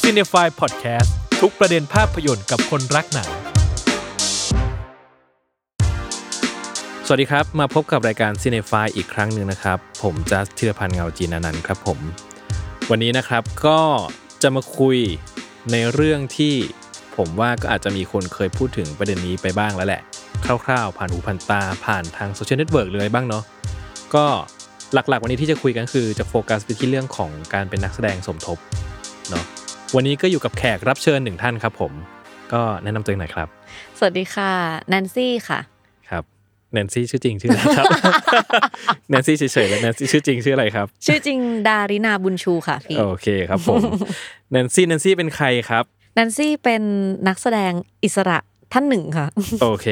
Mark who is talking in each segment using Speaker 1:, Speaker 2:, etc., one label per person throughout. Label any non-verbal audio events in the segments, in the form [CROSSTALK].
Speaker 1: c i n e f y Podcast ทุกประเด็นภาพยนตร์กับคนรักหนัง สวัสดีครับ มาพบกับรายการ c i n e f y อีกครั้งหนึ่งนะครับ ผมจัสธีรพันธ์เงาจีนานันท์ครับผม วันนี้นะครับก็จะมาคุยในเรื่องที่ผมว่าก็อาจจะมีคนเคยพูดถึงประเด็นนี้ไปบ้างแล้วแหละ คร่าวๆ ผ่านหูผ่านตาผ่านทางโซเชียลเน็ตเวิร์กเลยบ้างเนาะ ก็หลักๆ วันนี้ที่จะคุยกันคือจะโฟกัสไปที่เรื่องของการเป็นนักแสดงสมทบเนาะวันนี้ก็อยู่กับแขกรับเชิญหนึ่งท่านครับผม ก็แนะนำตัวเองหน่อยครับ
Speaker 2: สวัสดีค่ะแนนซี่ค่ะ
Speaker 1: [LAUGHS] ครับแนนซี่ชื่อจริงชื่ออะไรครับ แนนซี่เฉยๆแล้วแนนซี่ชื่อจริงชื่ออะไรครับ
Speaker 2: ชื่อจริงดารินาบุญชูค่ะพี่
Speaker 1: โอเคครับผมแนนซี่แนนซี่เป็นใครครับ
Speaker 2: แนนซี่เป็นนักแสดงอิสระท่านหนึ่ง
Speaker 1: [LAUGHS]
Speaker 2: ค่ะ
Speaker 1: โอเค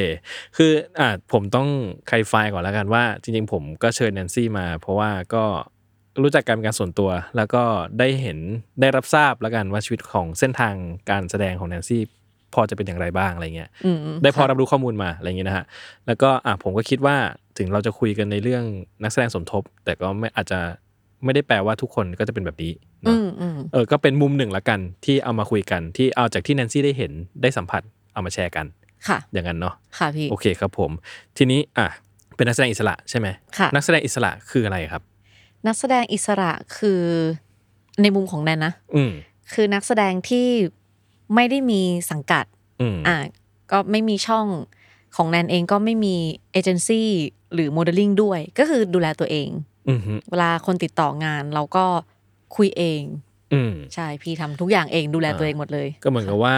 Speaker 1: คืออ่าผมต้องใครไฟล์ก่อนแล้วกันว่า จริงๆ ผมก็เชิญแนนซี่มา เพราะว่าก็รู้จักกันเป็นการส่วนตัว แล้วก็ได้เห็นได้รับทราบแล้วกันว่าชีวิตของเส้นทางการแสดงของแนนซี่พอจะเป็นอย่างไรบ้างอะไรเงี้ย
Speaker 2: อืม
Speaker 1: ได้พอรับรู้ข้อมูลมาอะไรอย่างนี้นะฮะ แล้วก็อ่ะผมก็คิดว่าถึงเราจะคุยกันในเรื่องนักแสดงสมทบ แต่ก็ไม่อาจจะไม่ได้แปลว่าทุกคนก็จะเป็นแบบนี้
Speaker 2: อื
Speaker 1: เนาะ
Speaker 2: มอืม
Speaker 1: เออ ก็เป็นมุมหนึ่งละกันที่เอามาคุยกันที่เอาจากที่แนนซี่ได้เห็นได้สัมผัสเอามาแชร์กัน
Speaker 2: ค่ะ
Speaker 1: อย่างนั้นเนาะ
Speaker 2: ค่ะพี่
Speaker 1: โอเคครับผม ทีนี้อ่ะเป็นนักแสดงอิสระใช่ไหม
Speaker 2: ค่ะ
Speaker 1: นักแสดงอิสระคืออะไรครับ
Speaker 2: นักแสดงอิสระคือในมุมของแนนนะ
Speaker 1: อืม
Speaker 2: คือนักแสดงที่ไม่ได้มีสังกัด
Speaker 1: อืม
Speaker 2: อ่ะก็ไม่มีช่องของแนนเองก็ไม่มีเอเจนซี่หรือโมเดลลิ่งด้วย ก็คือดูแลตัวเอง
Speaker 1: อืมฮึ
Speaker 2: เวลาคนติดต่องานเราก็คุยเอง
Speaker 1: อืม
Speaker 2: ใช่พี่ทำทุกอย่างเองดูแลตัวเองหมดเลย
Speaker 1: ก็เหมือนกับว่า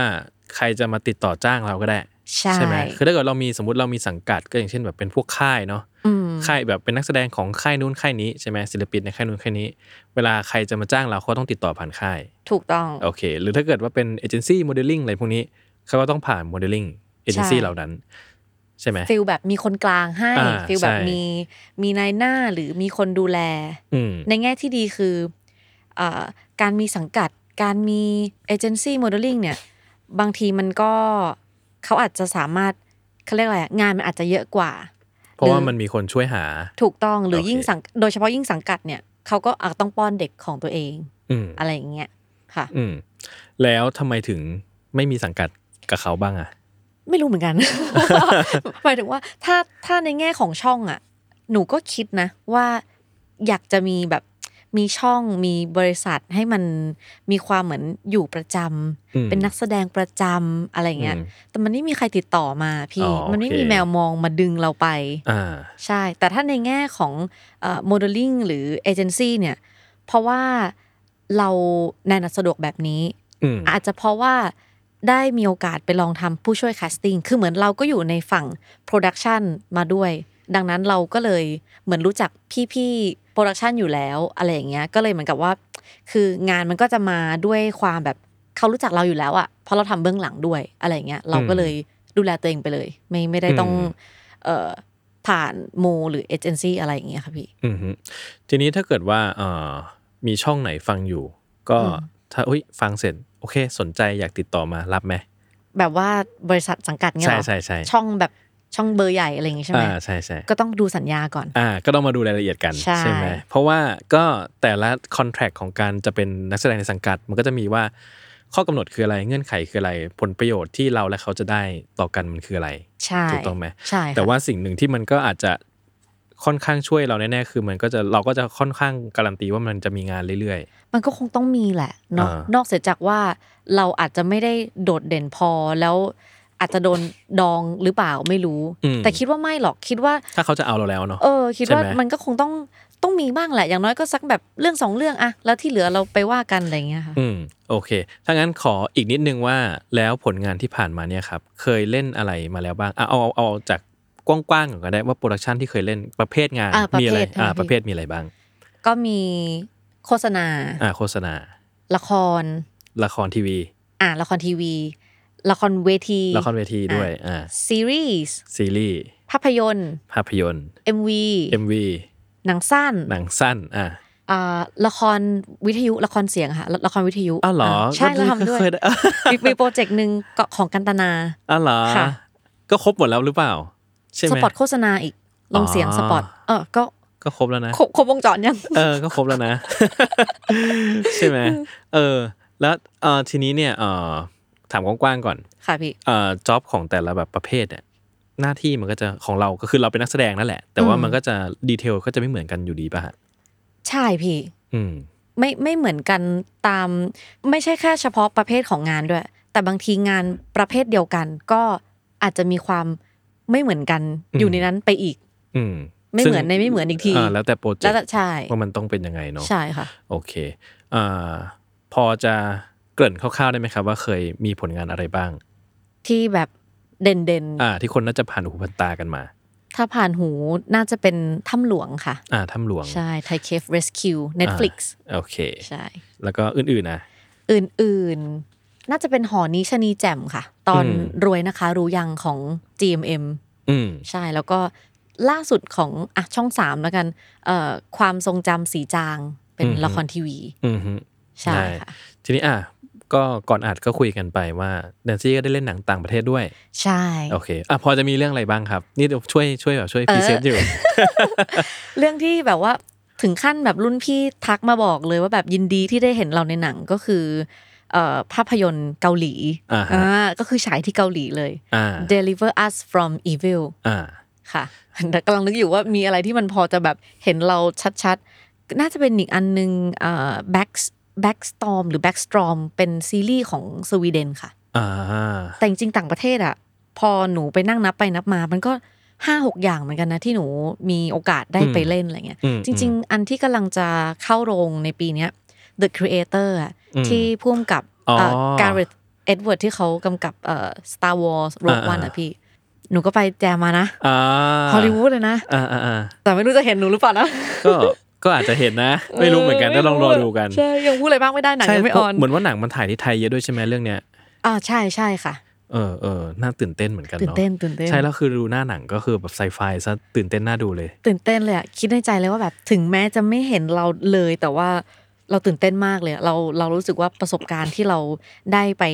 Speaker 1: ใครจะมาติดต่อจ้างเราก็ได้
Speaker 2: ใช่
Speaker 1: ใช่ไหมคือถ้าเกิดเรามีสมมติเรามีสังกัดก็อย่างเช่นแบบเป็นพวกค่ายเนาะ
Speaker 2: อืม
Speaker 1: ค่ายแบบเป็นนักแสดงของค่ายนู้นค่ายนี้ใช่ไหมศิลปินในค่ายนู้นค่ายนี้ เวลาใครจะมาจ้างเราเขาต้องติดต่อผ่านค่าย
Speaker 2: ถูกต้อง
Speaker 1: โอเค หรือถ้าเกิดว่าเป็นเอเจนซี่โมเดลลิ่งอะไรพวกนี้เขาก็ต้องผ่านโมเดลลิ่งเอเจนซี่
Speaker 2: ใช่
Speaker 1: เหล่านั้น ใช่ไหม
Speaker 2: ฟิลแบบมีคนกลางให้
Speaker 1: อ่า
Speaker 2: ฟิลแบบ
Speaker 1: ใช่
Speaker 2: มีมีนายหน้าหรือมีคนดูแล
Speaker 1: อืม
Speaker 2: ในแง่ที่ดีคือเอ่อการมีสังกัด การมีเอเจนซี่โมเดลลิ่งเนี่ย บางทีมันก็เขาอาจจะสามารถเขาเรียกอะไรอะงานมันอาจจะเยอะกว่า
Speaker 1: เพราะว่ามันมีคนช่วยหา
Speaker 2: ถูกต้องหรือ
Speaker 1: โอเค
Speaker 2: ยิ่งสังโดยเฉพาะยิ่งสังกัดเนี่ยเขาก็อาจต้องป้อนเด็กของตัวเอง
Speaker 1: อืม
Speaker 2: อะไรอย่างเงี้ยค่ะ
Speaker 1: อืมแล้วทำไมถึงไม่มีสังกัดกับเขาบ้างอะ
Speaker 2: ไม่รู้เหมือนกัน [LAUGHS] หมายถึงว่าถ้าถ้าในแง่ของช่องอ่ะ หนูก็คิดนะ ว่าอยากจะมีแบบมีช่องมีบริษัทให้มันมีความเหมือนอยู่ประจำ
Speaker 1: อืม
Speaker 2: เป็นนักแสดงประจำอะไรอย่างเงี้ย
Speaker 1: อืม
Speaker 2: แต่มันไม่มีใครติดต่อมา
Speaker 1: อ๋
Speaker 2: พี่
Speaker 1: อโอเค
Speaker 2: มันไม่มีแมวมองมาดึงเราไป
Speaker 1: อ่า
Speaker 2: ใช่ แต่ถ้าในแง่ของโมเดลลิ่งหรือเอเจนซี่เนี่ย เพราะว่าเราแนนอะสะดวกแบบนี้
Speaker 1: อืม
Speaker 2: อาจจะเพราะว่าได้มีโอกาสไปลองทำผู้ช่วยแคสติ้ง คือเหมือนเราก็อยู่ในฝั่งโปรดักชันมาด้วย ดังนั้นเราก็เลยเหมือนรู้จักพี่ๆโปรดักชันอยู่แล้วอะไรอย่างเงี้ย ก็เลยเหมือนกับว่า คืองานมันก็จะมาด้วยความแบบเขารู้จักเราอยู่แล้วอะเพราะเราทำเบื้องหลังด้วยอะไรอย่างเงี้ย เราก็เลยดูแลตัวเองไปเลย ไม่ไม่ได้ต้องเอ่อผ่านโมหรือเอเจนซี่อะไรอย่างเงี้ยค่ะพี่
Speaker 1: อืมฮึทีนี้ถ้าเกิดว่าเอ่อมีช่องไหนฟังอยู่ ก็ถ้าอุ้ยฟังเสร็จโอเค สนใจอยากติดต่อมารับไหม
Speaker 2: แบบว่าบริษัทสังกัดเงี้ย
Speaker 1: ใช่
Speaker 2: เหรอ
Speaker 1: ใช่ใช่
Speaker 2: ช่องแบบช่องเบอร์ใหญ่อะไรอย่างงี้ใช่ไหม
Speaker 1: อ่าใช่ใช่
Speaker 2: ก็ต้องดูสัญญาก่อน
Speaker 1: อ่าก็ต้องมาดูรายละเอียดกัน
Speaker 2: ใช่
Speaker 1: ไหมเพราะว่าก็แต่ละคอนแทรคของการจะเป็นนักแสดงในสังกัด มันก็จะมีว่าข้อกำหนดคืออะไรเงื่อนไขคืออะไรผลประโยชน์ที่เราและเขาจะได้ต่อกันมันคืออะไร
Speaker 2: ใช่
Speaker 1: ถูกต้องไหม
Speaker 2: ใช่ค่ะ
Speaker 1: แต่ว่าสิ่งหนึ่งที่มันก็อาจจะ ค่อนข้างช่วยเราแน่ๆคือมันก็จะเราก็จะค่อนข้างการันตีว่ามันจะมีงานเรื่อย
Speaker 2: มันก็คงต้องมีแหละเนาะ
Speaker 1: อ่าน น
Speaker 2: อกเสียจากว่าเราอาจจะไม่ได้โดดเด่นพอแล้วอาจจะโดนดองหรือเปล่าไม่รู้
Speaker 1: ๆอืม
Speaker 2: แต่คิดว่าไม่หรอกคิดว่า
Speaker 1: ถ้าเขาจะเอาเราแล้วเนาะ
Speaker 2: เออ คิดว่า
Speaker 1: ใช่ไหม
Speaker 2: มันก็คงต้องต้องมีบ้างแหละ อย่างน้อยก็สักแบบเรื่องสองเรื่องอะแล้วที่เหลือเราไปว่ากันอะไรอย่างเงี้ยค่ะ
Speaker 1: อืมโอเค ถ้างั้นขออีกนิดนึงว่าแล้วผลงานที่ผ่านมาเนี่ยครับเคยเล่นอะไรมาแล้วบ้างอ่ะเอาเอาเอาจากกว้างๆก่อนก็ได้ว่าโปรดักชันที่เคยเล่นประเภทงาน
Speaker 2: อ่ะประเภท
Speaker 1: มีอะไร
Speaker 2: ใช่ไหม
Speaker 1: อ่า
Speaker 2: พี่
Speaker 1: ประเภทมีอะไรบ้าง
Speaker 2: ก็มีโฆษณา
Speaker 1: อ่าโฆษณา
Speaker 2: ละคร
Speaker 1: ละครทีวี
Speaker 2: อ่าละครทีวี ละครเวที
Speaker 1: ละครเวทีด้วยอ่า
Speaker 2: ซีรีส์
Speaker 1: ซีรีส์
Speaker 2: ภาพยนตร์
Speaker 1: ภาพยนตร์
Speaker 2: MV
Speaker 1: MV
Speaker 2: หนังสั้น
Speaker 1: หนังสั้นอ่ะ
Speaker 2: อ่าละครวิทยุละครเสียงค่ะละละครวิทยุ
Speaker 1: อ้าวเหรอ
Speaker 2: ใช่เราทำด้วย
Speaker 1: เคยได้ [LAUGHS]
Speaker 2: มีมีโปรเจกต์หนึ่งก็ของกันตนา
Speaker 1: อ้าวเหรอ
Speaker 2: ค่ะ
Speaker 1: ก็ครบหมดแล้วหรือเปล่า ใช่
Speaker 2: ส
Speaker 1: ไหม
Speaker 2: ปอตโฆษณาอีกลงเสียง
Speaker 1: อ๋อ
Speaker 2: สปอตเออก็
Speaker 1: ก็ครบแล้วนะ
Speaker 2: ครบครบวงจรยัง
Speaker 1: เออ ก็ครบแล้วนะ ใช่ไหมเออ แล้วเออทีนี้เนี่ยเออถามกว้างๆก่อน
Speaker 2: ค่ะพี่
Speaker 1: เออจ็อบของแต่ละแบบประเภทเนี่ยหน้าที่มันก็จะของเราก็คือเราเป็นนักแสดงนั่นแหละ แต่ว่า
Speaker 2: อืม
Speaker 1: มันก็จะดีเทลก็จะไม่เหมือนกันอยู่ดีป่ะฮะ
Speaker 2: ใช่พี่
Speaker 1: อืม
Speaker 2: ไม่ไม่เหมือนกันตาม ไม่ใช่แค่เฉพาะประเภทของงานด้วย แต่บางทีงานประเภทเดียวกัน ก็อาจจะมีความไม่เหมือนกัน
Speaker 1: อืม
Speaker 2: อยู่ในนั้นไปอีก
Speaker 1: อืม
Speaker 2: ไม่เหมือนในไม่เหมือนอีกที
Speaker 1: าแล้วแต่โปรเจก
Speaker 2: แล้ว
Speaker 1: ต์
Speaker 2: แต่ใช่
Speaker 1: ว่ามันต้องเป็นยังไงเนาะ
Speaker 2: ใช่ค่ะ
Speaker 1: โอเคอ่าพอจะเกริ่นคร่าวๆได้ไหมครับ ว่าเคยมีผลงานอะไรบ้าง
Speaker 2: ที่แบบเด่นเด่นๆ
Speaker 1: อ่า ที่คนน่าจะผ่านหูผ่านตากันมา
Speaker 2: ถ้าผ่านหูน่าจะเป็นถ้ำหลวงค่ะ
Speaker 1: อ่าถ้ำหลวง
Speaker 2: ใช่ไทเคฟ Rescue Netflix
Speaker 1: โอเค
Speaker 2: ใช่
Speaker 1: แล้วก็อื่นๆนะ
Speaker 2: อื่นๆ น่าจะเป็นหอนี้ชะนีแจ่มค่ะ ตอน
Speaker 1: อืม
Speaker 2: รวยนะคะรู้ยังของ GMM
Speaker 1: อืม
Speaker 2: ใช่แล้วก็ล่าสุดของอ่ะช่องสามแล้วกันเอ่อความทรงจำสีจางเป็น
Speaker 1: อืม
Speaker 2: ละครทีวี
Speaker 1: อือฮึ
Speaker 2: ใช่
Speaker 1: ได้
Speaker 2: ค่ะ
Speaker 1: ทีนี้อ่ะก็ก่อนอัดก็คุยกันไปว่าแนนซี่ก็ได้เล่นหนังต่างประเทศด้วย
Speaker 2: ใช่
Speaker 1: โอเคอ่ะพอจะมีเรื่องอะไรบ้างครับ นี่เดี๋ยวช่วยช่วยแบบช่วยพรีเซนต์อยู่
Speaker 2: เรื่องที่แบบว่าถึงขั้นแบบรุ่นพี่ทักมาบอกเลยว่าแบบยินดีที่ได้เห็นเราในหนังก็คือเอ่อภาพยนตร์เกาหลี
Speaker 1: อ่าฮะ
Speaker 2: ก็คือฉายที่เกาหลีเลย
Speaker 1: อ่า
Speaker 2: Deliver Us from Evil
Speaker 1: อ่า
Speaker 2: ค่ะ [LAUGHS] แต่กำลังนึกอยู่ว่ามีอะไรที่มันพอจะแบบเห็นเราชัดๆ น่าจะเป็นอีกอันนึงเอ่อ back backstorm หรือ backstorm เป็นซีรีส์ของสวีเดนค่ะ
Speaker 1: อ่า
Speaker 2: แต่จริงๆต่างประเทศอ่ะ พอหนูไปนั่งนับไปนับมา มันก็ห้าหกอย่างเหมือนกันนะ ที่หนูมีโอกาสได้ไปเล่นอะไรเงี้ย
Speaker 1: อืม
Speaker 2: จริง ๆ อันที่กำลังจะเข้าโรงในปีเนี้ย The Creator อะ
Speaker 1: อืม
Speaker 2: ที่พ่วงกับ
Speaker 1: อ๋ออ่
Speaker 2: ก r เร t เอ็ดเวิร์ดที่เขากำกับเอ่อ Star Wars Rogue One อะพี่ หนูก็ไปแจมมานะ
Speaker 1: อ่า
Speaker 2: ฮอลลีวูดเลยนะ
Speaker 1: อ่าอ่าอ่า
Speaker 2: แต่ไม่รู้จะเห็นหนูหรือเปล่านะ
Speaker 1: ก็ก็อาจจะเห็นนะ ไม่รู้เหมือนกันก็ลองรอดูกัน
Speaker 2: ใช่ยังพูดอะไรบ้างไม่ได้หนังยังไม่ออน
Speaker 1: เหมือนว่าหนังมันถ่ายที่ไทยเยอะด้วยใช่ไหมเรื่องเนี้ย
Speaker 2: อ่าใช่ใช่ค่ะ
Speaker 1: เออเออน่าตื่นเต้นเหมือนกัน
Speaker 2: ตื่น
Speaker 1: เนาะ
Speaker 2: เต้นตื่นเต้น
Speaker 1: ใช่แล้วคือดูหน้าหนังก็คือแบบไซไฟซะตื่นเต้นน่าดูเลย
Speaker 2: ตื่นเต้นเลยอะคิดในใจเลยว่าแบบถึงแม้จะไม่เห็นเราเลย แต่ว่าเราตื่นเต้นมากเลยอะเราเรารู้สึกว่าประสบการณ์ที่เราได้ไป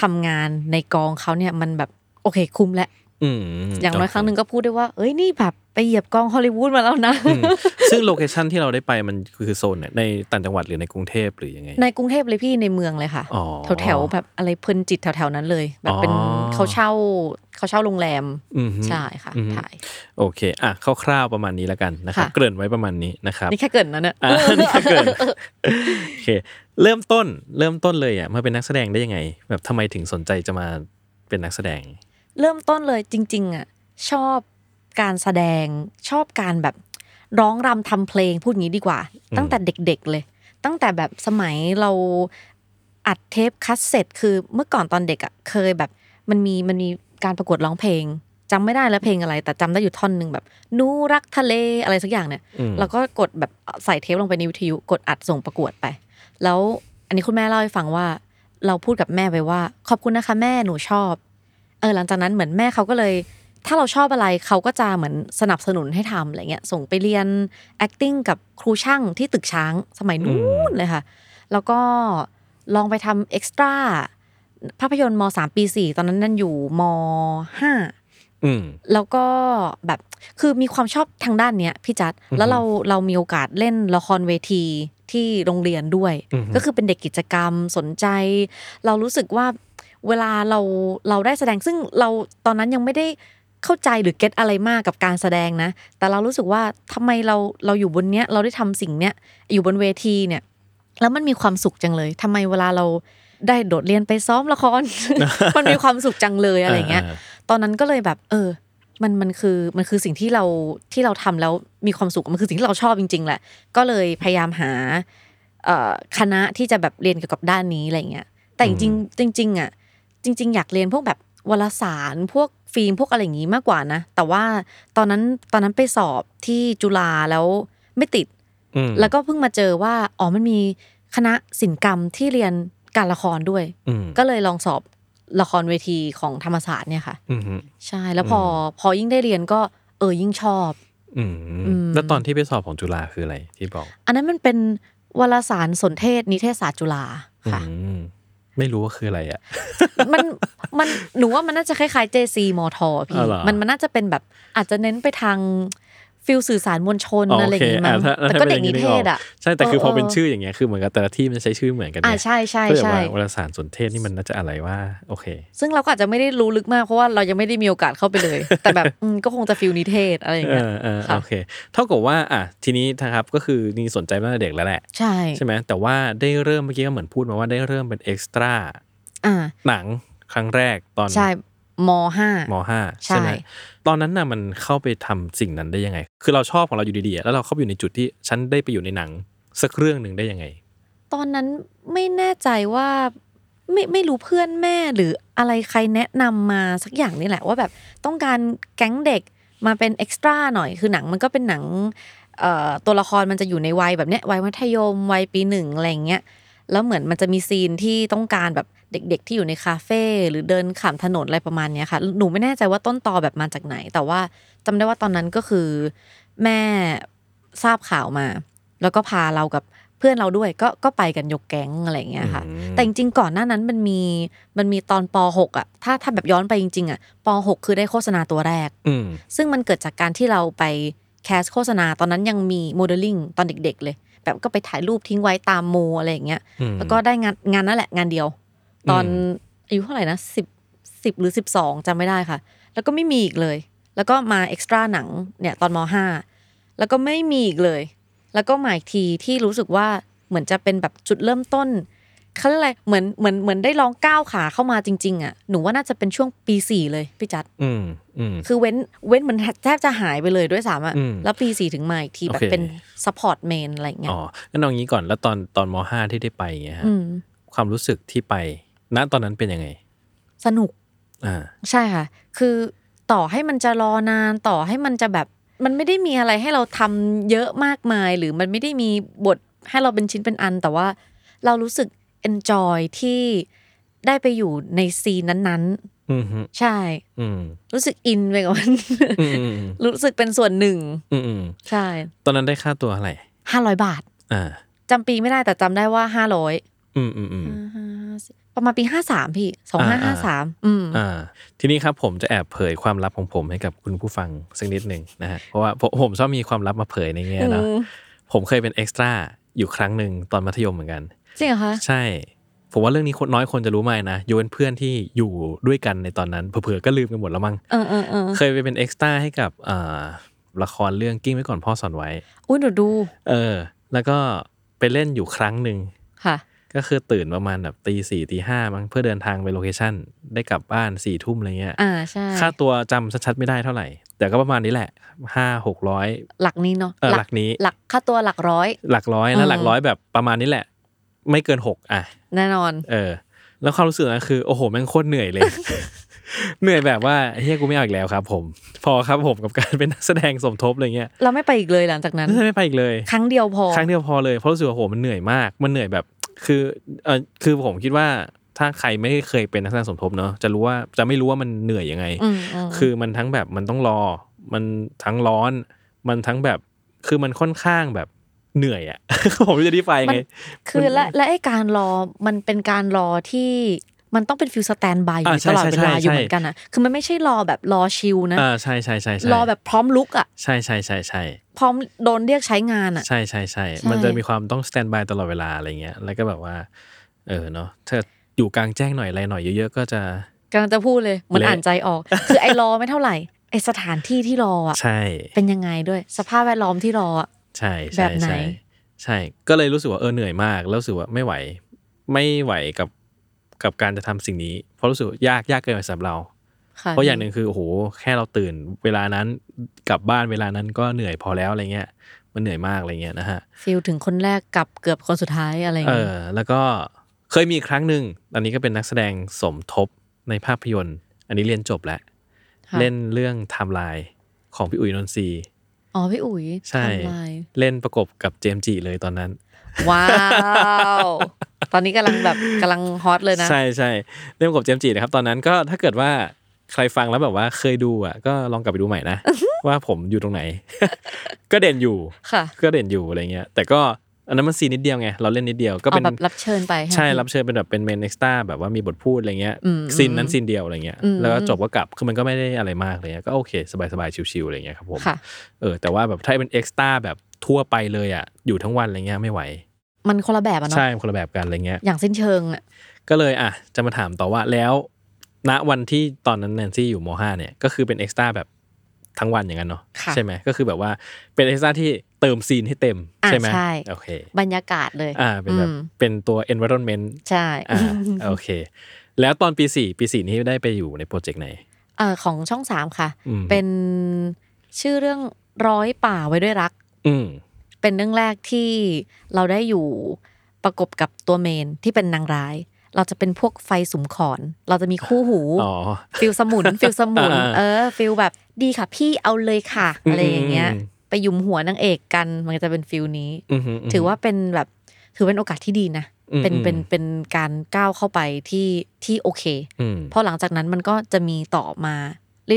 Speaker 2: ทำงานในกองเขาเนี่ยมันแบบโอเคคุ้มแล้ว
Speaker 1: อืม
Speaker 2: อย่างน้อย
Speaker 1: โเค
Speaker 2: รั้งหนึ่ [LAUGHS] งก็พูดได้ว่าเอ้ยนี่แบบไปเหยียบกองฮอลลีวูดมาแล้ว
Speaker 1: [LAUGHS]
Speaker 2: นะ
Speaker 1: อืมซึ่งโลเคชันที่เราได้ไปมันคือโซนเนี่ยในต่างจังหวัดหรือในกรุงเทพหรือยังไง
Speaker 2: ในกรุงเทพเลยพี่ในเมืองเลยค่ะ
Speaker 1: อ๋อ
Speaker 2: แถวแถวๆแบบอะไรเพลินจิตแถวแถวๆนั้นเลย แบบเป็น
Speaker 1: อ๋อ
Speaker 2: เขาเช่าเขาเช่าโรงแรม
Speaker 1: อือฮึ
Speaker 2: ใช่ค่ะ
Speaker 1: อืม
Speaker 2: ถ่าย
Speaker 1: โอเค อ่ะ คร่าวๆ ประมาณนี้แล้วกันนะครับ
Speaker 2: ค่ะ
Speaker 1: เกริ่นไว้ประมาณนี้นะครับ
Speaker 2: นี่แค่เกรินนะเนี่ย
Speaker 1: [LAUGHS] อ่ะนี่ก็เกริ่นโอเค เริ่มต้น เริ่มต้นเลยอ่ะ มาเป็นนักแสดงได้ยังไง แบบทำไมถึงสนใจจะมาเป็นนักแสดง
Speaker 2: เริ่มต้นเลยจริง ๆอ่ะชอบการแสดงชอบการแบบร้องรำทำเพลงพูดงี้ดีกว่า ตั้งแต่เด็กๆเลย ตั้งแต่แบบสมัยเราอัดเทปคัสเซ็ตคือเมื่อก่อนตอนเด็กอ่ะเคยแบบมันมีมันมีการประกวดร้องเพลงจำไม่ได้แล้วเพลงอะไร แต่จำได้อยู่ท่อนหนึ่งแบบนูรักทะเลอะไรสักอย่างเนี่ย
Speaker 1: อืม
Speaker 2: แล้วก็กดแบบใส่เทปลงไปในวิทยุกดอัดส่งประกวดไป แล้วอันนี้คุณแม่เล่าให้ฟังว่า เราพูดกับแม่ไปว่า ขอบคุณนะคะแม่หนูชอบ เออหลังจากนั้นเหมือนแม่เขาก็เลย ถ้าเราชอบอะไรเขาก็จะเหมือนสนับสนุนให้ทำอะไรเงี้ยส่งไปเรียน acting กับครูช่างที่ตึกช้างสมัยนู้นเลยค่ะ แล้วก็ลองไปทำเอ็กซ์ตร้าภาพยนตร์มสามปีสี่ตอนนั้นนั่นอยู่มห้า
Speaker 1: อืม
Speaker 2: แล้วก็แบบคือมีความชอบทางด้านเนี้ยพี่จัดแล้วเราเรามีโอกาสเล่นละครเวทีที่โรงเรียนด้วย
Speaker 1: อือฮึ
Speaker 2: ก็คือเป็นเด็กกิจกรรมสนใจ เรารู้สึกว่าเวลาเราเราได้แสดงซึ่งเราตอนนั้นยังไม่ได้ เข้าใจหรือเก็ตอะไรมากกับการแสดงนะ แต่เรารู้สึกว่าทำไมเราเราอยู่บนเนี้ยเราได้ทำสิ่งเนี้ยอยู่บนเวทีเนี่ย แล้วมันมีความสุขจังเลยทำไมเวลาเราได้โดดเรียนไปซ้อมละคร [LAUGHS] มันมีความสุขจังเลยอะไรเงี้ย
Speaker 1: อ่า
Speaker 2: ตอนนั้นก็เลยแบบ เออ มันมันคือมันคือสิ่งที่เราที่เราทำแล้วมีความสุขมันคือสิ่งที่เราชอบจริง ๆ แหละ ก็เลยพยายามหาเอ่อคณะที่จะแบบเรียนเกี่ยวกับด้านนี้อะไรเงี้ย แต่จริงๆจริง ๆ อ่ะ จริง ๆ อยากเรียนพวกแบบวารสารพวกฟิล์มพวกอะไรอย่างงี้มากกว่านะ แต่ว่าตอนนั้นตอนนั้นไปสอบที่จุฬาแล้วไม่ติด
Speaker 1: อืม
Speaker 2: แล้วก็เพิ่งมาเจอว่าอ๋อมันมีคณะศิลปกรรมที่เรียนการละครด้วย
Speaker 1: อืม
Speaker 2: ก็เลยลองสอบละครเวทีของธรรมศาสตร์เนี่ยค่ะ
Speaker 1: อืมฮึ
Speaker 2: ใช่ แล้วพอพอยิ่งได้เรียนก็เออยิ่งชอบ
Speaker 1: อืมแล้วตอนที่ไปสอบของจุฬาคืออะไรที่บอก
Speaker 2: อันนั้นมันเป็นวารสารสนเทศนิเทศศาสตร์จุฬาค่ะ
Speaker 1: อืมไม่รู้ว่าคืออะไรอ่ะ
Speaker 2: มันมันหนูว่ามันน่าจะคล้ายๆ JC มทพี่
Speaker 1: อ๋อเหรอ
Speaker 2: มันมันน่าจะเป็นแบบอาจจะเน้นไปทางฟิลสื่อสารมวลชนอะไรอย่างงี้มั้ง
Speaker 1: โเคะถ้า
Speaker 2: แต่ก็
Speaker 1: ถ้า
Speaker 2: เด็
Speaker 1: ป็
Speaker 2: ก
Speaker 1: นอย่า
Speaker 2: นิ
Speaker 1: ง
Speaker 2: เทศอ่ะ
Speaker 1: ใช่แต่คือพอเป็น
Speaker 2: อ
Speaker 1: ชื่ออย่างเงี้ยคือเหมือนกับแต่ละที่มันใช้ชื่อเหมือนกัน
Speaker 2: อ่า
Speaker 1: ไง
Speaker 2: ใช่ใช่
Speaker 1: ก็เลย
Speaker 2: ใช่
Speaker 1: ว่าวารสารสนเทศนี่มันน่าจะอะไรว่าโอเค
Speaker 2: ซึ่งเราก็อาจจะไม่ได้รู้ลึกมากเพราะว่าเรายังไม่ได้มีโอกาสเข้าไปเลย แต่แบบอืมก็คงจะฟิลนิเทศอะไรอย่าง
Speaker 1: เอ
Speaker 2: เงี้ย
Speaker 1: อเออ
Speaker 2: ค่ะ
Speaker 1: โอเค เท่ากับว่าอ่ะทีนี้นะครับก็คือนี่สนใจมาตั้งแต่เด็กแล้วแหละ
Speaker 2: ใช่
Speaker 1: ใช่ไหมแต่ว่าได้เริ่มเมื่อกี้ก็เหมือนพูดมาว่าได้เริ่มเป็นเอ็กซ์ตร้า
Speaker 2: อ่า
Speaker 1: หนังครั้งแรกตอน
Speaker 2: ใช่มห้า
Speaker 1: มห้า
Speaker 2: ใช่
Speaker 1: ใช่ไหมตอนนั้นน่ะมันเข้าไปทำสิ่งนั้นได้ยังไง คือเราชอบของเราอยู่ดีๆอะแล้วเราเข้าไปอยู่ในจุดที่ฉันได้ไปอยู่ในหนังสักเรื่องหนึ่งได้ยังไง
Speaker 2: ตอนนั้นไม่แน่ใจว่าไม่ไม่รู้เพื่อนแม่หรืออะไรใครแนะนำมาสักอย่างนี่แหละ ว่าแบบต้องการแก๊งเด็กมาเป็นเอ็กซ์ตร้าหน่อยคือหนังมันก็เป็นหนังเอ่อตัวละครมันจะอยู่ในวัยแบบเนี้ยวัยมัธยมวัยปีหนึ่งอะไรอย่างเงี้ยแล้วเหมือนมันจะมีซีนที่ต้องการแบบเด็ก ๆ ที่อยู่ในคาเฟ่หรือเดินข้ามถนนอะไรประมาณเนี้ยค่ะหนูไม่แน่ใจว่าต้นตอแบบมาจากไหน แต่ว่าจำได้ว่าตอนนั้นก็คือแม่ทราบข่าวมา แล้วก็พาเรากับเพื่อนเราด้วยก็ก็ไปกันยกแก๊งอะไรอย่างเงี้ยค่ะ
Speaker 1: อืม
Speaker 2: แต่จริงๆก่อนหน้านั้นมันมีมันมีตอนป .6 อ่ะถ้าถ้าแบบย้อนไปจริงๆอ่ะป .6 คือได้โฆษณาตัวแรก
Speaker 1: อืม
Speaker 2: ซึ่งมันเกิดจากการที่เราไปแคสโฆษณาตอนนั้นยังมีโมเดลลิ่งตอนเด็ก ๆ เลย แบบก็ไปถ่ายรูปทิ้งไว้ตามโมอะไรอย่างเงี้ย
Speaker 1: อืม
Speaker 2: แล้วก็ได้งานงานนั่นแหละงานเดียว ตอน
Speaker 1: อืม
Speaker 2: อายุเท่าไหร่นะสิบสิบหรือสิบสองจำไม่ได้ค่ะ แล้วก็ไม่มีอีกเลย แล้วก็มาเอ็กซ์ตร้าหนังเนี่ยตอนมห้าแล้วก็ไม่มีอีกเลย แล้วก็หมายทีที่รู้สึกว่าเหมือนจะเป็นแบบจุดเริ่มต้นเขาเรียกอะไรเหมือนเหมือนเหมือนได้ลองก้าวขาเข้ามาจริงๆอ่ะหนูว่าน่าจะเป็นช่วงปีสี่เลยพี่จัด
Speaker 1: อืมอืม
Speaker 2: คือเว้นเว้นเหมือนแทบจะหายไปเลยด้วยซ้ำอะ
Speaker 1: อืม
Speaker 2: แล้วปีสี่ถึงมาอีกทีแบบ
Speaker 1: โอเค
Speaker 2: เป็นซัพพอร์ตเมนอะไรเงี้ย
Speaker 1: อ๋องั้นเอางี้ก่อนแล้วตอนตอนมห้าที่ได้ไปอย่างเงี้ยฮะ
Speaker 2: อืม
Speaker 1: ความรู้สึกที่ไปณตอนนั้นเป็นยังไง
Speaker 2: สนุก
Speaker 1: อ่า
Speaker 2: ใช่ค่ะ คือต่อให้มันจะรอนานต่อให้มันจะแบบ มันไม่ได้มีอะไรให้เราทำเยอะมากมาย หรือมันไม่ได้มีบทให้เราเป็นชิ้นเป็นอัน แต่ว่าเรารู้สึก enjoy ที่ได้ไปอยู่ในซีนนั้น
Speaker 1: อืมฮึ
Speaker 2: ๆ ใช่
Speaker 1: อืม
Speaker 2: รู้สึกอินไปกับมัน
Speaker 1: อืมอืม
Speaker 2: [LAUGHS] รู้สึกเป็นส่วนหนึ่ง
Speaker 1: อืมอืม
Speaker 2: ใช่
Speaker 1: ตอนนั้นได้ค่าตัวอะไหร
Speaker 2: ห้าร้อยบาท
Speaker 1: อ่า
Speaker 2: จำปีไม่ได้แต่จำได้ว่าห้าร้อย
Speaker 1: อืมอืมอืม
Speaker 2: ประมาณปีห้าสามพี่สองห้าห้า
Speaker 1: อ่า
Speaker 2: สามอืม
Speaker 1: อ่า ทีนี้ครับผมจะแอบเผยความลับของผมให้กับคุณผู้ฟังสักนิดหนึ่งนะฮะ เพราะว่าผมผมชอบมีความลับมาเผยในเงี้ยเนาะ
Speaker 2: อืม
Speaker 1: ผมเคยเป็นเอ็กซ์ตร้าอยู่ครั้งหนึ่งตอนมัธยมเหมือนกัน
Speaker 2: จริงเหรอคะ
Speaker 1: ใช่ ผมว่าเรื่องนี้คนน้อยคนจะรู้ไหมนะโยนเพื่อนที่อยู่ด้วยกันในตอนนั้น เผื่อๆก็ลืมกันหมดแล้วมั้ง
Speaker 2: เออเออเออ
Speaker 1: เคยไปเป็นเอ็กซ์ตร้าให้กับอ่าละครเรื่องกิ้งไว้ก่อนพ่อสอนไว้
Speaker 2: อุ้ยหนูดู
Speaker 1: เออ แล้วก็ไปเล่นอยู่ครั้งหนึ่ง
Speaker 2: ค่ะ
Speaker 1: ก็คือตื่นประมาณแบบตีสี่ตีห้ามั้งเพื่อเดินทางไปโลเคชั่น ได้กลับบ้านสี่ทุ่มอะไรเงี้ย
Speaker 2: อ่าใช่
Speaker 1: ค่าตัวจำชัดๆไม่ได้เท่าไหร่ แต่ก็ประมาณนี้แหละ ห้าหกร้อย
Speaker 2: หลักนี้เนาะ
Speaker 1: เออหลักนี้
Speaker 2: หลักค่าตัวหลักร้อย
Speaker 1: หลักร้อยนะ
Speaker 2: อ่า
Speaker 1: หลักร้อยแบบประมาณนี้แหละ ไม่เกินหกอ่ะ
Speaker 2: แน่นอน
Speaker 1: เออ แล้วความรู้สึกนะคือ โอ้โหแม่งโคตรเหนื่อย
Speaker 2: [LAUGHS]
Speaker 1: เลย เหนื่อยแบบว่าเฮียกูไม่เอาอีกแล้วครับ ผม พอครับผมกับการเป็นนักแสดงสมทบอะไรเงี้ย
Speaker 2: เราไม่ไปอีกเลยหลังจากนั้น
Speaker 1: ไม่ไปอีกเลย
Speaker 2: ครั้งเดียวพอ
Speaker 1: ครั้งเดียวพอเลยเพราะรู้สึกว่าโหมันเหนื่อยมาก มันเหนื่อยแบบ คือเออคือผมคิดว่าถ้าใครไม่เคยเป็นนักแสดงสมทบเนาะจะรู้ว่าจะไม่รู้ว่ามันเหนื่อยยังไง
Speaker 2: อืมอืม
Speaker 1: คือมันทั้งแบบมันต้องรอ มันทั้งร้อน มันทั้งแบบคือมันค่อนข้างแบบเหนื่อยอะ [LAUGHS] ผมไม่รู้จะอธิบายยังไง
Speaker 2: คือและและไอการรอมันเป็นการรอที่มันต้องเป็นฟิลสแตนบายอยู่
Speaker 1: อ่าใช่
Speaker 2: ตลอดเวลา
Speaker 1: ใช่ใช่
Speaker 2: อยู่เหมือนกันอะคือมันไม่ใช่รอแบบรอชิลนะ
Speaker 1: อ่าใช่ใช่ใช่ใช่
Speaker 2: รอแบบพร้อมลุกอะ
Speaker 1: ใช่ใช่ใช่ใช่
Speaker 2: พร้อมโดนเรียกใช้งานอะ
Speaker 1: ใช่ใช่ใช่
Speaker 2: ใช่
Speaker 1: มันจะมีความต้องสแตนบายตลอดเวลาอะไรเงี้ย แล้วก็แบบว่า เออเนาะถ้าอยู่กลางแจ้งหน่อยอะไรหน่อยเยอะๆก็จะ
Speaker 2: กำลังจะพูดเลยเหมือน
Speaker 1: เละ
Speaker 2: อ่านใจออก คือไอ้รอไม่เท่าไหร่ ไอสถานที่ที่รออ่ะ
Speaker 1: ใช่
Speaker 2: เป็นยังไงด้วย สภาพแวดล้อมที่รออะ
Speaker 1: ใช่
Speaker 2: แบ
Speaker 1: ใช่
Speaker 2: บไหน
Speaker 1: ใช่ใช่ ก็เลยรู้สึกว่าเออเหนื่อยมากแล้วรู้สึกว่าไม่ไหว ไม่ไหวกับกับการจะทำสิ่งนี้ เพราะรู้สึกว่ายากยากเกินไปสำหรับเรา
Speaker 2: ค่ะ
Speaker 1: เพราะอย่างหนึ่งคือโอ้โหแค่เราตื่น เวลานั้นกลับบ้านเวลานั้นก็เหนื่อยพอแล้วอะไรเงี้ย มันเหนื่อยมากอะไรเงี้ยนะฮะ
Speaker 2: ฟิลถึงคนแรกกับเกือบคนสุดท้ายอะไรอย่าง
Speaker 1: เอ
Speaker 2: เงี้ย
Speaker 1: อแล้วก็เคยมีอีกครั้งหนึ่งอันนี้ก็เป็นนักแสดงสมทบในภาพยนตร์ อันนี้เรียนจบแล้ว
Speaker 2: ค่ะ
Speaker 1: เล่นเรื่องไทม์ไลน์ของพี่อุ๋ยนนทรีย์
Speaker 2: อ๋อพี่อุ๋ย
Speaker 1: ใช่
Speaker 2: ไทม์ไลน์
Speaker 1: เล่นประกบกับเจมส์จีเลยตอนนั้น
Speaker 2: ว้าวตอนนี้กำลังแบบกำลังฮอตเลยนะ
Speaker 1: ใช่ใช่เล่นประกบเจมส์จีนะครับ ตอนนั้นก็ถ้าเกิดว่าใครฟังแล้วแบบว่าเคยดูอ่ะก็ลองกลับไปดูใหม่นะ
Speaker 2: [LAUGHS]
Speaker 1: ว่าผมอยู่ตรงไหน [LAUGHS] ก็เด่นอยู่
Speaker 2: ค่ะ
Speaker 1: ก็เด่นอยู่อะไรเงี้ย แต่ก็อันนั้นมันซีนนิดเดียวไงเราเล่นนิดเดียวก็
Speaker 2: เอา
Speaker 1: เป็น
Speaker 2: แบบรับเชิญไปไหม
Speaker 1: ใช่รับเชิญเป็นแบบเป็นเมนเอ็กซ์ต้าแบบว่ามีบทพูดอะไรเงี้ย
Speaker 2: อืม
Speaker 1: ซีนนั้นซีนเดียวอะไรเงี้ย
Speaker 2: อืม
Speaker 1: แล้วก็จบก็กลับคือมันก็ไม่ได้อะไรมากเลยก็โอเค สบายๆชิวๆอะไรเงี้ยครับผม
Speaker 2: ค่ะ
Speaker 1: เออแต่ว่าแบบถ้าเป็นเอ็กซ์ต้าแบบทั่วไปเลยอ่ะอยู่ทั้งวันอะไรเงี้ยไม่ไหว
Speaker 2: มันคนละแบบอะเนาะ
Speaker 1: ใช่มันคนละแบบกันอะไรเงี้ย
Speaker 2: อย่างสิ้นเชิงอะ
Speaker 1: ก็เลยอ่ะจะมาถามต่อว่าแล้วณวันที่ตอนนั้นแนนซี่อยู่ม .5 เนี่ยก็คือเป็นเอ็กซ์ต้าแบบทั้งวันอย่างนั้นเนาะ
Speaker 2: ค่ะ
Speaker 1: ใช่ไหมก็คือแบบว่าเป็นเอ็กซ์ต้าที่เติมซีนให้เต็ม
Speaker 2: อ่ะ
Speaker 1: ใช่ไหม
Speaker 2: ใช่
Speaker 1: โอเค
Speaker 2: บรรยากาศเลย
Speaker 1: อ่าเป็นแบบ
Speaker 2: อืม
Speaker 1: เป็นตัว environment
Speaker 2: ใช่
Speaker 1: อ่าโอเค แล้วตอนปีสี่ปีสี่นี้ได้ไปอยู่ในโปรเจกต์ไหน
Speaker 2: เออของช่องสามค่ะ
Speaker 1: อืม
Speaker 2: เป็นชื่อเรื่องร้อยป่าไว้ด้วยรัก
Speaker 1: อืม
Speaker 2: เป็นเรื่องแรกที่เราได้อยู่ประกบกับตัวเมนที่เป็นนางร้าย เราจะเป็นพวกไฟสุมขอน เราจะมีคู่หู
Speaker 1: อ๋อ
Speaker 2: ฟิลส
Speaker 1: [LAUGHS]
Speaker 2: มุนฟิลสมุน
Speaker 1: อ่า
Speaker 2: เออฟิลแบบดีค่ะพี่เอาเลยค่ะ
Speaker 1: อืม
Speaker 2: อะไรอย่างเงี้ย
Speaker 1: อืม
Speaker 2: ไปหยุมหัวนางเอกกันมันก็จะเป็นฟิลนี้
Speaker 1: อืมฮึม
Speaker 2: ถือว่าเป็นแบบถือเป็นโอกาสที่ดีนะ
Speaker 1: อืม
Speaker 2: เป็น
Speaker 1: อืม
Speaker 2: เป็นเป็นการก้าวเข้าไปที่ที่โอเค
Speaker 1: อืม
Speaker 2: เพราะหลังจากนั้นมันก็จะมีต่อมา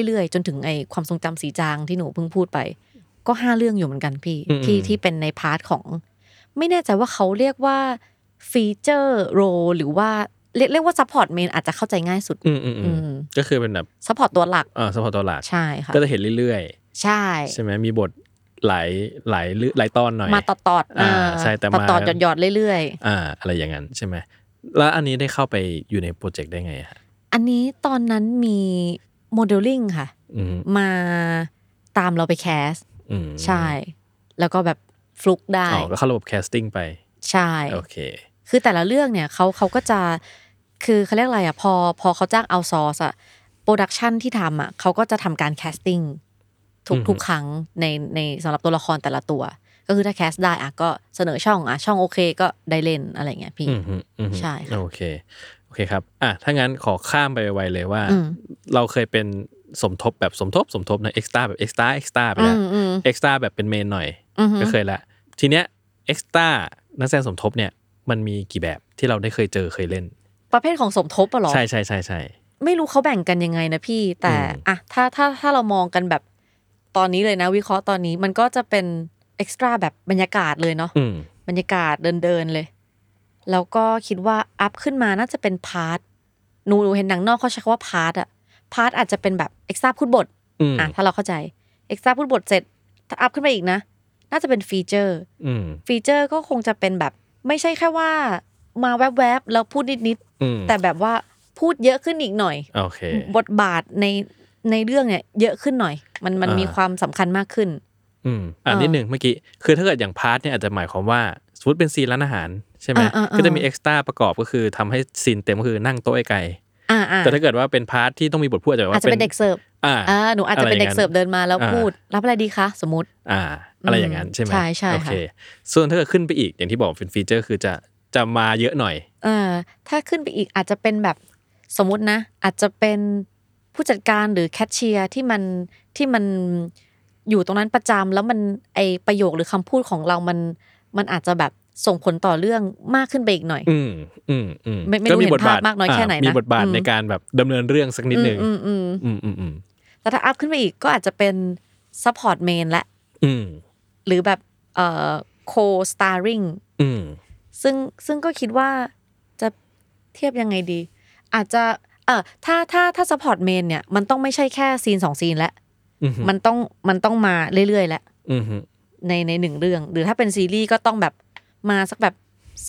Speaker 2: เรื่อยๆ จนถึงไอความทรงจำสีจางที่หนูเพิ่งพูดไป ก็ห้าเรื่องอยู่เหมือนกันพี่ที่ที่เป็นในพาร์ทของ ไม่แน่ใจว่าเขาเรียกว่าฟีเจอร์โรหรือว่าเรียกเรียกว่าซัพพอร์ตเมนอาจจะเข้าใจง่ายสุด
Speaker 1: อืมอืมอื
Speaker 2: อื
Speaker 1: ม
Speaker 2: ม
Speaker 1: ก็คือเป็นแบบ
Speaker 2: ซัพพอร์ตตัวหลัก
Speaker 1: เอ่อสปอร์ตตัวหลัก
Speaker 2: ใช่ค่ะ
Speaker 1: ก็จะเห็นเรื่อย
Speaker 2: ใช่
Speaker 1: ๆ ใช่ไหมมีบทหลายหลายเรื่องหลายตอนหน่อย
Speaker 2: มาตอดๆ
Speaker 1: อ่า
Speaker 2: เออ
Speaker 1: ใช่แต่มา
Speaker 2: ตอดๆหยอดๆเรื่อย
Speaker 1: อ่า อะไรอย่างนั้นใช่ไหมแล้วอันนี้ได้เข้าไปอยู่ในโปรเจกต์ได้ไงฮะ
Speaker 2: ๆ อันนี้ตอนนั้นมีโมเดลลิ่งค่ะ
Speaker 1: อืม
Speaker 2: มาตามเราไปแคส
Speaker 1: อืม
Speaker 2: ใช่ แล้วก็แบบฟลุกได้
Speaker 1: อ๋อก็เข้าระบบแคสติ้งไป
Speaker 2: ใช่
Speaker 1: โอเค
Speaker 2: คือแต่ละเรื่องเนี่ยเขาเขาก็จะ คือเขาเรียกอะไรอ่ะ พอพอเขาจ้างเอาซอร์สอะโปรดักชันที่ทำอ่ะเขาก็จะทำการแคสติ้งทุก
Speaker 1: อือฮึ
Speaker 2: ทุกครั้งในในสำหรับตัวละครแต่ละตัว ก็คือถ้าแคสได้อ่ะก็เสนอช่องอ่ะช่องโอเคก็ได้เล่นอะไรเงี้ยพี่
Speaker 1: อืมฮึอืมฮึ
Speaker 2: ใช่ค่ะ
Speaker 1: โอเคโอเคครับอ่ะถ้างั้นขอข้ามไปไวๆเลยว่า
Speaker 2: อืม
Speaker 1: เราเคยเป็นสมทบแบบสมทบสมทบนะเอ็กซ์ต้าแบบเอ็กซ์ต้าเอ็กซ์ต้าไป
Speaker 2: อื
Speaker 1: แล้ว
Speaker 2: มอืม
Speaker 1: เอ็กซ์ตร้าแบบเป็นเมนหน่อย
Speaker 2: อืม
Speaker 1: ก็เคยละ ทีเนี้ยเอ็กซ์ตร้านักแสดงสมทบเนี่ยมันมีกี่แบบที่เราได้เคยเจอเคยเล่น
Speaker 2: ประเภทของสมทบอะเหรอ
Speaker 1: ใช่ใช่ใช่ใช่
Speaker 2: ไม่รู้เขาแบ่งกันยังไงนะพี่ แต่
Speaker 1: อืม
Speaker 2: อะถ้าถ้าถ้าเรามองกันแบบตอนนี้เลยนะ วิเคราะห์ตอนนี้มันก็จะเป็นเอ็กซ์ตร้าแบบบรรยากาศเลยเนาะ
Speaker 1: อืม
Speaker 2: บรรยากาศเดินเดินๆเลย แล้วก็คิดว่าอัพขึ้นมาน่าจะเป็นพาร์ทหนูหนูเห็นหนังนอกเขาใช้คำว่าพาร์ทอะพาร์ทอาจจะเป็นแบบเอ็กซ์ตร้าพูดบท
Speaker 1: อืม
Speaker 2: อะถ้าเราเข้าใจเอ็กซ์ตร้าพูดบทเสร็จถ้าอัพขึ้นไปอีกนะ น่าจะเป็นฟีเจอร์
Speaker 1: อืม
Speaker 2: ฟีเจอร์ก็คงจะเป็นแบบ ไม่ใช่แค่ว่า มาแวบๆแล้วพูดนิด
Speaker 1: อืม
Speaker 2: ๆแต่แบบว่าพูดเยอะขึ้นอีกหน่อย
Speaker 1: โอเค
Speaker 2: บทบาทในในเรื่องเนี่ยเยอะขึ้นหน่อย มันมัน
Speaker 1: อ่ามี
Speaker 2: มีความสำคัญมากขึ้น
Speaker 1: อืมอ่า
Speaker 2: เออ
Speaker 1: นิดหนึ่งเมื่อกี้คือถ้าเกิดอย่างพาร์ทเนี่ยอาจจะหมายความว่าสมมติเป็นซีนร้านอาหารใช่ไหม
Speaker 2: อ่าอ่าอ่า
Speaker 1: ก็จะมีเอ็กซ์ตร้าประกอบก็คือทำให้ซีนเต็มก็คือนั่งโต๊ะไกล
Speaker 2: อ่าอ่า
Speaker 1: ๆแต่ถ้าเกิดว่าเป็นพาร์ทที่ต้องมีบทพูดอาจจะแบบ
Speaker 2: อาจ
Speaker 1: ว่า
Speaker 2: จะเป็นเด็กเสิร์ฟ
Speaker 1: อ่า
Speaker 2: อ่าหนูอาจจะเป็นเด็กเสิร์ฟเดินมาแล้ว
Speaker 1: อ่า
Speaker 2: พูด รับอะไรดีคะสมมติ
Speaker 1: อ่าอะไรอย่างนั้นใช่ไหม
Speaker 2: ใช่ใช่
Speaker 1: โอ
Speaker 2: ค่ะ
Speaker 1: เคส่วนถ้าเกิดขึ้นไปอีกอย่างที่บอกเป็นฟีเจอร์คือจะจะมาเยอะหน่อย
Speaker 2: เอ่อถ้าขึ้นไปอีกอาจจะเป็นแบบสมมตินะ อาจจะเป็นผู้จัดการหรือแคชเชียร์ที่มันที่มันอยู่ตรงนั้นประจำแล้วมันไอประโยคหรือคำพูดของเรามันมันอาจจะแบบส่งผลต่อเรื่องมากขึ้นไปอีกหน่อย
Speaker 1: อืมอืมอืม
Speaker 2: ไม่ไม่รู้เห็นภาพมากน้อยแค่ไหนนะ
Speaker 1: มีบทบาท
Speaker 2: อืม
Speaker 1: ในการแบบดำเนินเรื่องสักนิดหนึ่ง
Speaker 2: อืมอืมอืม
Speaker 1: อืมอืมอืม
Speaker 2: แล้วถ้าอัพขึ้นไปอีกก็อาจจะเป็นซัพพอร์ตเมนและ
Speaker 1: อืม
Speaker 2: หรือแบบเอ่อ co-starring
Speaker 1: อืม
Speaker 2: ซึ่งซึ่งก็คิดว่าจะเทียบยังไงดี อาจจะเออถ้าถ้าถ้า support main เนี่ย มันต้องไม่ใช่แค่ซีนสองซีนแล้ว
Speaker 1: อืม
Speaker 2: มันต้องมันต้องมาเรื่อยๆแล้ว
Speaker 1: อืม
Speaker 2: ในในหนึ่งเรื่อง หรือถ้าเป็นซีรีส์ก็ต้องแบบมาสักแบบ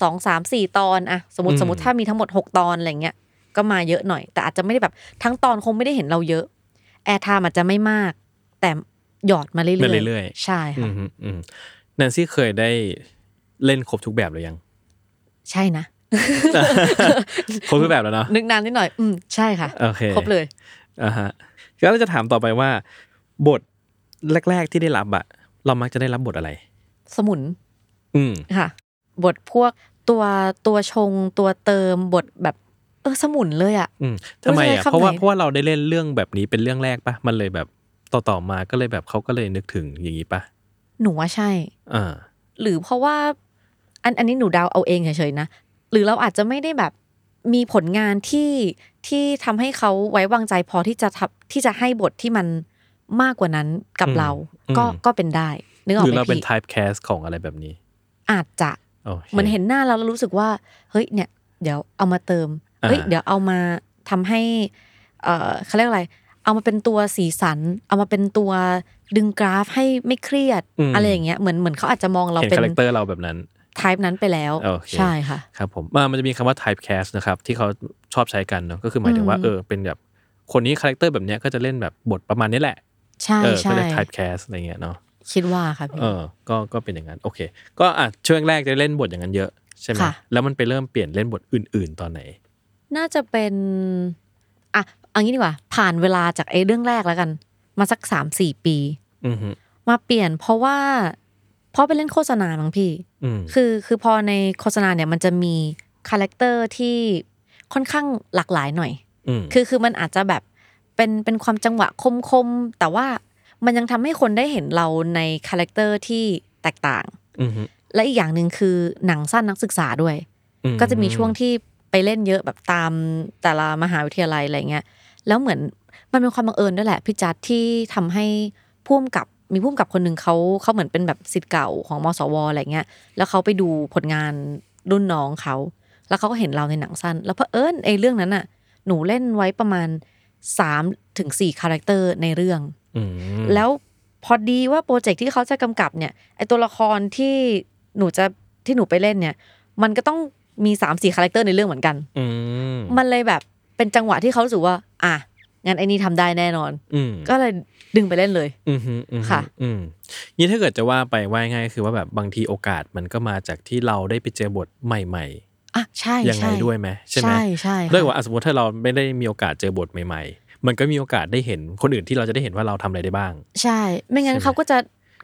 Speaker 2: สองสามสี่ตอนอะสมมติสมมติถ้ามีทั้งหมดหกตอนอะไรเงี้ยก็มาเยอะหน่อย แต่อาจจะไม่ได้แบบทั้งตอนคงไม่ได้เห็นเราเยอะ แอร์ไทม์อาจจะไม่มาก แต่หยอดมาเรื่
Speaker 1: มา
Speaker 2: อย
Speaker 1: เรื่อยๆ
Speaker 2: ใช่
Speaker 1: อื
Speaker 2: ค่ะ
Speaker 1: มฮึอืมแนนซี่เคยได้เล่นครบทุกแบบหรือยัง
Speaker 2: ใช่นะ
Speaker 1: ครบทุกแบบแล้วเนาะ
Speaker 2: นึกนานนิดหน่อย อืมใช่ค่ะ
Speaker 1: โอเค
Speaker 2: ครบเลย
Speaker 1: อ่าฮะแล้วเราจะถามต่อไปว่า บทแรก ๆ ที่ได้รับอะเรามักจะได้รับบทอะไร
Speaker 2: สมุน
Speaker 1: อืม
Speaker 2: ค่ะบทพวกตัวตัวชงตัวเติมบทแบบเออสมุนเลยอะ
Speaker 1: อืมทำไม
Speaker 2: ไม่ใช่
Speaker 1: อ่ะ
Speaker 2: คำ
Speaker 1: เพราะว่า
Speaker 2: ไหน
Speaker 1: เพราะว่าเราได้เล่นเรื่องแบบนี้เป็นเรื่องแรกปะมันเลยแบบต่อต่อมาก็เลยแบบเขาก็เลยนึกถึงอย่างนี้ปะ
Speaker 2: หนูว่าใช่
Speaker 1: อ่า
Speaker 2: หรือเพราะว่าอันอันนี้หนูเดาเอาเองเฉยๆนะ หรือเราอาจจะไม่ได้แบบมีผลงานที่ที่ทำให้เขาไว้วางใจพอที่จะทำที่จะให้บทที่มันมากกว่านั้นกับ
Speaker 1: อืม
Speaker 2: เราก็
Speaker 1: อืม
Speaker 2: ก็เป็นได้ นึกออ
Speaker 1: ห
Speaker 2: ก
Speaker 1: รือ
Speaker 2: ไหม
Speaker 1: เราเป็น
Speaker 2: พี่
Speaker 1: type cast ของอะไรแบบนี้
Speaker 2: อาจจะ
Speaker 1: โอค
Speaker 2: เหมือนเห็นหน้าเราแล้วรู้สึกว่า เฮ้ยเนี่ย เดี๋ยวเอามาเติม
Speaker 1: อ่า
Speaker 2: เฮ้ยเดี๋ยวเอามาทำให้ เอ่อเขาเรียกอะไร เอามาเป็นตัวสีสัน เอามาเป็นตัวดึงกราฟให้ไม่เครียด
Speaker 1: อืม
Speaker 2: อะไรอย่างเงี้ยเหมือนเหมือนเขาอาจจะมองเรา
Speaker 1: เห็น
Speaker 2: เป็น
Speaker 1: คาแรคเตอร์เราแบบนั้น
Speaker 2: ไทป์นั้นไปแล้ว
Speaker 1: โอเค
Speaker 2: ใช่ค่ะ
Speaker 1: ครับผมอ่ามันจะมีคำว่า type cast นะครับ ที่เขาชอบใช้กันเนอะก็คือหมายถึงว่า
Speaker 2: อืม
Speaker 1: เออเป็นแบบคนนี้คาแรคเตอร์แบบเนี้ยก็จะเล่นแบบบทประมาณนี้แหละ
Speaker 2: ใช่
Speaker 1: เออก็
Speaker 2: ใช่
Speaker 1: เรียก type cast อะไรเงี้ยเนาะ
Speaker 2: คิดว่าค่ะพี่
Speaker 1: เออก็ก็เป็นอย่างนั้นโอเค ก็อ่ะช่วงแรกจะเล่นบทอย่างนั้นเยอะใช่ไหม
Speaker 2: ค่ะ
Speaker 1: แล้วมันไปเริ่มเปลี่ยนเล่นบทอื่น ๆ ตอนไหน
Speaker 2: น่าจะเป็นอ่ะเอันนี้ดีกว่า ผ่านเวลาจากไอ้เรื่องแรกแล้วกัน มาสักสามสี่ปี
Speaker 1: อือฮึ
Speaker 2: มาเปลี่ยนเพราะว่าเพราะไปเล่นโฆษณาบางพี่
Speaker 1: อืม
Speaker 2: คือคือพอในโฆษณาเนี่ยมันจะมีคาแรคเตอร์ที่ค่อนข้างหลากหลายหน่อย
Speaker 1: อืม
Speaker 2: คือคือมันอาจจะแบบเป็นเป็นความจังหวะคมคมๆแต่ว่ามันยังทำให้คนได้เห็นเราในคาแรคเตอร์ที่แตกต่าง
Speaker 1: อือฮึ
Speaker 2: และอีกอย่างหนึ่งคือหนังสั้นนักศึกษาด้วย
Speaker 1: อื
Speaker 2: ก็จะมีช่วงที่ไปเล่นเยอะแบบตามแต่ละมหาวิทยาลัยอะไรเงี้ย แล้วเหมือนมันเป็นความบังเอิญด้วยแหละพี่จัดที่ทำให้พุ่มกับมีพุ่มกับคนหนึ่งเขาเขาเหมือนเป็นแบบสิทธิ์เก่าของมสวอะไรเงี้ย แล้วเขาไปดูผลงานรุ่นน้องเขา แล้วเขาก็เห็นเราในหนังสั้น แล้วเพอเอิญไอ้เรื่องนั้นน่ะ หนูเล่นไว้ประมาณ3ถึง4คาแรคเตอร์ในเรื่อง
Speaker 1: อืม
Speaker 2: แล้วพอดีว่าโปรเจกต์ที่เขาจะกำกับเนี่ยไอตัวละครที่หนูจะที่หนูไปเล่นเนี่ย มันก็ต้องมี3ามสี่คาแรคเตอร์ในเรื่องเหมือนกัน
Speaker 1: อืม
Speaker 2: มันเลยแบบเป็นจังหวะที่เขารู้สึกว่า อ่ะงั้นไอ้นี่ทำได้แน่นอน
Speaker 1: อืม
Speaker 2: ก็เลยดึงไปเล่นเลย
Speaker 1: อือฮึอือฮึ
Speaker 2: ค่ะ
Speaker 1: อืมนี่ถ้าเกิดจะว่าไปว่าง่ายๆคือว่าแบบบางทีโอกาสมันก็มาจากที่เราได้ไปเจอบทใหม่
Speaker 2: อ่ะใช่
Speaker 1: ๆ ยังไง
Speaker 2: ใช่
Speaker 1: ด้วยไหมใช่ไหม
Speaker 2: ใช่ใช่ค่ะ
Speaker 1: ด้วยว่าอ่ะสมมติถ้าเราไม่ได้มีโอกาสเจอบทใหม่ ๆ มันก็มีโอกาสได้เห็นคนอื่นที่เราจะได้เห็นว่าเราทำอะไรได้บ้าง
Speaker 2: ใช่ ไม่งั้น
Speaker 1: ใช่ไหม
Speaker 2: เขาก็จะ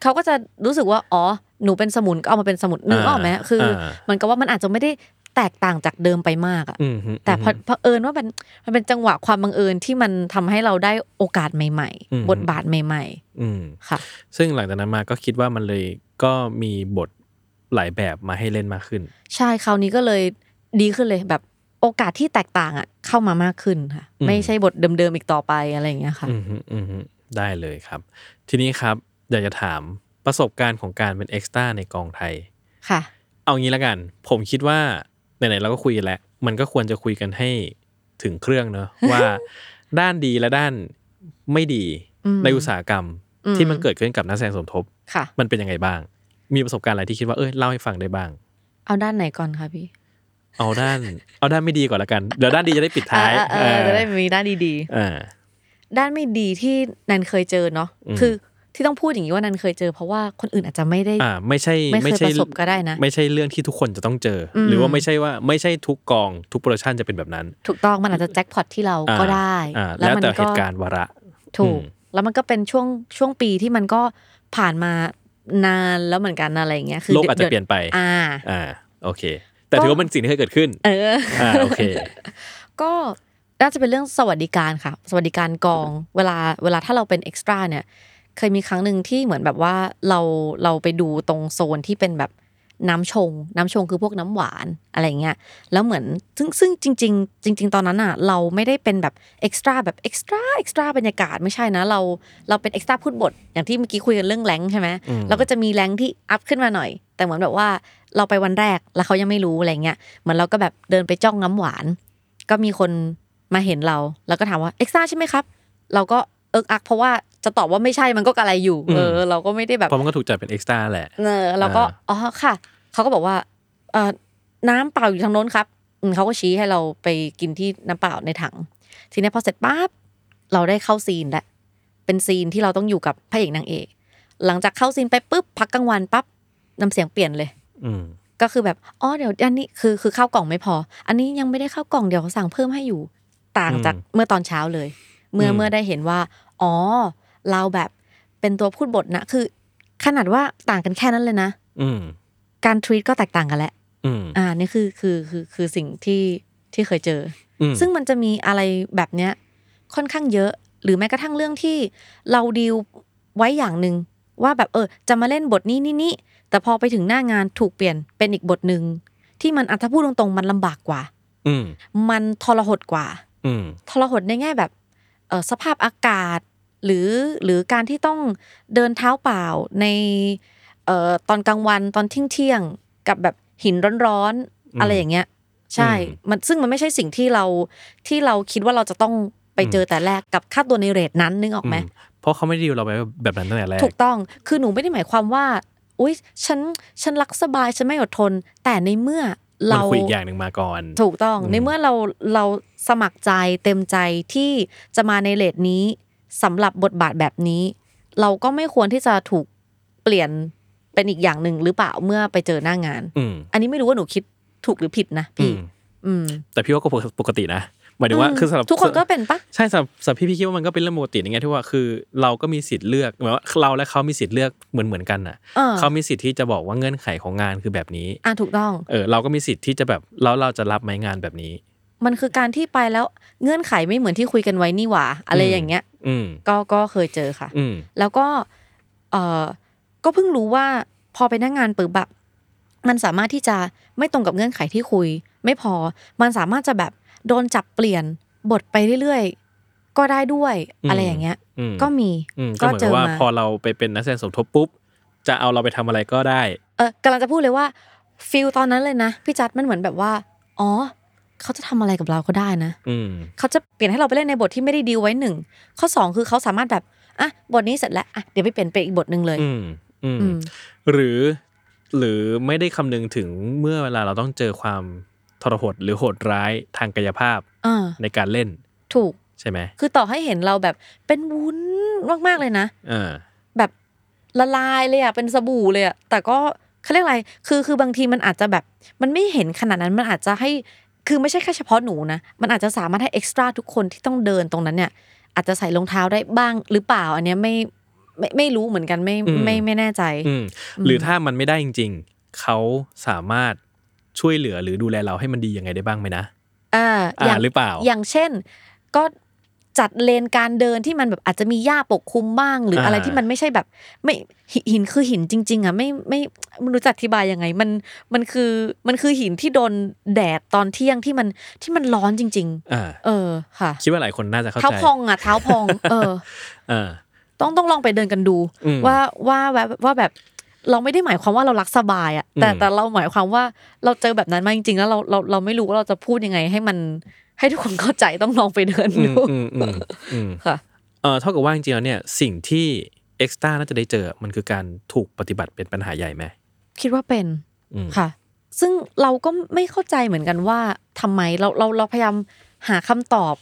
Speaker 2: เขาก็จะรู้สึกว่าอ๋อหนูเป็นสมุนก็เอามาเป็นสมุนนึกออกไหม
Speaker 1: อ่า
Speaker 2: คืออา เหมันก็ว่ามันอาจจะไม่ได้แตกต่างจากเดิมไปมากอะ
Speaker 1: อืมฮึ
Speaker 2: แต่พอ
Speaker 1: ม
Speaker 2: เผอิญว่ามันมันเป็นจังหวะความบังเอิญที่มันทำให้เราได้โอกาสใหม่
Speaker 1: อืม
Speaker 2: ๆ บทบาทใหม่
Speaker 1: อืม
Speaker 2: ๆ ค่ะ
Speaker 1: ซึ่งหลังจากนั้นมาก็คิดว่ามันเลยก็มีบทหลายแบบมาให้เล่นมากขึ้น
Speaker 2: ใช่คราวนี้ก็เลยดีขึ้นเลยแบบโอกาสที่แตกต่างอ่ะเข้ามามากขึ้นค่ะ
Speaker 1: อืม
Speaker 2: ไม่ใช่บทเดิมๆอีกต่อไปอะไรอย่างเงี้ยค่ะ
Speaker 1: อืมฮึอืมฮึได้เลยครับ ทีนี้ครับอยากจะถามประสบการณ์ของการเป็นเอ็กซ์ต้าในกองไทย
Speaker 2: ค่ะ
Speaker 1: เอางี้ละกัน ผมคิดว่าไหนๆเราก็คุยกันแล้ว มันก็ควรจะคุยกันให้ถึงเครื่อง
Speaker 2: [LAUGHS]
Speaker 1: เนอะ ว่าด้านดีและด้านไม่ดี
Speaker 2: อืม
Speaker 1: ในอุตสาหกรรม
Speaker 2: อืม
Speaker 1: ที่มันเกิดขึ้นกับนักแสดงสมทบ
Speaker 2: ค่ะ
Speaker 1: มันเป็นยังไงบ้าง มีประสบการณ์อะไรที่คิดว่าเอ้ยเล่าให้ฟังได้บ้าง
Speaker 2: เอาด้านไหนก่อนคะพี่
Speaker 1: เอาด้าน เอาด้านไม่ดีก่อนละกันเดี๋ยวด้านดีจะได้ปิดท้าย
Speaker 2: เออเออเออจะได้มีด้านดี
Speaker 1: อ่า
Speaker 2: ๆ ด้านไม่ดีที่นันเคยเจอเนาะ
Speaker 1: อืม
Speaker 2: คือที่ต้องพูดอย่างนี้ว่านันเคยเจอ เพราะว่าคนอื่นอาจจะไม่ได้
Speaker 1: อ่าไม่ใช่
Speaker 2: ไม่เคย
Speaker 1: ใช่
Speaker 2: ประสบก็ได้นะ
Speaker 1: ไม่ใช่เรื่องที่ทุกคนจะต้องเจออ
Speaker 2: ม
Speaker 1: หรือว่าไม่ใช่ว่าไม่ใช่ทุกกองทุกโปรดักชันจะเป็นแบบนั้น
Speaker 2: ถูกต้องมันอาจจะแจ็คพอตที่เรา
Speaker 1: อ่า
Speaker 2: ก็ได้
Speaker 1: อ่าแล้ว
Speaker 2: มั
Speaker 1: แต่เหตุการณ์วาระ
Speaker 2: ถู
Speaker 1: อืม
Speaker 2: กแล้วมันก็เป็นช่วงช่วงปีที่มันก็ผ่านมานานแล้วเหมือนกันอะไรอย่างเงี้ยคือ
Speaker 1: โลกอาจจะเปลี่ยนไป
Speaker 2: อ่า
Speaker 1: อ่าโอเค แต่ถือว่ามันสิ่งที่เคยเกิดขึ้น
Speaker 2: เออ
Speaker 1: อ่าโอเค
Speaker 2: ก็น่าจะเป็นเรื่องสวัสดิการค่ะ สวัสดิการกองเวลาเวลาถ้าเราเป็นเอ็กซ์ตร้าเนี่ย เคยมีครั้งหนึ่งที่เหมือนแบบว่าเราเราไปดูตรงโซนที่เป็นแบบน้ำชง น้ำชงคือพวกน้ำหวานอะไรเงี้ยแล้วเหมือนซึ่งซึ่งจริง ๆ จริง ๆ ตอนนั้นอ่ะ เราไม่ได้เป็นแบบเอ็กซ์ตร้าแบบเอ็กซ์ตร้าเอ็กซ์ตร้าบรรยากาศไม่ใช่นะ เราเราเป็นเอ็กซ์ตร้าพูดบท อย่างที่เมื่อกี้คุยกันเรื่องแรงค์ใช่ไหม
Speaker 1: อืม
Speaker 2: เราก็จะมีแรงค์ที่อัพขึ้นมาหน่อย แต่เหมือนแบบว่าเราไปวันแรกแล้วเขายังไม่รู้อะไรเงี้ยเหมือนเราก็แบบเดินไปจ้องน้ำหวาน ก็มีคนมาเห็นเรา แล้วก็ถามว่าเอ็กซ์ตร้าใช่ไหมครับ เราก็เอิกอัก เพราะว่าจะตอบว่าไม่ใช่มันก็กะไรอยู่
Speaker 1: อืม
Speaker 2: เออ เราก็ไม่ได้แบบ
Speaker 1: เพราะมันก็ถูกจัดเป็นเอ็กซ์ตร้าแหละ
Speaker 2: เออเราก็
Speaker 1: อ่า
Speaker 2: อ๋อค่ะเขาก็บอกว่าเออน้ำเปล่าอยู่ทางโน้นครับอืมเขาก็ชี้ให้เราไปกินที่น้ำเปล่าในถัง ทีเนี้ยพอเสร็จปั๊บเราได้เข้าซีนแล้ว เป็นซีนที่เราต้องอยู่กับพระเอกนางเอก หลังจากเข้าซีนไปปุ๊บพักกลางวันปั๊บน้ำเสียงเปลี่ยนเลย
Speaker 1: อืม
Speaker 2: ก็คือแบบอ๋อเดี๋ยวอันนี้คือคือข้าวกล่องไม่พอ อันนี้ยังไม่ได้ข้าวกล่องเดี๋ยวสั่งเพิ่มให้อยู่ต่างจาก
Speaker 1: อืม
Speaker 2: เมื่อตอนเช้าเลย เมื่อ
Speaker 1: อืม
Speaker 2: เมื่อได้เห็นว่า อ๋อ เราแบบเป็นตัวพูดบทนะคือ ขนาดว่าต่างกันแค่นั้นเลยนะ
Speaker 1: อืม
Speaker 2: การทวีตก็แตกต่างกันแล้ว
Speaker 1: อืม
Speaker 2: อ่านี่คือคือคือคือสิ่งที่ที่เคยเจอ
Speaker 1: อื
Speaker 2: อ
Speaker 1: ม
Speaker 2: ซึ่งมันจะมีอะไรแบบเนี้ยค่อนข้างเยอะ หรือแม้กระทั่งเรื่องที่เราดีลไว้อย่างหนึ่งว่าแบบเออ จะมาเล่นบทนี้นี่นี่แต่พอไปถึงหน้างานถูกเปลี่ยนเป็นอีกบทหนึ่งที่มันอันถ้าพูดตรงๆ มันลำบากกว่า
Speaker 1: อืม
Speaker 2: มันทรหดกว่า
Speaker 1: อืม
Speaker 2: ทรหดในแง่แบบเอ่อสภาพอากาศ หรือหรือการที่ต้องเดินเท้าเปล่าในเอ่อตอนกลางวันตอนเที่ยงเที่ยงๆกับแบบหินร้อนๆอะไรอย่างเงี้ย ใช่มันซึ่งมันไม่ใช่สิ่งที่เราที่เราคิดว่าเราจะต้องไปเจอแต่แรกกับค่าตัวในเรทนั้นนึกออกไหม
Speaker 1: อืมเพราะเขาไม่ได้ดีลเราไปแบบนั้นตั้งแต่แรก
Speaker 2: ถูกต้อง คือหนูไม่ได้หมายความว่า อุ๊ย ฉัน ฉันรักสบาย ฉันไม่อดทน แต่ในเมื่อ
Speaker 1: มั
Speaker 2: เรา
Speaker 1: น
Speaker 2: ม
Speaker 1: คุยอีกอย่างหนึ่งมาก่อน
Speaker 2: ถูกต้อง
Speaker 1: อืม
Speaker 2: ในเมื่อเรา เราสมัครใจเต็มใจที่จะมาในเลทนี้สำหรับบทบาทแบบนี้ เราก็ไม่ควรที่จะถูกเปลี่ยนเป็นอีกอย่างหนึ่งหรือเปล่าเมื่อไปเจอหน้างาน
Speaker 1: อืม
Speaker 2: อันนี้ไม่รู้ว่าหนูคิดถูกหรือผิดนะ
Speaker 1: อื
Speaker 2: พี่
Speaker 1: ม
Speaker 2: อืม
Speaker 1: แต่พี่ว่าก็ปกตินะหมายถึงว่าคือสำหรับ
Speaker 2: ทุกคนก็เป็นปะ
Speaker 1: ใช่สำหรับสำหรับพี่พี่คิดว่ามันก็เป็นเรื่องปกติในแง่ที่ว่าคือเราก็มีสิทธิ์เลือกหมายว่าเราและเขามีสิทธิ์เลือกเหมือนเหมือนๆกันน่ะ
Speaker 2: เออ
Speaker 1: เขามีสิทธิ์ที่จะบอกว่าเงื่อนไขของงานคือแบบนี้
Speaker 2: อ่ะถูกต้อง
Speaker 1: เออเราก็มีสิทธิ์ที่จะแบบแล้วเราจะรับไหมงานแบบนี้
Speaker 2: มันคือการที่ไปแล้วเงื่อนไขไม่เหมือนที่คุยกันไว้นี่หว่า อะไรอย่างเงี้ย
Speaker 1: อืม
Speaker 2: ก็ก็เคยเจอค่ะ
Speaker 1: อืม
Speaker 2: แล้วก็เออก็เพิ่งรู้ว่าพอไปนั่งงานปุ๊บแบบมันสามารถที่จะไม่ตรงกับเงื่อนไขที่คุย ไม่พอมันสามารถจะแบบโดนจับเปลี่ยนบทไปเรื่อยๆ ก็ได้ด้วยอะไรอย่างเงี้ย
Speaker 1: อืม
Speaker 2: ก็มี
Speaker 1: อืมก็
Speaker 2: ก็
Speaker 1: เหมือน
Speaker 2: เจ
Speaker 1: กั
Speaker 2: อบ
Speaker 1: ว่า
Speaker 2: มา
Speaker 1: พอเราไปเป็นนักแสดงสมทบปุ๊บจะเอาเราไปทำอะไรก็ได้
Speaker 2: เออกำลังจะพูดเลยว่าฟิลตอนนั้นเลยนะพี่จัดมันเหมือนแบบว่า อ๋อ เขาจะทำอะไรกับเราก็ได้นะ
Speaker 1: อืม
Speaker 2: เขาจะเปลี่ยนให้เราไปเล่นในบทที่ไม่ได้ดีลไว้หนึ่งข้อสองคือเขาสามารถแบบอ่ะบทนี้เสร็จแล้วอ่ะเดี๋ยวไปเปลี่ยนเป็นอีกบทหนึ่งเลย
Speaker 1: อืมอืม
Speaker 2: อืม
Speaker 1: หรือ หรือไม่ได้คำนึงถึงเมื่อเวลาเราต้องเจอความทรหดหรือโหดร้ายทางกายภาพ
Speaker 2: อ่า
Speaker 1: ในการเล่น
Speaker 2: ถูก
Speaker 1: ใช่ไหม
Speaker 2: คือต่อให้เห็นเราแบบเป็นวุ้นมากๆเลยนะ
Speaker 1: เออ
Speaker 2: แบบละลายเลยอะเป็นสบู่เลยอะแต่ก็เขาเรียกอะไรคือคือบางทีมันอาจจะแบบ มันไม่เห็นขนาดนั้นมันอาจจะให้คือไม่ใช่แค่เฉพาะหนูนะ มันอาจจะสามารถให้เอ็กซ์ตร้าทุกคนที่ต้องเดินตรงนั้นเนี่ย อาจจะใส่รองเท้าได้บ้างหรือเปล่า อันเนี้ยไม่ไม่ไม่รู้เหมือนกันไม่
Speaker 1: อืม
Speaker 2: ไม่ไม่แน่ใจ
Speaker 1: อืมหรือถ้ามันไม่ได้จริง ๆ เขาสามารถช่วยเหลือหรือดูแลเราให้มันดียังไงได้บ้างไหมนะ
Speaker 2: อ่า
Speaker 1: อ่า
Speaker 2: ย่าง
Speaker 1: หรือเปล่า
Speaker 2: อย่างเช่น ก็จัดเลนการเดินที่มันแบบอาจจะมีหญ้าปกคลุมบ้าง หรือ
Speaker 1: อ่า
Speaker 2: อะไรที่มันไม่ใช่แบบ ไม่หิหินคือหินจริง ๆอ่ะไม่ไม่ไม่รู้จะอธิบายยังไง มันมันคือมันคือหินที่โดนแดดตอนเที่ยงที่มันที่มันร้อนจริง
Speaker 1: อ่า
Speaker 2: ๆ เออค่ะ
Speaker 1: คิดว่าหลายคนน่าจะเข้า
Speaker 2: เท้า
Speaker 1: ใจ
Speaker 2: พองอ่ะเท้าพอง เออ
Speaker 1: เออ
Speaker 2: ต้องต้องลองไปเดินกันดู
Speaker 1: อืม
Speaker 2: ว่าว่าแบบว่าแบบเราไม่ได้หมายความว่าเรารักสบายอะแต่
Speaker 1: อืม
Speaker 2: แต่เราหมายความว่าเราเจอแบบนั้นมาจริงๆ แล้วเราเราเราไม่รู้ว่าเราจะพูดยังไง ให้มันให้ทุกคนเข้าใจต้องลองไปเดิน
Speaker 1: อื
Speaker 2: ดู
Speaker 1: มอืมอืมอืม
Speaker 2: ค่ะ
Speaker 1: เออเท่ากับว่าจริงๆแล้วเนี่ยสิ่งที่เอ็กซ์ต้าน่าจะได้เจอมันคือการถูกปฏิบัติเป็นปัญหาใหญ่ไหม
Speaker 2: คิดว่าเป็น
Speaker 1: อืม
Speaker 2: ค่ะ ซึ่งเราก็ไม่เข้าใจเหมือนกันว่าทำไมเราเราเราพยายามหาคำตอบ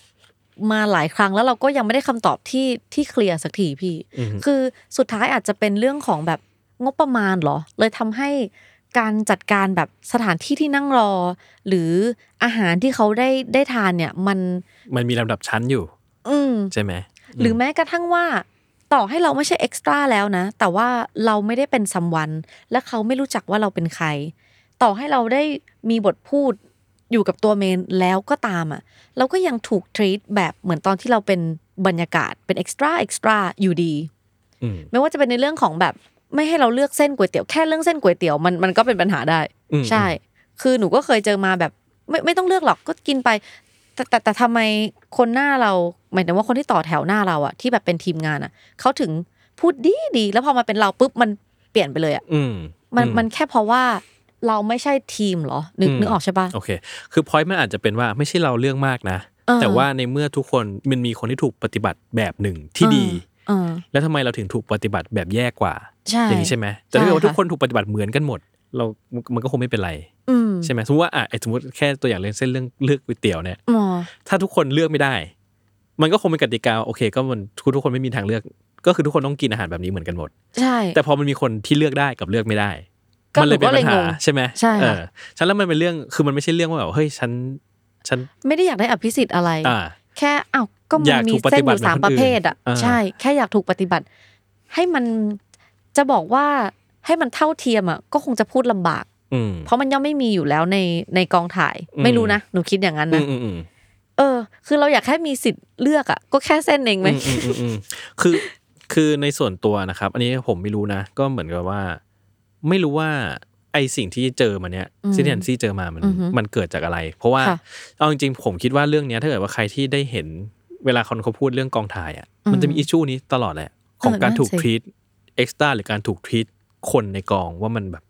Speaker 2: มาหลายครั้งแล้วเราก็ยังไม่ได้คำตอบที่ที่เคลียร์สักทีพี่
Speaker 1: อืม
Speaker 2: คือสุดท้ายอาจจะเป็นเรื่องของแบบงบประมาณเหรอ เลยทำให้การจัดการแบบสถานที่ที่นั่งรอ หรืออาหารที่เขาได้ได้ทานเนี่ยมัน
Speaker 1: มันมีลำดับชั้นอยู่
Speaker 2: อืม
Speaker 1: ใช่ไหม
Speaker 2: หรือแม้กระทั่งว่า ต่อให้เราไม่ใช่เอ็กซ์ตร้าแล้วนะ แต่ว่าเราไม่ได้เป็นซัมวัน และเขาไม่รู้จักว่าเราเป็นใคร ต่อให้เราได้มีบทพูดอยู่กับตัวเมนแล้วก็ตามอ่ะ เราก็ยังถูกทรีตแบบเหมือนตอนที่เราเป็นบรรยากาศเป็นเอ็กซ์ตร้าเอ็กซ์ตร้าอยู่ดี
Speaker 1: อืม
Speaker 2: ไม่ว่าจะเป็นในเรื่องของแบบไม่ให้เราเลือกเส้นก๋วยเตี๋ยวแค่เรื่องเส้นก๋วยเตี๋ยวมันมันก็เป็นปัญหาได้
Speaker 1: อืม
Speaker 2: ใช่ คือหนูก็เคยเจอมาแบบ ไม่ไม่ต้องเลือกหรอกก็กินไป แต่แต่แต่ทำไมคนหน้าเราหมายถึงว่าคนที่ต่อแถวหน้าเราอะที่แบบเป็นทีมงานอะเขาถึงพูดดีดีแล้วพอมาเป็นเราปุ๊บมันเปลี่ยนไปเลยอะ
Speaker 1: อืม
Speaker 2: มัน
Speaker 1: อื
Speaker 2: มันแค่เพราะว่าเราไม่ใช่ทีมเหรอนึก
Speaker 1: อืม
Speaker 2: นึกออกใช่ปะ
Speaker 1: โอเค คือพอยต์มันอาจจะเป็นว่าไม่ใช่เราเรื่องมากนะ
Speaker 2: เออ
Speaker 1: แต่ว่าในเมื่อทุกคนมันมีคนที่ถูกปฏิบัติแบบหนึ่งที่ดี
Speaker 2: เออ
Speaker 1: แล้วทำไมเราถึงถูกปฏิบัติแบบแย่กว่า
Speaker 2: ใช่
Speaker 1: อย่างนี้ใช่ไหมแต่ถ้าเกิดว่า
Speaker 2: ใช่
Speaker 1: ทุก
Speaker 2: ค่ะ
Speaker 1: คนถูกปฏิบัติเหมือนกันหมด เรามันก็คงไม่เป็นไร
Speaker 2: อืม
Speaker 1: ใช่ไหมสมมติว่าอ่ะไอ้สมมติแค่ตัวอย่างเรื่องเส้นเรื่องเลือกก๋วยเตี๋ยวเนี่ย
Speaker 2: อ๋อ
Speaker 1: ถ้าทุกคนเลือกไม่ได้ มันก็คงเป็นกติกาโอเค ก็มันทุกทุกคนไม่มีทางเลือก ก็คือทุกคนต้องกินอาหารแบบนี้เหมือนกันหมด
Speaker 2: ใช่
Speaker 1: แต่พอมันมีคนที่เลือกได้กับเลือกไม่ได้
Speaker 2: ก็
Speaker 1: มันเลยเป็นปัญ
Speaker 2: หนูก็เลย
Speaker 1: หาง
Speaker 2: ง
Speaker 1: ใช่ไหม
Speaker 2: ใช่ค่ะ
Speaker 1: เออฉันแล้วมันเป็นเรื่องคือมันไม่ใช่เรื่องว่าแบบเฮ้ยฉันฉัน
Speaker 2: ไม่ได้อยากได้อภิสิทธิ์อะไร
Speaker 1: อ่า
Speaker 2: แค่อ้าวก็
Speaker 1: อ
Speaker 2: มั
Speaker 1: น ยาก
Speaker 2: มี
Speaker 1: ถูกป
Speaker 2: เส้
Speaker 1: ฏิ
Speaker 2: น
Speaker 1: บั
Speaker 2: อ
Speaker 1: ติ
Speaker 2: ยู่สามประเภทอ่ะ
Speaker 1: เหมือนคนอื่นอ่า
Speaker 2: ใช่ แค่อยากถูกปฏิบัติ ให้มันจะบอกว่าให้มันเท่าเทียมอ่ะก็คงจะพูดลำบาก
Speaker 1: อืม
Speaker 2: เพราะมันย่อมไม่มีอยู่แล้วในในกองถ่าย
Speaker 1: อืม
Speaker 2: ไม่รู้นะหนูคิดอย่างนั้น
Speaker 1: อื
Speaker 2: นะ
Speaker 1: มอืมอืม
Speaker 2: เออ คือเราอยากแค่มีสิทธิ์เลือกอ่ะก็แค่เส้นเองไหม
Speaker 1: อืมอืมอืมอืมคือคือในส่วนตัวนะครับ อันนี้ผมไม่รู้นะ ก็เหมือนกับว่า ไม่รู้ว่าไอสิ่งที่เจอมาเนี้ย
Speaker 2: อืม
Speaker 1: ซิเดนซี่เจอมามัน
Speaker 2: อือฮึ
Speaker 1: มันเกิดจากอะไร เพราะว่า
Speaker 2: ค่ะ
Speaker 1: เอาจริงๆผมคิดว่าเรื่องเนี้ยถ้าเกิดว่าใครที่ได้เห็นเวลาคนเขาพูดเรื่องกองถ่ายอ่ะมันจะมีอิชชูนี้ตลอดแหละ ของการถูก
Speaker 2: เออนั่น
Speaker 1: ท
Speaker 2: สิ
Speaker 1: รีตเอ็กซ์ต้าหรือการถูกทรีตคนในกองว่ามันแบบ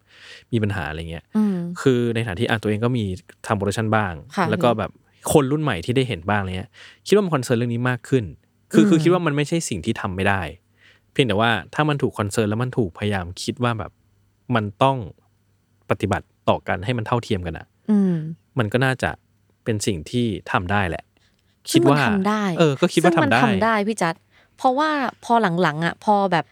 Speaker 1: มีปัญหาอะไรเงี้ย
Speaker 2: อืม
Speaker 1: คือในฐานะที่อ่ะตัวเองก็มีทำโปรดักชันบ้าง
Speaker 2: ค่ะ
Speaker 1: แล้วก็แบบคนรุ่นใหม่ที่ได้เห็นบ้างอะไรเนี้ยคิดว่ามันคอนเซิร์นเรื่องนี้มากขึ้น คือ
Speaker 2: อืม
Speaker 1: คือคิดว่ามันไม่ใช่สิ่งที่ทำไม่ได้ เพียงแต่ว่าถ้ามันถูกคอนเซิร์นแล้วมันถูกพยายามคิดว่าแบบมันต้องปฏิบัติต่อกันให้มันเท่าเทียมกันอะ
Speaker 2: อืม
Speaker 1: มันก็น่าจะเป็นสิ่งที่ทำได้แหละ
Speaker 2: ซึ่
Speaker 1: คิด
Speaker 2: งมัน
Speaker 1: ว่า
Speaker 2: ทำได้
Speaker 1: เออ ก็คิดว่า
Speaker 2: ซึ่ง
Speaker 1: ทำ
Speaker 2: มัน
Speaker 1: ได้
Speaker 2: ทำได้พี่จัด เพราะว่าพอหลังๆอ่ะ พอแบบ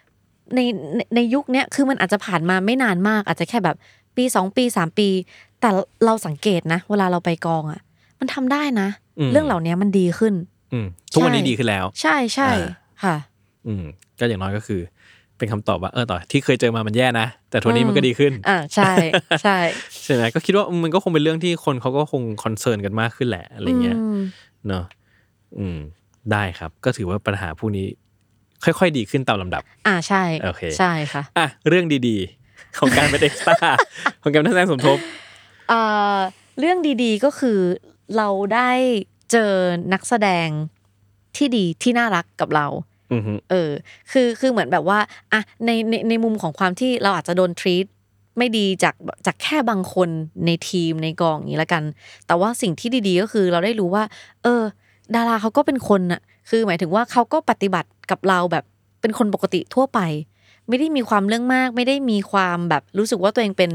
Speaker 2: ในในในยุคเนี้ยคือมันอาจจะผ่านมาไม่นานมาก อาจจะแค่แบบปีสองปีสามปี แต่เราสังเกตนะ เวลาเราไปกองอ่ะ มันทำได้นะ
Speaker 1: อืม
Speaker 2: เรื่องเหล่านี้มันดีขึ้น
Speaker 1: อืมทุกวันนี้
Speaker 2: ใช่
Speaker 1: ดีขึ้นแล้ว
Speaker 2: ใช่ใช่
Speaker 1: อ่า
Speaker 2: ค่ะ
Speaker 1: อืมก็อย่างน้อยก็คือ เป็นคำตอบว่าเออต่อที่เคยเจอมามันแย่นะแต่ทุกวันนี้มันก็
Speaker 2: อืม
Speaker 1: ดีขึ้น
Speaker 2: อ่าใช่ใช่
Speaker 1: ใช่ไหมก็คิดว่ามันก็คงเป็นเรื่องที่คนเขาก็คงคอนเซิร์นกันมากขึ้นแหละ [LAUGHS] อะไรเงี้ย
Speaker 2: ม
Speaker 1: เนาะอืม ได้ครับ ก็ถือว่าปัญหาพวกนี้ ค่อยๆ ดีขึ้นตามลำดับ
Speaker 2: อ่าใช่
Speaker 1: โอเค
Speaker 2: ใช่ค่ะ
Speaker 1: อ่ะ เรื่องดีๆ ของการเป็นเอ็กซ์ตร้า [LAUGHS] ของการเป็นนักแสดงสมทบ
Speaker 2: เอ่อเรื่องดีๆก็คือเราได้เจอนักแสดงที่ดีที่น่ารักกับเรา
Speaker 1: อือฮึ
Speaker 2: เออ คือ คือเหมือนแบบว่า อ่ะ ใน ใน ในมุมของความที่เราอาจจะโดนทรีตไม่ดีจาก จากแค่บางคนในทีมในกองอย่างนี้ละกัน แต่ว่าสิ่งที่ดีๆก็คือเราได้รู้ว่า เออ ดาราเขาก็เป็นคนน่ะ คือหมายถึงว่าเขาก็ปฏิบัติกับเราแบบเป็นคนปกติทั่วไป ไม่ได้มีความเรื่องมาก ไม่ได้มีความแบบรู้สึกว่าตัวเองเป็น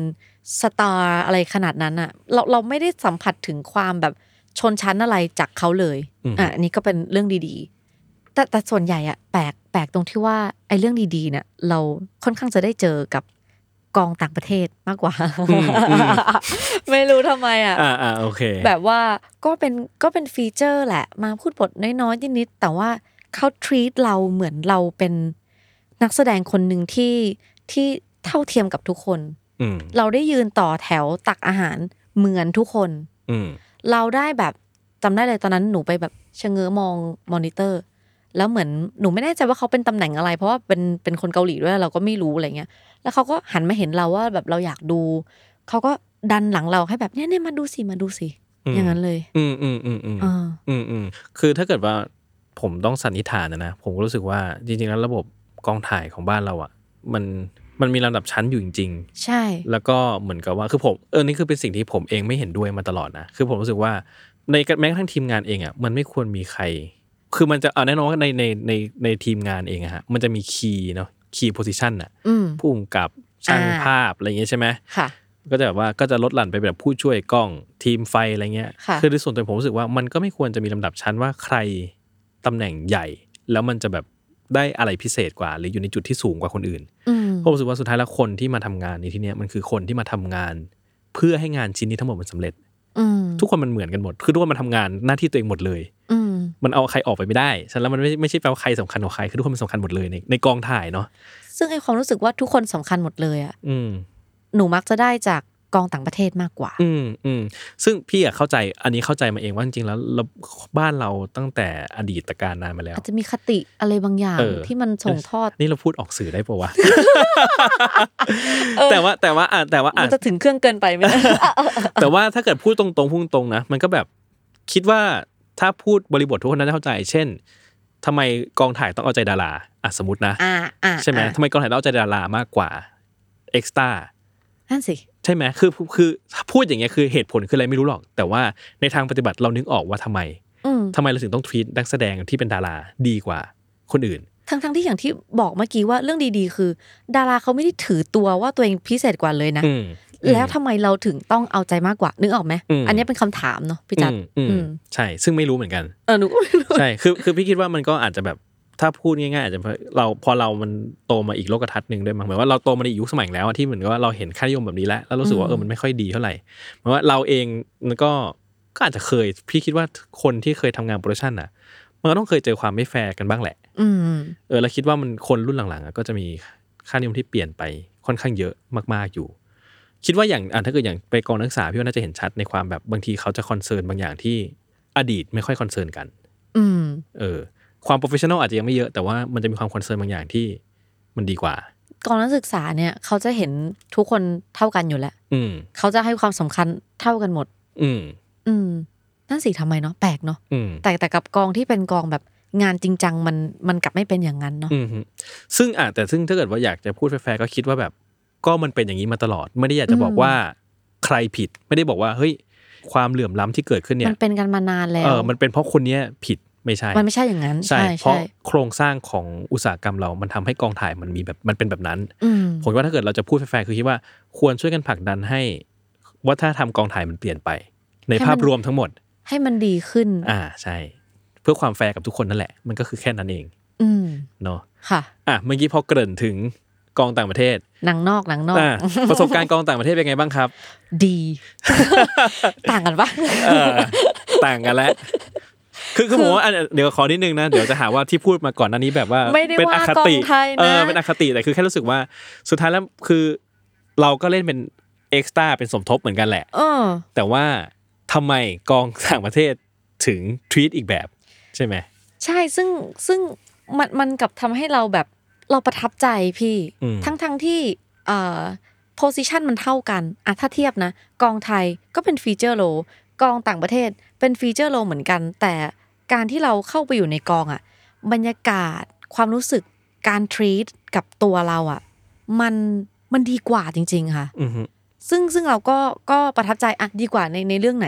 Speaker 2: สตาร์อะไรขนาดนั้นอ่ะ เรา เราไม่ได้สัมผัสถึงความแบบชนชั้นอะไรจากเขาเลย อ่ะอันนี้ก็เป็นเรื่องดีๆ แต่แต่ส่วนใหญ่อะแปลกแปลกตรงที่ว่าไอ้เรื่องดีๆเนี่ยเราค่อนข้างจะได้เจอกับกองต่างประเทศมากกว่า ไม่รู้ทำไมอะ
Speaker 1: อ่าอ่าโอเค
Speaker 2: แบบว่าก็เป็นก็เป็นฟีเจอร์แหละ มาพูดบทน้อยๆนิดๆแต่ว่าเขา treat เราเหมือนเราเป็นนักแสดงคนหนึ่งที่ที่เท่าเทียมกับทุกคน
Speaker 1: อืม
Speaker 2: เราได้ยืนต่อแถวตักอาหารเหมือนทุกคน
Speaker 1: อืม
Speaker 2: เราได้แบบจำได้เลยตอนนั้นหนูไปแบบชะเง้อมองมอนิเตอร์ แล้วเหมือนหนูไม่แน่ใจว่าเขาเป็นตำแหน่งอะไร เพราะว่าเป็นเป็นคนเกาหลีด้วยเราก็ไม่รู้อะไรเงี้ย แล้วเขาก็หันมาเห็นเราว่าแบบเราอยากดู เขาก็ดันหลังเราให้แบบเนี่ยเนี่ยมาดูสิมาดูสิ
Speaker 1: ม
Speaker 2: อย่างนั้นเลย
Speaker 1: อืมอืมอืมอืม
Speaker 2: อ่า
Speaker 1: อืมอืมคือถ้าเกิดว่าผมต้องสันนิษฐานนะนะผมก็รู้สึกว่าจริงๆแล้วระบบกองถ่ายของบ้านเราอะ่ะ มันมันมีลำดับชั้นอยู่จริง ๆ
Speaker 2: ใช่
Speaker 1: แล้วก็เหมือนกับว่าคือผมเออนี่คือเป็นสิ่งที่ผมเองไม่เห็นด้วยมาตลอดนะคือผมรู้สึกว่าในแม้กระทั่งทีมงานเองอ่ะมันไม่ควรมีใคร คือมันจะเอาแน่นอนว่าในในในในทีมงานเองอะฮะมันจะมีคีย์เนาะคีย์โพซิชันอ่ะ
Speaker 2: อืม
Speaker 1: ผู้กำกับช่าง
Speaker 2: อ่า
Speaker 1: ภาพอะไรอย่างเงี้ยใช่ไหม
Speaker 2: ค่ะ
Speaker 1: ก็จะแบบว่าก็จะลดหลั่นไปแบบผู้ช่วยกล้องทีมไฟอะไรเงี้ย
Speaker 2: ค่ะ
Speaker 1: อในส่วนตัวผมรู้สึกว่ามันก็ไม่ควรจะมีลำดับชั้นว่าใครตำแหน่งใหญ่ แล้วมันจะแบบได้อะไรพิเศษกว่า หรืออยู่ในจุดที่สูงกว่าคนอื่น
Speaker 2: อืม
Speaker 1: ผมรู้สึกว่าสุดท้ายแล้วคนที่มาทำงานในที่เนี้ยมันคือคนที่มาทำงาน เพื่อให้งานชิ้นนี้ทั้งหมดมันสำเร็จ
Speaker 2: อืม
Speaker 1: ทุกคนมันเหมือนกันหมด คือทุกคนมาทำงานหน้าที่ตัวเองหมดเลย
Speaker 2: อืม
Speaker 1: มันเอาใครออกไปไม่ได้ฉะนั้นแล้วมันไม่ไม่ใช่แปลว่าใครสำคัญกว่าใครคือทุกคนมันสำคัญหมดเลยในในกองถ่ายเนาะ
Speaker 2: ซึ่งไอความรู้สึกว่าทุกคนสำคัญหมดเลยอะ
Speaker 1: อืม
Speaker 2: หนูมักจะได้จากกองต่างประเทศมากกว่า
Speaker 1: อืมอืมซึ่งพี่อะเข้าใจอันนี้เข้าใจมาเองว่าจริงๆแล้วระบ้านเราตั้งแต่อดีตการนานมาแล้ว
Speaker 2: อาจจะมีคติอะไรบางอย่าง
Speaker 1: เออ
Speaker 2: ที่มันส่งทอด
Speaker 1: นี่เราพูดออกสื่อได้ปะวะ แต่ว่าแต่ว่าอ่ะแต่ว่า
Speaker 2: มั
Speaker 1: อ่ะ
Speaker 2: นจะถึงเครื่องเกินไปไหมนะ
Speaker 1: [LAUGHS] แต่ว่าถ้าเกิดพูดตรงๆพูดตรงๆนะมันก็แบบคิดว่าถ้าพูดบริบททุกคนน่าจะเข้าใจ เช่นทำไมกองถ่ายต้องเอาใจดาราอ่ะสมมตินะ
Speaker 2: อ่าอ่า
Speaker 1: ใช่ไหม
Speaker 2: อ่า
Speaker 1: ทำไมกองถ่ายต้องเอาใจดารามากกว่าเอ็กซ์ตา
Speaker 2: นั่นสิ
Speaker 1: ใช่ไหมคือคือพูดอย่างเงี้ยคือเหตุผลคืออะไรไม่รู้หรอก แต่ว่าในทางปฏิบัติเรานึกออกว่าทำไม
Speaker 2: อืม
Speaker 1: ทำไมเราถึงต้องทวีตนักแสดงที่เป็นดาราดีกว่าคนอื่น
Speaker 2: ทั้งทั้งที่อย่างที่บอกเมื่อกี้ว่าเรื่องดีๆ คือ ดาราเขาไม่ได้ถือตัวว่าตัวเองพิเศษกว่าเลยนะ
Speaker 1: อืม
Speaker 2: แล้วทำไมเราถึงต้องเอาใจมากกว่า นึกออกไหม
Speaker 1: อืม
Speaker 2: อันเนี้ยเป็นคำถามเนาะพี่จัด
Speaker 1: อืมอืม
Speaker 2: อืม
Speaker 1: ใช่ ซึ่งไม่รู้เหมือนกัน
Speaker 2: เออหนูก็ไม่รู้
Speaker 1: ใช่ คือ คือพี่คิดว่ามันก็อาจจะแบบ ถ้าพูดง่ายๆ อาจจะเรา พอเรา มันโตมาอีกโลกทัศน์หนึ่งด้วยมั้งเหมือนว่าเราโตมาในยุคสมัยแล้วอะที่เหมือนกับว่าเราเห็นค่านิยมแบบนี้แล้ว แล้วรู้สึกว่าเออ มันไม่ค่อยดีเท่าไหร่เหมือนว่าเราเองมันก็ ก็อาจจะเคย พี่คิดว่าคนที่เคยทำงานโปรดักชันอ่ะ มันก็ต้องเคยเจอความไม่แฟร์กันบ้างแหละ
Speaker 2: อืม
Speaker 1: เออแล้วคิดว่ามันคนรุ่นหลังๆอะก็จะมีค่านิยมที่เปลี่ยนไปค่อนข้างเยอะมากๆอยู่ คิดว่าอย่างอ่ะถ้าเกิดอย่างไปกองนักศึกษาพี่ว่าน่าจะเห็นชัดในความแบบบางทีเขาจะคอนเซิร์นบางอย่างที่อดีตไม่ค่อยคอนเซิร์นกัน
Speaker 2: อืม
Speaker 1: เออความโปรเฟชชั่นอลอาจจะยังไม่เยอะแต่ว่ามันจะมีความคอนเซิร์นบางอย่างที่มันดีกว่า
Speaker 2: กองนักศึกษาเนี่ยเขาจะเห็นทุกคนเท่ากันอยู่แล้ว
Speaker 1: อืม
Speaker 2: เขาจะให้ความสำคัญเท่ากันหมด
Speaker 1: อืม
Speaker 2: อืมนั่นสิทำไมเนาะแปลกเนาะ
Speaker 1: อืม
Speaker 2: แต่แต่กับกองที่เป็นกองแบบงานจริงจังมันมันกลับไม่เป็นอย่างนั้นเนาะ
Speaker 1: อืมฮึซึ่งอ่ะแต่ซึ่งถ้าเกิดว่าอยากจะพูดแฟร์ๆก็คิดว่าแบบ ก็มันเป็นอย่างนี้มาตลอด ไม่ได้อยากจะบอกว่าใครผิดไม่ได้บอกว่าเฮ้ยความเหลื่อมล้ำที่เกิดขึ้นเนี่
Speaker 2: มั
Speaker 1: ย
Speaker 2: นเป็นกันมานานแล้ว
Speaker 1: เออ มันเป็นเพราะคนเนี้ยผิดไม่ใช่
Speaker 2: มันไม่ใช่อย่างนั้น
Speaker 1: ใช่
Speaker 2: ใช่
Speaker 1: เพราะ
Speaker 2: ใช่
Speaker 1: โครงสร้างของอุตสาหกรรมเรา มันทำให้กองถ่ายมันมีแบบ มันเป็นแบบนั้น
Speaker 2: อืม
Speaker 1: ผมว่าถ้าเกิดเราจะพูดแฟร์ๆคือคิดว่าควรช่วยกันผลักดันให้วัฒนธรรมกองถ่ายมันเปลี่ยนไป ในภาพรวมทั้งหมด
Speaker 2: ให้มันดีขึ้น
Speaker 1: อ่า ใช่ เพื่อความแฟร์กับทุกคนนั่นแหละ มันก็คือแค่นั้นเอง
Speaker 2: อืม
Speaker 1: เนาะ
Speaker 2: ค่ะ
Speaker 1: อ่ะ เมื่อกี้พอเกริ่นถึงกองต่างประเทศ
Speaker 2: หนังนอกหนังนอก
Speaker 1: อ่ะ ประสบการณ์กองต่างประเทศเป็นไงบ้างครับ
Speaker 2: [LAUGHS] ดี [LAUGHS] ต่างกันปะ
Speaker 1: เอ
Speaker 2: [LAUGHS]
Speaker 1: อต่างกันแล้ว คือคือผมว่าอันเดี๋ยวขอนิดนึงนะ เดี๋ยวจะหาว่าที่พูดมาก่อนหน้านี้แบบว่า
Speaker 2: ไม่ได้
Speaker 1: เป็น
Speaker 2: ว่า
Speaker 1: อคติ
Speaker 2: กองไทยนะ
Speaker 1: เออเป็นอคติแต่คือแค่รู้สึกว่าสุดท้ายแล้วคือ เราก็เล่นเป็นเอ็กซ์ตาเป็นสมทบเหมือนกันแหละ
Speaker 2: เออ
Speaker 1: แต่ว่าทำไมกองต่างประเทศถึงทวีตอีกแบบใช่ไหม
Speaker 2: ใช่ซึ่งซึ่งมันมันกลับทำให้เราแบบเราประทับใจพี่
Speaker 1: อืม
Speaker 2: ทั้งทั้งที่เอ่อ position มันเท่ากันอ่ะถ้าเทียบนะ กองไทยก็เป็นฟีเจอร์โลกองต่างประเทศเป็นฟีเจอร์โลเหมือนกัน แต่การที่เราเข้าไปอยู่ในกองอ่ะ บรรยากาศความรู้สึกการทรีตกับตัวเราอ่ะ มันมันดีกว่าจริง ๆ ค่ะ
Speaker 1: อือฮึ
Speaker 2: ซึ่งซึ่งเราก็ก็ประทับใจอ่ะดีกว่าในในเรื่องไหน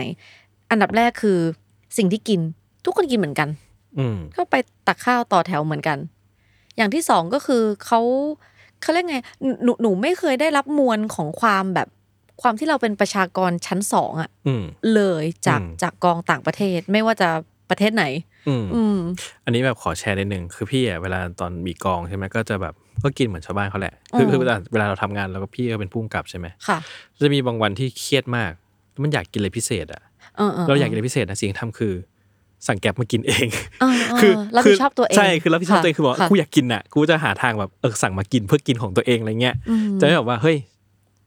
Speaker 2: อันดับแรกคือสิ่งที่กินทุกคนกินเหมือนกัน
Speaker 1: อืม
Speaker 2: ก็ไปตักข้าวต่อแถวเหมือนกัน อย่างที่สองก็คือเขาเขาเรียกไงหนูหนูไม่เคยได้รับมวลของความแบบความที่เราเป็นประชากรชั้นสองอะ
Speaker 1: อืม
Speaker 2: เลยจาก
Speaker 1: อืม
Speaker 2: จากกองต่างประเทศไม่ว่าจะประเทศไหน
Speaker 1: อืม
Speaker 2: อืม
Speaker 1: อันนี้แบบขอแชร์นิดนึงคือพี่อ่ะเวลาตอนมีกองใช่ไหมก็จะแบบก็กินเหมือนชาวบ้านเขาแหละคือ
Speaker 2: อืม
Speaker 1: คือเวลาเวลาเราทำงานเราก็พี่ก็เป็นผู้กำกับใช่ไหม
Speaker 2: ค่ะ
Speaker 1: จะมีบางวันที่เครียดมากแล้วมันอยากกินอะไรพิเศษอะ
Speaker 2: เออ
Speaker 1: เราอยากกินอะไรพิเศษนะสิ่งที่ทำคือ สั่งแก๊บมากินเอง
Speaker 2: เออเออรับผิดชอบตัวเอง
Speaker 1: ใช่คือรับผิดชอบตัวเองคือบอก
Speaker 2: ะ
Speaker 1: กูอยากกินอ่ะกูจะหาทางแบบเออสั่งมากินเพื่อกินของตัวเองอะไรเงี้ย
Speaker 2: อืม
Speaker 1: จะไม่แบบว่าเฮ้ย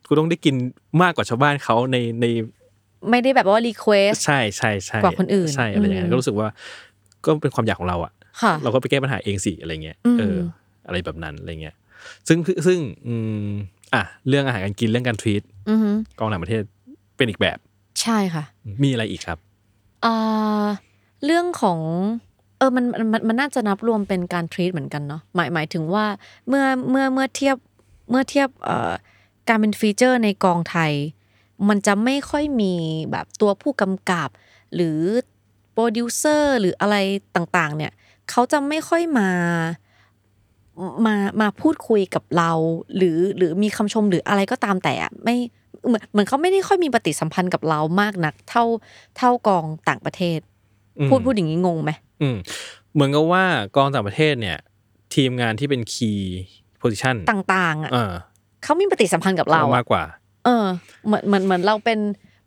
Speaker 1: กูต้องได้กินมากกว่าชาวบ้านเขาในใน
Speaker 2: ไม่ได้แบบว่ารีเควส
Speaker 1: ใช่ใช่ใช่
Speaker 2: กว่าคนอื่น
Speaker 1: ใช่อะไรอย่างเงี้
Speaker 2: อื
Speaker 1: ย
Speaker 2: ม
Speaker 1: ก็รู้สึกว่า ก็เป็นความอยากของเราอ่ะ
Speaker 2: ค่ะ
Speaker 1: เราก็ไปแก้ปัญหาเองสิอะไรเงี้ย
Speaker 2: อืม
Speaker 1: เออ อะไรแบบนั้นอะไรเงี้ย ซึ่งซึ่งอืมอ่ะเรื่องอาหารการกินเรื่องการทวีต
Speaker 2: อือหือก
Speaker 1: องหลังประเทศเป็นอีกแบบ
Speaker 2: ใช่ค่ะ
Speaker 1: มีอะไรอีกครับ
Speaker 2: อ่าเรื่องของเออมันมันมันมันน่าจะนับรวมเป็นการทรีตเหมือนกันเนาะหมายหมายถึงว่าเมื่อเมื่อเมื่อเทียบเมื่อเทียบเอ่อการเป็นฟีเจอร์ในกองไทย มันจะไม่ค่อยมีแบบตัวผู้กำกับ หรือโปรดิวเซอร์หรืออะไรต่างๆ เนี่ยเขาจะไม่ค่อยมามามาพูดคุยกับเรา หรือหรือมีคำชมหรืออะไรก็ตามแต่อะไม่เหมือนเหมือนเขาไม่ได้ค่อยมีปฏิสัมพันธ์กับเรามากนัก เท่าเท่ากองต่างประเทศ
Speaker 1: อืม
Speaker 2: พูดพูดอย่างนี้งงไหม
Speaker 1: อืมเหมือนกับว่ากองต่างประเทศเนี่ย ทีมงานที่เป็นคีย์โพซิชัน
Speaker 2: ต่างๆอ่ะ
Speaker 1: เออ
Speaker 2: เขามีปฏิสัมพันธ์กับเราอะ
Speaker 1: มากกว่า
Speaker 2: เออเหมือนเหมือนเหมือนเราเป็น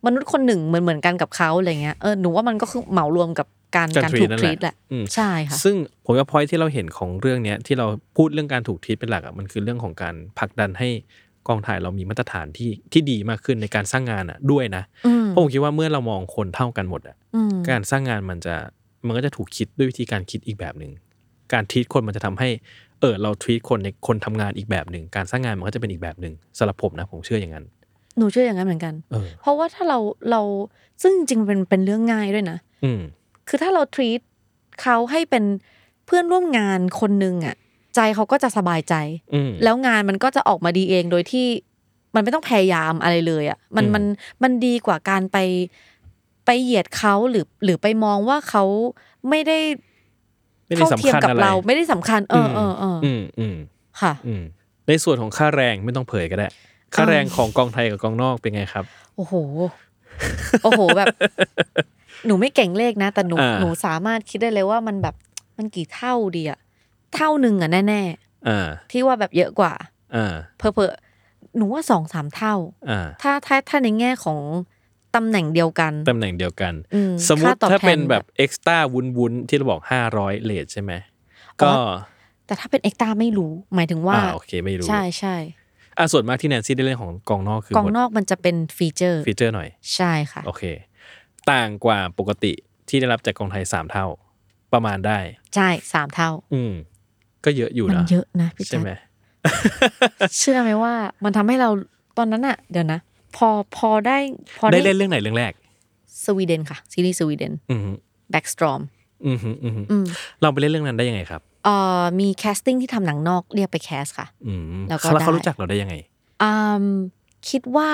Speaker 2: มนุษย์คนหนึ่งเหมือนเหมือนกันกับเขาอะไรเงี้ยเออหนูว่ามันก็คือเหมารวมกับการ
Speaker 1: การ
Speaker 2: การ
Speaker 1: treat
Speaker 2: ถูก
Speaker 1: นั่น
Speaker 2: ท
Speaker 1: แหละ
Speaker 2: รีตแหละ
Speaker 1: อืม
Speaker 2: ใช่ค่ะ
Speaker 1: ซึ่งผมว่าพอยที่เราเห็นของเรื่องเนี้ยที่เราพูดเรื่องการถูกทีทเป็นหลักอ่ะมันคือเรื่องของการผลักดันให้กองถ่ายเรามีมาตรฐานที่ที่ดีมากขึ้นในการสร้างงานอ่ะด้วยนะ
Speaker 2: อืม
Speaker 1: เพราะผมคิดว่าเมื่อเรามองคนเท่ากันหมดอ่ะ
Speaker 2: อืม
Speaker 1: การสร้างงานมันจะมันก็จะถูกคิดด้วยวิธีการคิดอีกแบบหนึ่งการทีตคนมันจะทำให้เออเราทีตคนในคนทำงานอีกแบบหนึ่งการสร้างงานมันก็จะเป็นอีกแบบหนึ่งสำหรับผมนะผมเชื่ออย่างนั้น
Speaker 2: หนูเชื่ออย่างนั้นเหมือนกัน
Speaker 1: เออ
Speaker 2: เพราะว่าถ้าเราเราซึ่งจริงๆเป็นเป็นเรื่องง่ายด้วยนะ
Speaker 1: อืม
Speaker 2: คือถ้าเราทรีตเขาให้เป็นเพื่อนร่วมงานคนหนึ่งอ่ะใจเขาก็จะสบายใจ
Speaker 1: อืม
Speaker 2: แล้วงานมันก็จะออกมาดีเองโดยที่มันไม่ต้องพยายามอะไรเลยอ่ะมัน
Speaker 1: อืม
Speaker 2: มันมันดีกว่าการไปไปเหยียดเขาหรือหรือไปมองว่าเขาไม่ได้
Speaker 1: ไม่ได้
Speaker 2: เท่า
Speaker 1: สำ
Speaker 2: เทียม
Speaker 1: คัญ
Speaker 2: กับ
Speaker 1: อะไร
Speaker 2: เราไม่ได้สำคัญ เออเออเอออ
Speaker 1: มอืม
Speaker 2: ค่ะ
Speaker 1: อืมในส่วนของค่าแรงไม่ต้องเผยก็ได้ ค่าแรงของกองไทยกับกองนอกเป็นไงครับ
Speaker 2: โอ้โห โอ้โหแบบ หนูไม่เก่งเลขนะ แต่หนู
Speaker 1: อ่า
Speaker 2: หนูสามารถคิดได้เลยว่ามันแบบมันกี่เท่าดีอะเท่าหนึ่งอะแน่
Speaker 1: อ่า
Speaker 2: ๆ ที่ว่าแบบเยอะกว่า
Speaker 1: อ่า
Speaker 2: เพอเพอๆหนูว่าสองสามเท่า
Speaker 1: อ่า
Speaker 2: ถ้าถ้าถ้าในแง่ของตำแหน่งเดียวกัน
Speaker 1: ตำแหน่งเดียวกัน
Speaker 2: อืม
Speaker 1: สมมติ
Speaker 2: ค่ตอ
Speaker 1: ถ้า
Speaker 2: แท
Speaker 1: เป็นแบบเอ็กซ์ต้าวุ้นวุ้นๆที่เราบอกห้าร้อยเลทใช่ไหมก็
Speaker 2: แต่ถ้าเป็นเอ็กตาไม่รู้ หมายถึงว่า
Speaker 1: อ่าโอเคไม่รู้
Speaker 2: ใช่ใช่
Speaker 1: อ่ะส่วนมากที่แนนซี่ได้เล่นของกองนอกคือก
Speaker 2: อง
Speaker 1: บท
Speaker 2: นอกมันจะเป็นฟีเจอร์
Speaker 1: ฟีเจอร์หน่อย
Speaker 2: ใช่ค่ะ
Speaker 1: โอเค ต่างกว่าปกติที่ได้รับจากกองไทยสามเท่า ประมาณได้
Speaker 2: ใช่สามเท่า
Speaker 1: อืม ก็เยอะอยู่
Speaker 2: มั
Speaker 1: นะ
Speaker 2: เยอะนะพี่
Speaker 1: ใช่
Speaker 2: แจ๊ค
Speaker 1: ไหม
Speaker 2: เชื่อไหมว่า มันทำให้เราตอนนั้นอะเดี๋ยวนะ พอพอได้พอ
Speaker 1: ได้เล่นเรื่องไหนเรื่องแรก
Speaker 2: สวีเดนค่ะ ซีรีส์สวีเดน
Speaker 1: อืมฮึ
Speaker 2: แบ็กสตรอม
Speaker 1: อืมฮึอืมฮึเราไปเล่นเรื่องนั้นได้ยังไงครับ
Speaker 2: เอ่อมีแคสติ้งที่ทำหนังนอกเรียกไปแคสค่ะ
Speaker 1: อืม
Speaker 2: แล้วก็
Speaker 1: แล้วเขา
Speaker 2: ได้
Speaker 1: รู้จักเราได้ยังไง
Speaker 2: อืมคิดว่า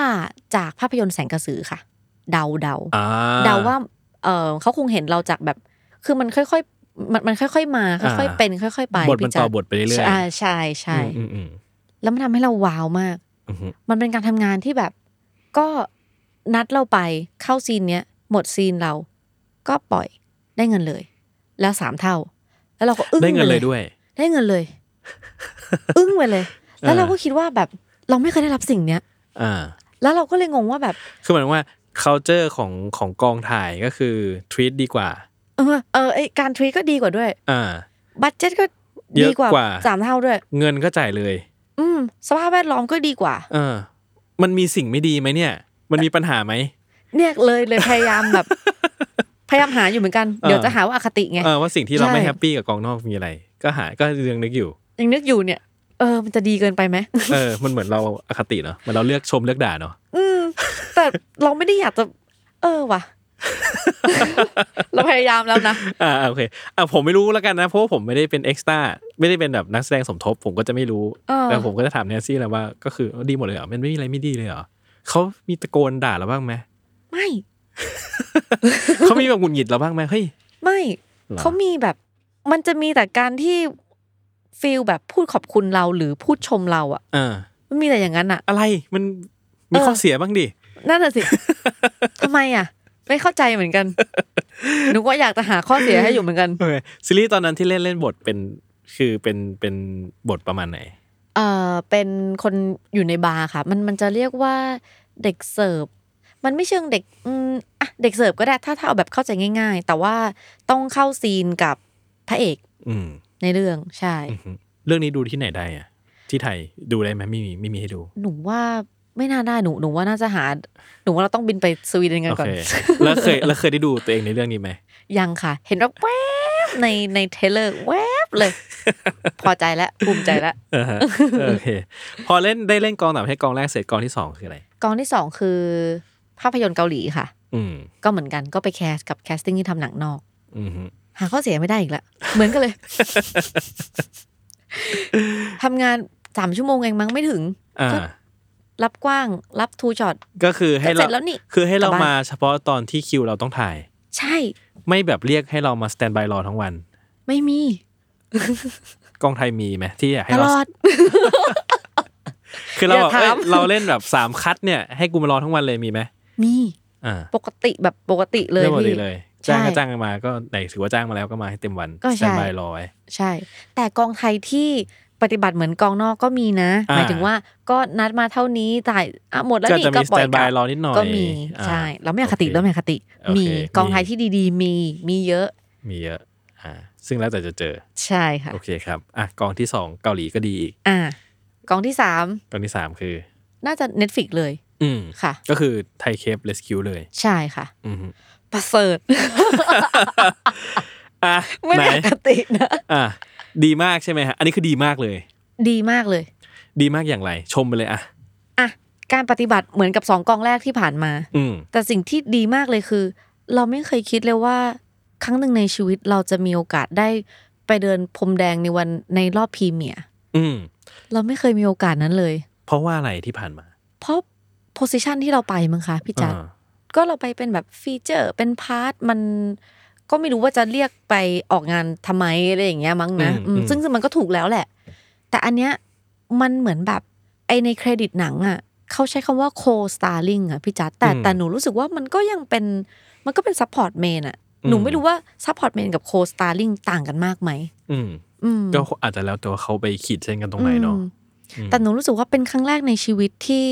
Speaker 2: จากภาพยนตร์แสงกระสือค่ะ เดาเดา
Speaker 1: อ่า
Speaker 2: เดาว่าเออเขาคงเห็นเราจากแบบ คือมันค่อยๆ มันมันค่อยๆมา
Speaker 1: อ่า
Speaker 2: ค่อยๆเป็น ค่อยๆไป
Speaker 1: บทมัน
Speaker 2: พี่แจ๊ค
Speaker 1: ต่อบทไปเรื่อยๆ
Speaker 2: ใช่ใช่ใช่
Speaker 1: อืมอืม
Speaker 2: แล้วมันทำให้เราว้าวมาก
Speaker 1: อืมอืม
Speaker 2: มันเป็นการทำงานที่แบบ ก็นัดเราไปเข้าซีนเนี้ยหมดซีนเรา ก็ปล่อยได้เงินเลย แล้วสามเท่า แล้วเราก็อึ้ง
Speaker 1: ได้เงิน
Speaker 2: ป
Speaker 1: เลยด้วย
Speaker 2: ได้เงิน
Speaker 1: [LAUGHS]
Speaker 2: เลย อึ้งไปเลย แล้วเราก็คิดว่าแบบเราไม่เคยได้รับสิ่งเนี้ย
Speaker 1: อ่า
Speaker 2: แล้วเราก็เลยงงว่าแบบ
Speaker 1: คือหมายถึงว่า culture ของของกองถ่ายก็คือ treat ดีกว่า
Speaker 2: เออเออไอการทรีก็ดีกว่าด้วย
Speaker 1: อ่า
Speaker 2: บัตเจ็ตก็ดีกว่า
Speaker 1: เยอะกว่า
Speaker 2: สามเท่าด้วย
Speaker 1: เงินก็จ่ายเลย
Speaker 2: อืม สภาพแวดล้อมก็ดีกว่า
Speaker 1: เออ มันมีสิ่งไม่ดีไหมเนี่ย มันมีปัญหาไหม
Speaker 2: เนี่ยเลยเลยพยายามแบบ [LAUGHS] พยายามหาอยู่เหมือนกัน เดี๋ยวจะหาว่าอคติไง
Speaker 1: เออว่าสิ่งที่เรา
Speaker 2: ใช่
Speaker 1: ไม่แฮปปี้กับกองนอกมีอะไร ก็หาก็ยังนึกอยู่
Speaker 2: ยังนึกอยู่เนี่ย เออ มันจะดีเกินไปไหม
Speaker 1: เออ มันเหมือนเราอคติเนาะเหมันเราเลือกชมเลือกด่าเนาะ
Speaker 2: อืม แต่เราไม่ได้อยากจะ เออว่ะ [LAUGHS] เราพยายามแล้วนะ
Speaker 1: อ่าโอเคอ่ะผมไม่รู้แล้วกันนะเพราะว่าผมไม่ได้เป็นเอ็กซ์ต้าไม่ได้เป็นแบบนักแสดงสมทบ ผมก็จะไม่รู้
Speaker 2: เออ
Speaker 1: แต่ผมก็จะถามแนนซี่แหละว่าก็คือเออดีหมดเลยเหรอมันไม่มีอะไรไม่ดีเลยเหรอเขามีตะโกนด่าเราบ้างไหม
Speaker 2: ไม่
Speaker 1: เขามีแบบหงุดหงิดเราบ้างไหมเฮ้ย
Speaker 2: ไม่
Speaker 1: หรอ
Speaker 2: เขามีแบบ มันจะมีแต่การที่ฟีลแบบพูดขอบคุณเราหรือพูดชมเราอะ
Speaker 1: อ่า
Speaker 2: มันมีแต่อย่างนั้นอะ
Speaker 1: อะไรมันมี
Speaker 2: เออ
Speaker 1: ข้อเสียบ้างดิ
Speaker 2: นั่นน่ะสิ [LAUGHS] ทำไมอ่ะ ไม่เข้าใจเหมือนกัน [LAUGHS] หนูก็อยากจะหาข้อเสียให้อยู่เหมือนกัน
Speaker 1: โอเคซีรีส์ตอนนั้นที่เล่นเล่นบทเป็นคือเป็นเป็นบทประมาณไหน
Speaker 2: เออเป็นคนอยู่ในบาร์ค่ะ มันมันจะเรียกว่าเด็กเสิร์ฟ มันไม่เชิงเด็กอืมอ่ะเด็กเสิร์ฟก็ได้ถ้าถ้าเอาแบบเข้าใจง่าย ๆ แต่ว่าต้องเข้าซีนกับพระเอก
Speaker 1: อืม
Speaker 2: ในเรื่องใช่
Speaker 1: อืมเรื่องนี้ดูที่ไหนได้อะที่ไทยดูได้ไหมไม่มีไม่มีให้ดู
Speaker 2: หนูว่าไม่น่าได้หนูหนูว่าน่าจะหา หนูว่าเราต้องบินไปสวีเดนกัน
Speaker 1: โอ
Speaker 2: ก่อน
Speaker 1: เค แล้วเคยแล้วเคยได้ดูตัวเองในเรื่องนี้ไหม
Speaker 2: ยังค่ะ เห็นว่าแวบในในเทเลอร์แวบเลย พอใจแล้วภูมิใจแล้ว
Speaker 1: อ่าฮะโอเค พอเล่นได้เล่นกองต่างประเทศกองแรกเสร็จกองที่สองคืออะไร
Speaker 2: กองที่สองคือภาพยนตร์เกาหลีค่ะ
Speaker 1: อืม
Speaker 2: ก็เหมือนกันก็ไปแคสกับแคสติ้งที่ทำหนังนอก
Speaker 1: อืมฮึ
Speaker 2: หาข้อเสียไม่ได้อีกละเหมือนกันเลย [LAUGHS] ทำงานสามชั่วโมงเองมั้งไม่ถึง
Speaker 1: อ่า
Speaker 2: รับกว้างรับทูช็อต
Speaker 1: ก็คือให้
Speaker 2: ก็เสร็
Speaker 1: เรา
Speaker 2: จแล้วนี่
Speaker 1: คือให้เรา
Speaker 2: กลับบ้าม
Speaker 1: าน เฉพาะตอนที่คิวเราต้องถ่าย
Speaker 2: ใช่
Speaker 1: ไม่แบบเรียกให้เรามาสแตนบายรอทั้งวัน
Speaker 2: ไม่มี
Speaker 1: กองไทยมีไหมที่อยากให้
Speaker 2: ต
Speaker 1: เรา
Speaker 2: ลอด
Speaker 1: คือเรา
Speaker 2: อย่า
Speaker 1: แบบเอ้ย
Speaker 2: ถาม
Speaker 1: เราเล่นแบบสามคัดเนี่ยให้กูมารอทั้งวันเลยมีไหม
Speaker 2: มี
Speaker 1: อ่า
Speaker 2: ปกติแบบปกติเลย
Speaker 1: เรื่องปกติ
Speaker 2: พี่
Speaker 1: เลย
Speaker 2: ใช่
Speaker 1: จ้างก็จ้างกันมาก็ไหนถือว่าจ้างมาแล้วก็มาให้เต็มวัน
Speaker 2: ก็
Speaker 1: ส
Speaker 2: ใช่
Speaker 1: แตนบายรอไว้
Speaker 2: ใช่ แต่กองไทยที่ปฏิบัติเหมือนกองนอกก็มีนะ
Speaker 1: อ่า
Speaker 2: หมายถึงว่าก็นัดมาเท่านี้จ่ายอ่ะหมดแล้ว
Speaker 1: ก็
Speaker 2: นี่
Speaker 1: จะ
Speaker 2: ก็
Speaker 1: มีส
Speaker 2: ปล่
Speaker 1: แต
Speaker 2: อย
Speaker 1: น
Speaker 2: ก
Speaker 1: บา
Speaker 2: ลั
Speaker 1: ย
Speaker 2: บ
Speaker 1: รอนิดหน่อย
Speaker 2: ก็มี
Speaker 1: อ่า
Speaker 2: ใช่เราไม่อคติ
Speaker 1: โอ
Speaker 2: เรา
Speaker 1: เค
Speaker 2: ไม่อคติ
Speaker 1: โอเค
Speaker 2: มีกอง
Speaker 1: มี
Speaker 2: ไทยที่ดีๆ มีมีเยอะ
Speaker 1: มีเยอะอ่าซึ่งแล้วแต่จะเจอ
Speaker 2: ใช่ค่ะ
Speaker 1: โอเคครับอ่ะกองที่สองเกาหลีก็ดีอีก
Speaker 2: อ่ากองที่สาม
Speaker 1: กองที่สามคือ
Speaker 2: น่าจะ Netflix เลย
Speaker 1: อืม
Speaker 2: ค่ะ
Speaker 1: ก็คือไทยเคปเรสคิวเลย
Speaker 2: ใช่ค่ะ
Speaker 1: อืมฮึ
Speaker 2: ประเสริฐ
Speaker 1: อ่ะ
Speaker 2: ไม่
Speaker 1: ไหน
Speaker 2: ได้อคตินะ
Speaker 1: อ่ะดีมากใช่ไหมฮะอันนี้คือดีมากเลย
Speaker 2: ดีมากเลย
Speaker 1: ดีมากอย่างไร ชมไปเลยอ่ะ
Speaker 2: อ่ะ การปฏิบัติเหมือนกับสองกองแรกที่ผ่านมา
Speaker 1: อืม
Speaker 2: แต่สิ่งที่ดีมากเลยคือ เราไม่เคยคิดเลยว่า ครั้งหนึ่งในชีวิตเราจะมีโอกาสได้ไปเดินพรมแดงในวันในรอบพรีเมียร์
Speaker 1: อืม
Speaker 2: เราไม่เคยมีโอกาสนั้นเลย
Speaker 1: เพราะว่าอะไรที่ผ่านมา
Speaker 2: เพราะโพสิชันที่เราไปมั้งคะพี่จัด
Speaker 1: อ่า
Speaker 2: ก็เราไปเป็นแบบฟีเจอร์เป็นพาร์ทมันก็ไม่รู้ว่าจะเรียกไปออกงานทำไมอะไรอย่างเงี้ยมั้งนะ
Speaker 1: อืม
Speaker 2: อืม
Speaker 1: อืม
Speaker 2: ซึ่งซึ่งมันก็ถูกแล้วแหละ แต่อันเนี้ยมันเหมือนแบบไอในเครดิตหนังอ่ะ เขาใช้คำว่า co starring อะพี่จัดแต่
Speaker 1: อืม
Speaker 2: แต่หนูรู้สึกว่ามันก็ยังเป็นมันก็เป็น support main อะ
Speaker 1: อืม
Speaker 2: หนูไม่รู้ว่า support main กับ co starring ต่างกันมากไหม
Speaker 1: อืม
Speaker 2: อืม
Speaker 1: ก็อาจจะแล้วแต่ว่าเขาไปขีดเส้นกันตรงไหนเนาะ
Speaker 2: อืม
Speaker 1: อืม
Speaker 2: แต่หนูรู้สึกว่าเป็นครั้งแรกในชีวิตที่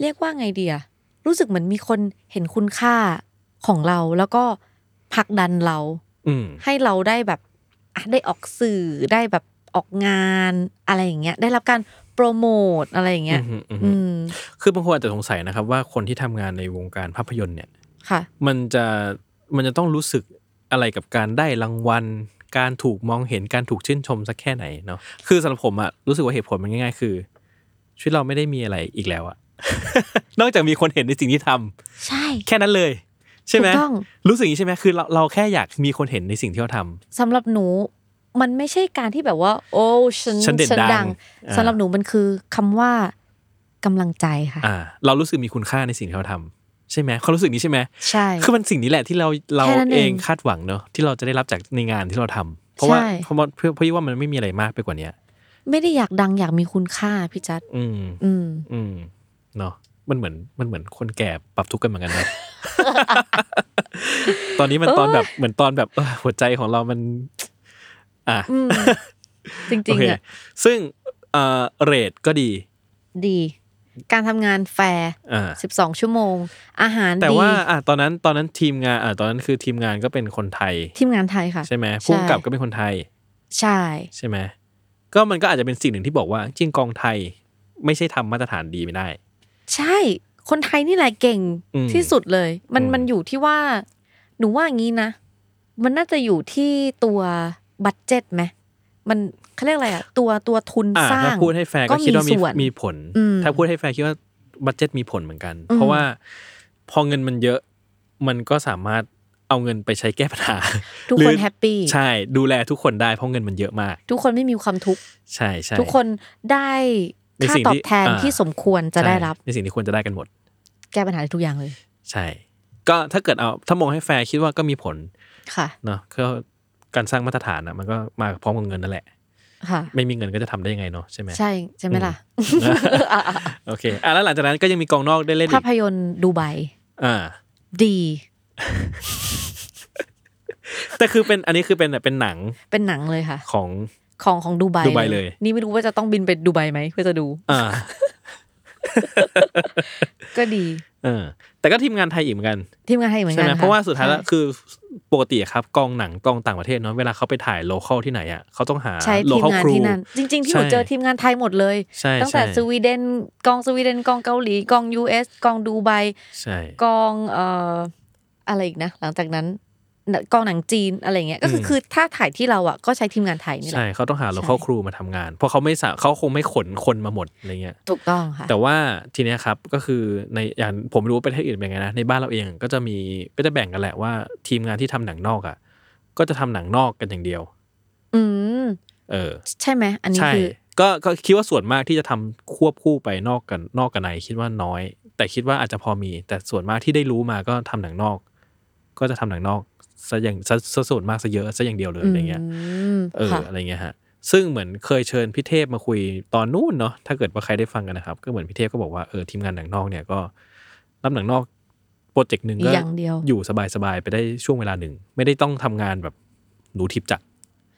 Speaker 2: เรียกว่าไงเดียรู้สึกเหมือนมีคนเห็นคุณค่าของเราแล้วก็ผลักดันเรา
Speaker 1: อืม
Speaker 2: ให้เราได้แบบอ่ะได้ออกสื่อได้แบบออกงานอะไรอย่างเงี้ย ได้รับการโปรโมทอะไรอย่างเงี้ย
Speaker 1: อืมอืมอื
Speaker 2: อื
Speaker 1: ม
Speaker 2: ม
Speaker 1: คือบางคนอาจจะสงสัยนะครับ ว่าคนที่ทำงานในวงการภาพยนตร์เนี่ย
Speaker 2: ค่ะ
Speaker 1: มันจะมันจะต้องรู้สึกอะไรกับการได้รางวัล การถูกมองเห็นการถูกชื่นชมสักแค่ไหนเนาะคือสำหรับผมอะรู้สึกว่าเหตุผลมันง่าย ๆ คือ ชีวิตเราไม่ได้มีอะไรอีกแล้วอะ [LAUGHS] นอกจากมีคนเห็นในสิ่งที่ทำ
Speaker 2: ใช่
Speaker 1: แค่นั้นเลย ใช่ไหม
Speaker 2: ถูกต้อง
Speaker 1: รู้สึกอย่างนี้ใช่ไหมคือเราเราแค่อยากมีคนเห็นในสิ่งที่เราทำ
Speaker 2: สำหรับหนูมันไม่ใช่การที่แบบว่า โอ้ฉัน
Speaker 1: ฉันเด่นดังอ่า
Speaker 2: สำหรับหนูมันคือคำว่ากำลังใจค่ะ
Speaker 1: อ่า เรารู้สึกมีคุณค่าในสิ่งที่เราทำใช่ไหมเขามรู้สึกนี้ใช่ไหม
Speaker 2: ใช่
Speaker 1: คือมันสิ่งนี้แหละที่เราเรา
Speaker 2: แค่นั้น
Speaker 1: เอ
Speaker 2: เอง ง
Speaker 1: คาดหวังเนอะที่เราจะได้รับจากในงานที่เราทำเพราะว่า
Speaker 2: ใช่
Speaker 1: เพราะว่าเพื่อเพราะว่ามันไม่มีอะไรมากไปกว่าเนี้ย
Speaker 2: ไม่ได้อยากดังอยากมีคุณค่าพี่จัด
Speaker 1: อืม
Speaker 2: อืม
Speaker 1: อืมเนาะมันเหมือนมันเหมือนคนแก่ปรับทุกข์กันเหมือนกันนะ
Speaker 2: [LAUGHS]
Speaker 1: ตอนนี้มันตอนแบบเหมือนตอนแบบเอ้อหัวใจของเรามัน อ่ะ [LAUGHS]
Speaker 2: อืม จ
Speaker 1: โอ
Speaker 2: ริง
Speaker 1: เค
Speaker 2: ๆอ่ะ
Speaker 1: ซึ่งเอ่อเรทก็ดี
Speaker 2: ดี การทำงานแฟร์
Speaker 1: อ่า
Speaker 2: สิบสองชั่วโมง อาหาร
Speaker 1: แต่
Speaker 2: ดี
Speaker 1: ว่าอ่ะตอนนั้นตอนนั้นทีมงานอ่ะตอนนั้นคือทีมงานก็เป็นคนไทย
Speaker 2: ทีมงานไทยค่ะ
Speaker 1: ใช่ไหม
Speaker 2: ใช่
Speaker 1: ผู้กำกับก็เป็นคนไทย
Speaker 2: ใช่
Speaker 1: ใช่ไหมก็มันก็อาจจะเป็นสิ่งหนึ่งที่บอกว่าจริงกองไทยไม่ใช่ทำมาตรฐานดีไม่ได้
Speaker 2: ใช่ คนไทยนี่แหละเก่ง
Speaker 1: อืม
Speaker 2: ที่สุดเลย มัน
Speaker 1: อืม
Speaker 2: มันอยู่ที่ว่า หนูว่าอย่างนี้นะ มันน่าจะอยู่ที่ตัวบัตเจ็ตไหมมันเขาเรียกอะไรอะตัวตัวทุน
Speaker 1: อ่า
Speaker 2: สร้า
Speaker 1: ถ้าง พูดให้แฟร์ก็
Speaker 2: ก็มี
Speaker 1: คิดว่ามี
Speaker 2: ส่วน
Speaker 1: มีผล
Speaker 2: อืม
Speaker 1: ถ้าพูดให้แฟร์คิดว่าบัตเจ็ตมีผลเหมือนกัน
Speaker 2: อืม
Speaker 1: เพราะว่าพอเงินมันเยอะมันก็สามารถเอาเงินไปใช้แก้ปัญหา
Speaker 2: ทุก
Speaker 1: หรือ
Speaker 2: คนแฮปปี้
Speaker 1: ใช่ ดูแลทุกคนได้เพราะเงินมันเยอะมาก
Speaker 2: ทุกคนไม่มีความทุกข์
Speaker 1: ใช่ใช่
Speaker 2: ทุกคนได้
Speaker 1: ใน
Speaker 2: ค่า
Speaker 1: สิ่ง
Speaker 2: ตอ
Speaker 1: ที่
Speaker 2: บแทน
Speaker 1: อ่า
Speaker 2: ที่สมควรจะได้
Speaker 1: ใช่
Speaker 2: รับ
Speaker 1: ในสิ่งที่ควรจะได้กันหมด
Speaker 2: แก้ปัญหาได้ทุกอย่างเลย
Speaker 1: ใช่ ก็ถ้าเกิดเอาถ้ามองให้แฟร์คิดว่าก็มีผล
Speaker 2: ค่ะ
Speaker 1: เนาะก็การสร้างมาตรฐานอ่ะมันก็มาพร้อมกับเงินนั่นแหละ
Speaker 2: ค่ะ
Speaker 1: ไม่มีเงินก็จะทำได้ยังไงเนาะใช่ไหม
Speaker 2: ใช่ใช่ไหมล่ะ
Speaker 1: โอเค อ่ะแล้วหลังจากนั้นก็ยังมีกองนอกได้เล่น
Speaker 2: ภา
Speaker 1: อีก
Speaker 2: พยนตร์ดูไบ
Speaker 1: อ่า
Speaker 2: ดี
Speaker 1: แต่คือเป็นอันนี้คือเป็นเป็นหนัง
Speaker 2: เป็นหนังเลยค่ะ
Speaker 1: ของ
Speaker 2: ของของดูไบ
Speaker 1: ดูไบเลย
Speaker 2: นี่ไม่รู้ว่าจะต้องบินไปดูไบไหมเพื่อจะดู
Speaker 1: อ่า
Speaker 2: ก็ดี
Speaker 1: เออแต่ก็ทีมงานไทยอีกเหมือนกัน
Speaker 2: ทีมงานไทยเหมือน
Speaker 1: ใช่
Speaker 2: กัน
Speaker 1: ไหม
Speaker 2: ค่
Speaker 1: เพราะว่าสุดท้ายแล้ว
Speaker 2: ใช่
Speaker 1: คือปกติอะครับกองหนังกองต่างประเทศเนาะเวลาเขาไปถ่ายโลเคอลที่ไหนอ่ะเขาต้องหา
Speaker 2: ใช้
Speaker 1: โล
Speaker 2: ทีม
Speaker 1: เคอล
Speaker 2: งาน
Speaker 1: ครู
Speaker 2: ที่นั่น จริง ๆ ที่
Speaker 1: ใช่
Speaker 2: หนูเจอทีมงานไทยหมดเลย
Speaker 1: ใช่
Speaker 2: ตั้งแต่
Speaker 1: ใช่
Speaker 2: สวีเดนกองสวีเดนกองเกาหลีกอง US กองดูไบ
Speaker 1: ใช่
Speaker 2: กองเอ่ออะไรอีกนะ หลังจากนั้นน่ะกองหนังจีนอะไรเงี้ยก็คือคือถ้าถ่ายที่เราอ่ะก็ใช้ทีมงานไทยนี่แห
Speaker 1: ใช่
Speaker 2: ละ
Speaker 1: เขาต้องหาโลเคอล
Speaker 2: ใช่
Speaker 1: ครูมาทำงาน เพราะเขาไม่สาเขาคงไม่ขนคนมาหมดอะไรเงี้ย
Speaker 2: ถูกต้องค่ะ
Speaker 1: แต่ว่าทีเนี้ยครับก็คือในอย่างผมไม่รู้ว่าประเทศอื่นเป็นไงนะในบ้านเราเองก็จะมีก็จะแบ่งกันแหละว่าทีมงานที่ทำหนังนอกอ่ะก็จะทำหนังนอกกันอย่างเดียว
Speaker 2: อืม
Speaker 1: เออ
Speaker 2: ใช่ไหมอันนี้
Speaker 1: ใช่
Speaker 2: คือ
Speaker 1: ก็ก็คิดว่าส่วนมากที่จะทำควบคู่ไปนอกกันนอกกันในคิดว่าน้อย แต่คิดว่าอาจจะพอมี แต่ส่วนมากที่ได้รู้มาก็ทำหนังนอก ก็จะทำหนังนอกซะอย่างซะซะส่วนมากซะเยอะซะอย่างเดียวเลย
Speaker 2: อื
Speaker 1: อะ
Speaker 2: ม
Speaker 1: ไรเงี้ยเออ
Speaker 2: ค่ะ
Speaker 1: อะไรเงี้ยฮะซึ่งเหมือนเคยเชิญพี่เทพมาคุยตอนนู้นเนาะถ้าเกิดว่าใครได้ฟังกันนะครับ ก็เหมือนพี่เทพก็บอกว่าเออทีมงานหนังนอกเนี่ยก็รับหนังนอกโปรเจกต์หนึ่งก็
Speaker 2: อย่างเดียว
Speaker 1: อยู่สบายๆไปได้ช่วงเวลาหนึ่งไม่ได้ต้องทำงานแบบหนูทิพย์จักร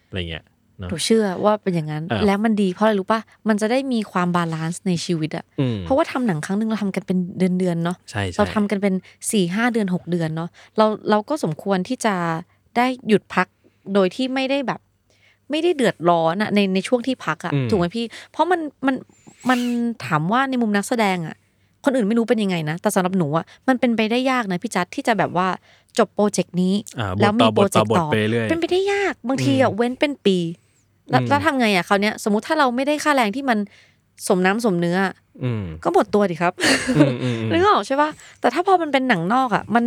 Speaker 1: อะไรเงี้ยเนาะ
Speaker 2: หนูเชื่อว่าเป็นอย่างนั้น
Speaker 1: อ่า
Speaker 2: แล้วมันดีเพราะอะไรรู้ป่ะมันจะได้มีความบาลานซ์ในชีวิตอ่ะ
Speaker 1: อืม
Speaker 2: เพราะว่าทำหนังครั้งหนึ่งเราทำกันเป็นเดือนๆเนาะ
Speaker 1: ใช่ใช่
Speaker 2: เราทำกันเป็นสี่ห้าเดือนหกเดือนเนาะเราเราก็สมควรที่จะได้หยุดพักโดยที่ไม่ได้แบบ ไม่ได้เดือดร้อนอะในในช่วงที่พักอะ
Speaker 1: อืม
Speaker 2: ถูกไหมพี่ เพราะมันมันมันถามว่าในมุมนักแสดงอะคนอื่นไม่รู้เป็นยังไงนะ แต่สำหรับหนูอะมันเป็นไปได้ยากนะพี่จัดที่จะแบบว่าจบโปรเจกต์นี้
Speaker 1: อ่าบท
Speaker 2: แล้ว
Speaker 1: ต่
Speaker 2: มี
Speaker 1: อบ
Speaker 2: โปร
Speaker 1: ท
Speaker 2: เจ
Speaker 1: ต่
Speaker 2: ก
Speaker 1: อ
Speaker 2: ต์
Speaker 1: บท
Speaker 2: ต่อ
Speaker 1: ไปเรื่อย
Speaker 2: เป็นไปได้ยากบางทีอะเว้นเป็นปี แล้ว
Speaker 1: อืม
Speaker 2: แล้วทำไงอะคราวเนี้ยสมมติถ้าเราไม่ได้ค่าแรงที่มันสมน้ำสมเนื้ออะ
Speaker 1: อืม
Speaker 2: ก็หมดตัวดิครับ
Speaker 1: อืมอืมอืม
Speaker 2: นึกออกใช่ป่ะ แต่ถ้าพอมันเป็นหนังนอกอ่ะ มัน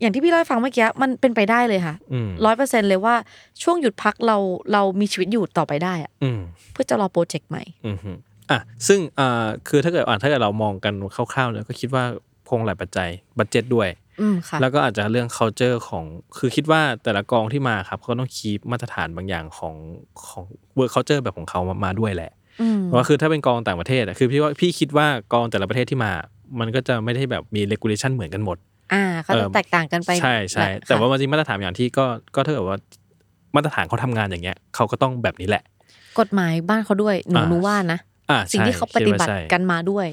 Speaker 2: อย่างที่พี่เล่าให้ฟังเมื่อกี้ มันเป็นไปได้เลยค่ะ
Speaker 1: อืม
Speaker 2: ร้อยเปอร์เซ็นเลยว่าช่วงหยุดพักเราเรามีชีวิตอยู่ต่อไปได้อ่ะ
Speaker 1: อืม
Speaker 2: เพื่อจะรอโปรเจกต์ใหม่
Speaker 1: อืมอืมอ่ะซึ่งอ่าคือถ้าเกิดอ่าถ้าเกิดเรามองกันคร่าวๆเนี่ยก็คิดว่าคงหลายปัจจัยบัตเจ็ตด้วย
Speaker 2: อืมค่ะ
Speaker 1: แล้วก็อาจจะเรื่อง culture ของคือคิดว่าแต่ละกองที่มาครับเขาต้องคีปมาตรฐานบางอย่างของของ work culture แบบของเขามามาด้วยแหละ
Speaker 2: อืม
Speaker 1: ว่าคือถ้าเป็นกองต่างประเทศอะคือพี่ว่าพี่คิดว่ากองแต่ละประเทศที่มา มันก็จะไม่ได้แบบมีเลกูเลชันเหมือนกันหมด
Speaker 2: อ่าเขาจะ
Speaker 1: เออ
Speaker 2: แตกต่างกันไป
Speaker 1: ใช่ใช่
Speaker 2: บบค่ะ
Speaker 1: แต่ว่ามันจริงมาตรฐานอย่างที่ก็ก็ถ้าเกิดว่ามาตรฐานเขาทำงานอย่างเงี้ยเขาก็ต้องแบบนี้แหละ
Speaker 2: กฎหมายบ้านเขาด้วยหนู
Speaker 1: อ่า
Speaker 2: หนูว่านะ
Speaker 1: อ่า
Speaker 2: สิ่งที่เขาปฏิบัติกันมาด้วย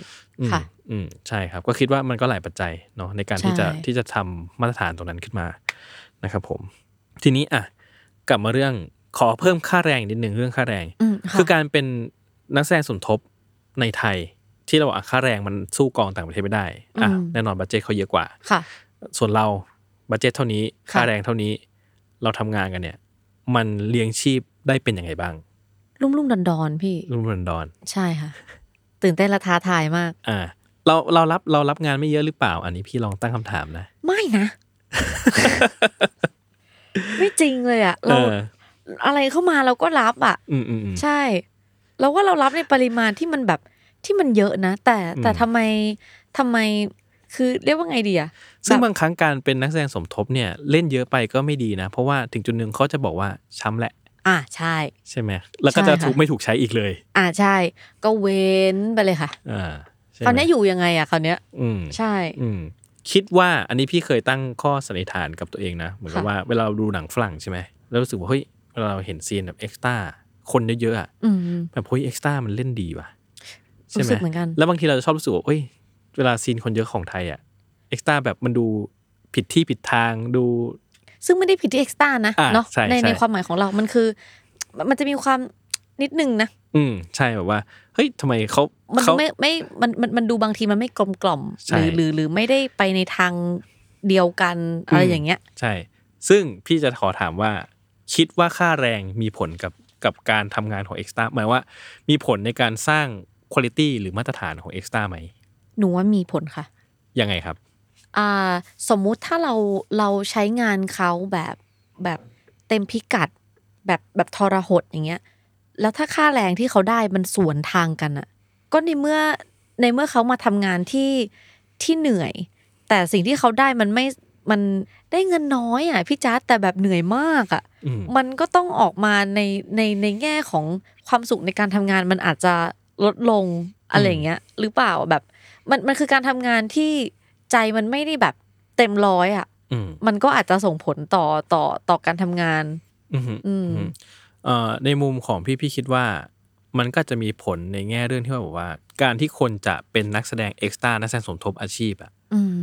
Speaker 1: ค่ะ
Speaker 2: ค่ะ
Speaker 1: อืมใช่ครับ ก็คิดว่ามันก็หลายปัจจัยเนาะในการที่จะ
Speaker 2: ใช่
Speaker 1: ที่จะทำมาตรฐานตรงนั้นขึ้นมานะครับผม ทีนี้อ่ะกลับมาเรื่องขอเพิ่มค่าแรงนิดนึงเรื่องค่าแรง
Speaker 2: อืมะ
Speaker 1: คือการเป็นนักแสดงสมทบในไทย ที่เราบอกอ่ะค่าแรงมันสู้กองต่างประเทศไม่ได้อ่ะแน่นอนบัตเจตเขาเยอะกว่า
Speaker 2: ค่ะ
Speaker 1: ส่วนเราบัตเจตเท่านี้
Speaker 2: ค่ะ
Speaker 1: ค่าแรงเท่านี้เราทำงานกันเนี่ย มันเลี้ยงชีพได้เป็นยังไงบ้าง
Speaker 2: ลุ่มลุ่มดอนดอนๆพี่
Speaker 1: รุ่นรันดอน
Speaker 2: ใช่ค่ะ ตื่นเต้นและท้าทายมาก
Speaker 1: อ่า เราเรารับเรารับงานไม่เยอะหรือเปล่า อันนี้พี่ลองตั้งคำถามนะ
Speaker 2: ไม่นะ
Speaker 1: [LAUGHS]
Speaker 2: ไม่จริงเลยอะเรา
Speaker 1: เออ
Speaker 2: อะไรเข้ามาเราก็รับอะ
Speaker 1: อืมอืมอืม
Speaker 2: ใช่ เราว่าเรารับในปริมาณที่มันแบบที่มันเยอะนะ แต่แต่
Speaker 1: อืม
Speaker 2: ทำไมทำไมคือเรียกว่าไงดีอะ
Speaker 1: ซึ่ง
Speaker 2: แบบ
Speaker 1: บางครั้งการเป็นนักแสดงสมทบเนี่ยเล่นเยอะไปก็ไม่ดีนะ เพราะว่าถึงจุดหนึ่งเขาจะบอกว่าช้ำแหละ
Speaker 2: อ่าใช่
Speaker 1: ใช่ไหมแล้วก็จะ
Speaker 2: ใช่ค่ะ
Speaker 1: ถูกไม่ถูกใช้อีกเลย
Speaker 2: อ่าใช่ ก็เว้นไปเลยค่ะ
Speaker 1: อ่าใช่ไหม
Speaker 2: คราวเนี้ยอยู่ยังไงอะคราวเนี้ย
Speaker 1: อืม
Speaker 2: ใช่
Speaker 1: อืมคิดว่าอันนี้พี่เคยตั้งข้อสันนิษฐานกับตัวเองนะ เหมือนกับ
Speaker 2: ค่ะ
Speaker 1: ว่าเวลาเราดูหนังฝรั่งใช่ไหมแล้วรู้สึกว่าเฮ้ยเวลาเราเห็นซีนแบบเอ็กซ์ต้าคนเยอะๆอะ
Speaker 2: อืม
Speaker 1: แบบเฮ้ยเอ็กซ์ต้ามันเล่นดีว่ะใช่
Speaker 2: รู้สึกเหมือนกัน
Speaker 1: แล้วบางทีเราจะชอบรู้สึกว่าเฮ้ยเวลาซีนคนเยอะของไทยอ่ะเอ็กซ์ต้าแบบมันดูผิดที่ผิดทางดู
Speaker 2: ซึ่งไม่ได้ผิดที่เอ็กซ์ต้านะ
Speaker 1: อ่า
Speaker 2: เนาะ
Speaker 1: ใช่
Speaker 2: ใน
Speaker 1: ใช่
Speaker 2: ในความหมายของเรามันคือ มันจะมีความนิดนึงนะ
Speaker 1: อืมใช่แบบว่าเฮ้ยทำไมเขา
Speaker 2: มัน
Speaker 1: เขา
Speaker 2: ไม่ไม่มันมันมันดูบางทีมันไม่กลมกล่อม
Speaker 1: ใช่
Speaker 2: หรือหรือหรือไม่ได้ไปในทางเดียวกันอะไรอย่างเงี้ย
Speaker 1: ใช่ ซึ่งพี่จะขอถามว่า คิดว่าค่าแรงมีผลกับกับการทำงานของเอ็กซ์ต้าหมายว่า มีผลในการสร้างคุณภาพหรือมาตรฐานของเอ็กซ์ต้าไหม
Speaker 2: หนูว่ามีผลค่ะ
Speaker 1: ยังไงครับ
Speaker 2: อ่าสมมุติถ้าเราเราใช้งานเขาแบบแบบเต็มพิกัด แบบแบบทรหดอย่างเงี้ย แล้วถ้าค่าแรงที่เขาได้มันสวนทางกันอะก็ในเมื่อในเมื่อเขามาทำงานที่ที่เหนื่อย แต่สิ่งที่เขาได้มันไม่มันได้เงินน้อยอ่ะพี่จ๊าดแต่แบบเหนื่อยมากอ่ะ
Speaker 1: อืม
Speaker 2: มันก็ต้องออกมาในในในแง่ของความสุขในการทำงานมันอาจจะลดลงอะไรอย่างเงี้ย หรือเปล่าแบบ มันมันคือการทำงานที่ใจมันไม่ได้แบบเต็มร้อยอ่ะ
Speaker 1: อืม
Speaker 2: มันก็อาจจะส่งผลต่อต่อต่อการทำงาน
Speaker 1: อืม
Speaker 2: อืม
Speaker 1: อืมเอ่อในมุมของพี่พี่คิดว่า มันก็จะมีผลในแง่เรื่องที่ว่าบอกว่า การที่คนจะเป็นนักแสดงเอ็กซ์ต้านักแสดงสมทบอาชีพอ่ะ
Speaker 2: อืม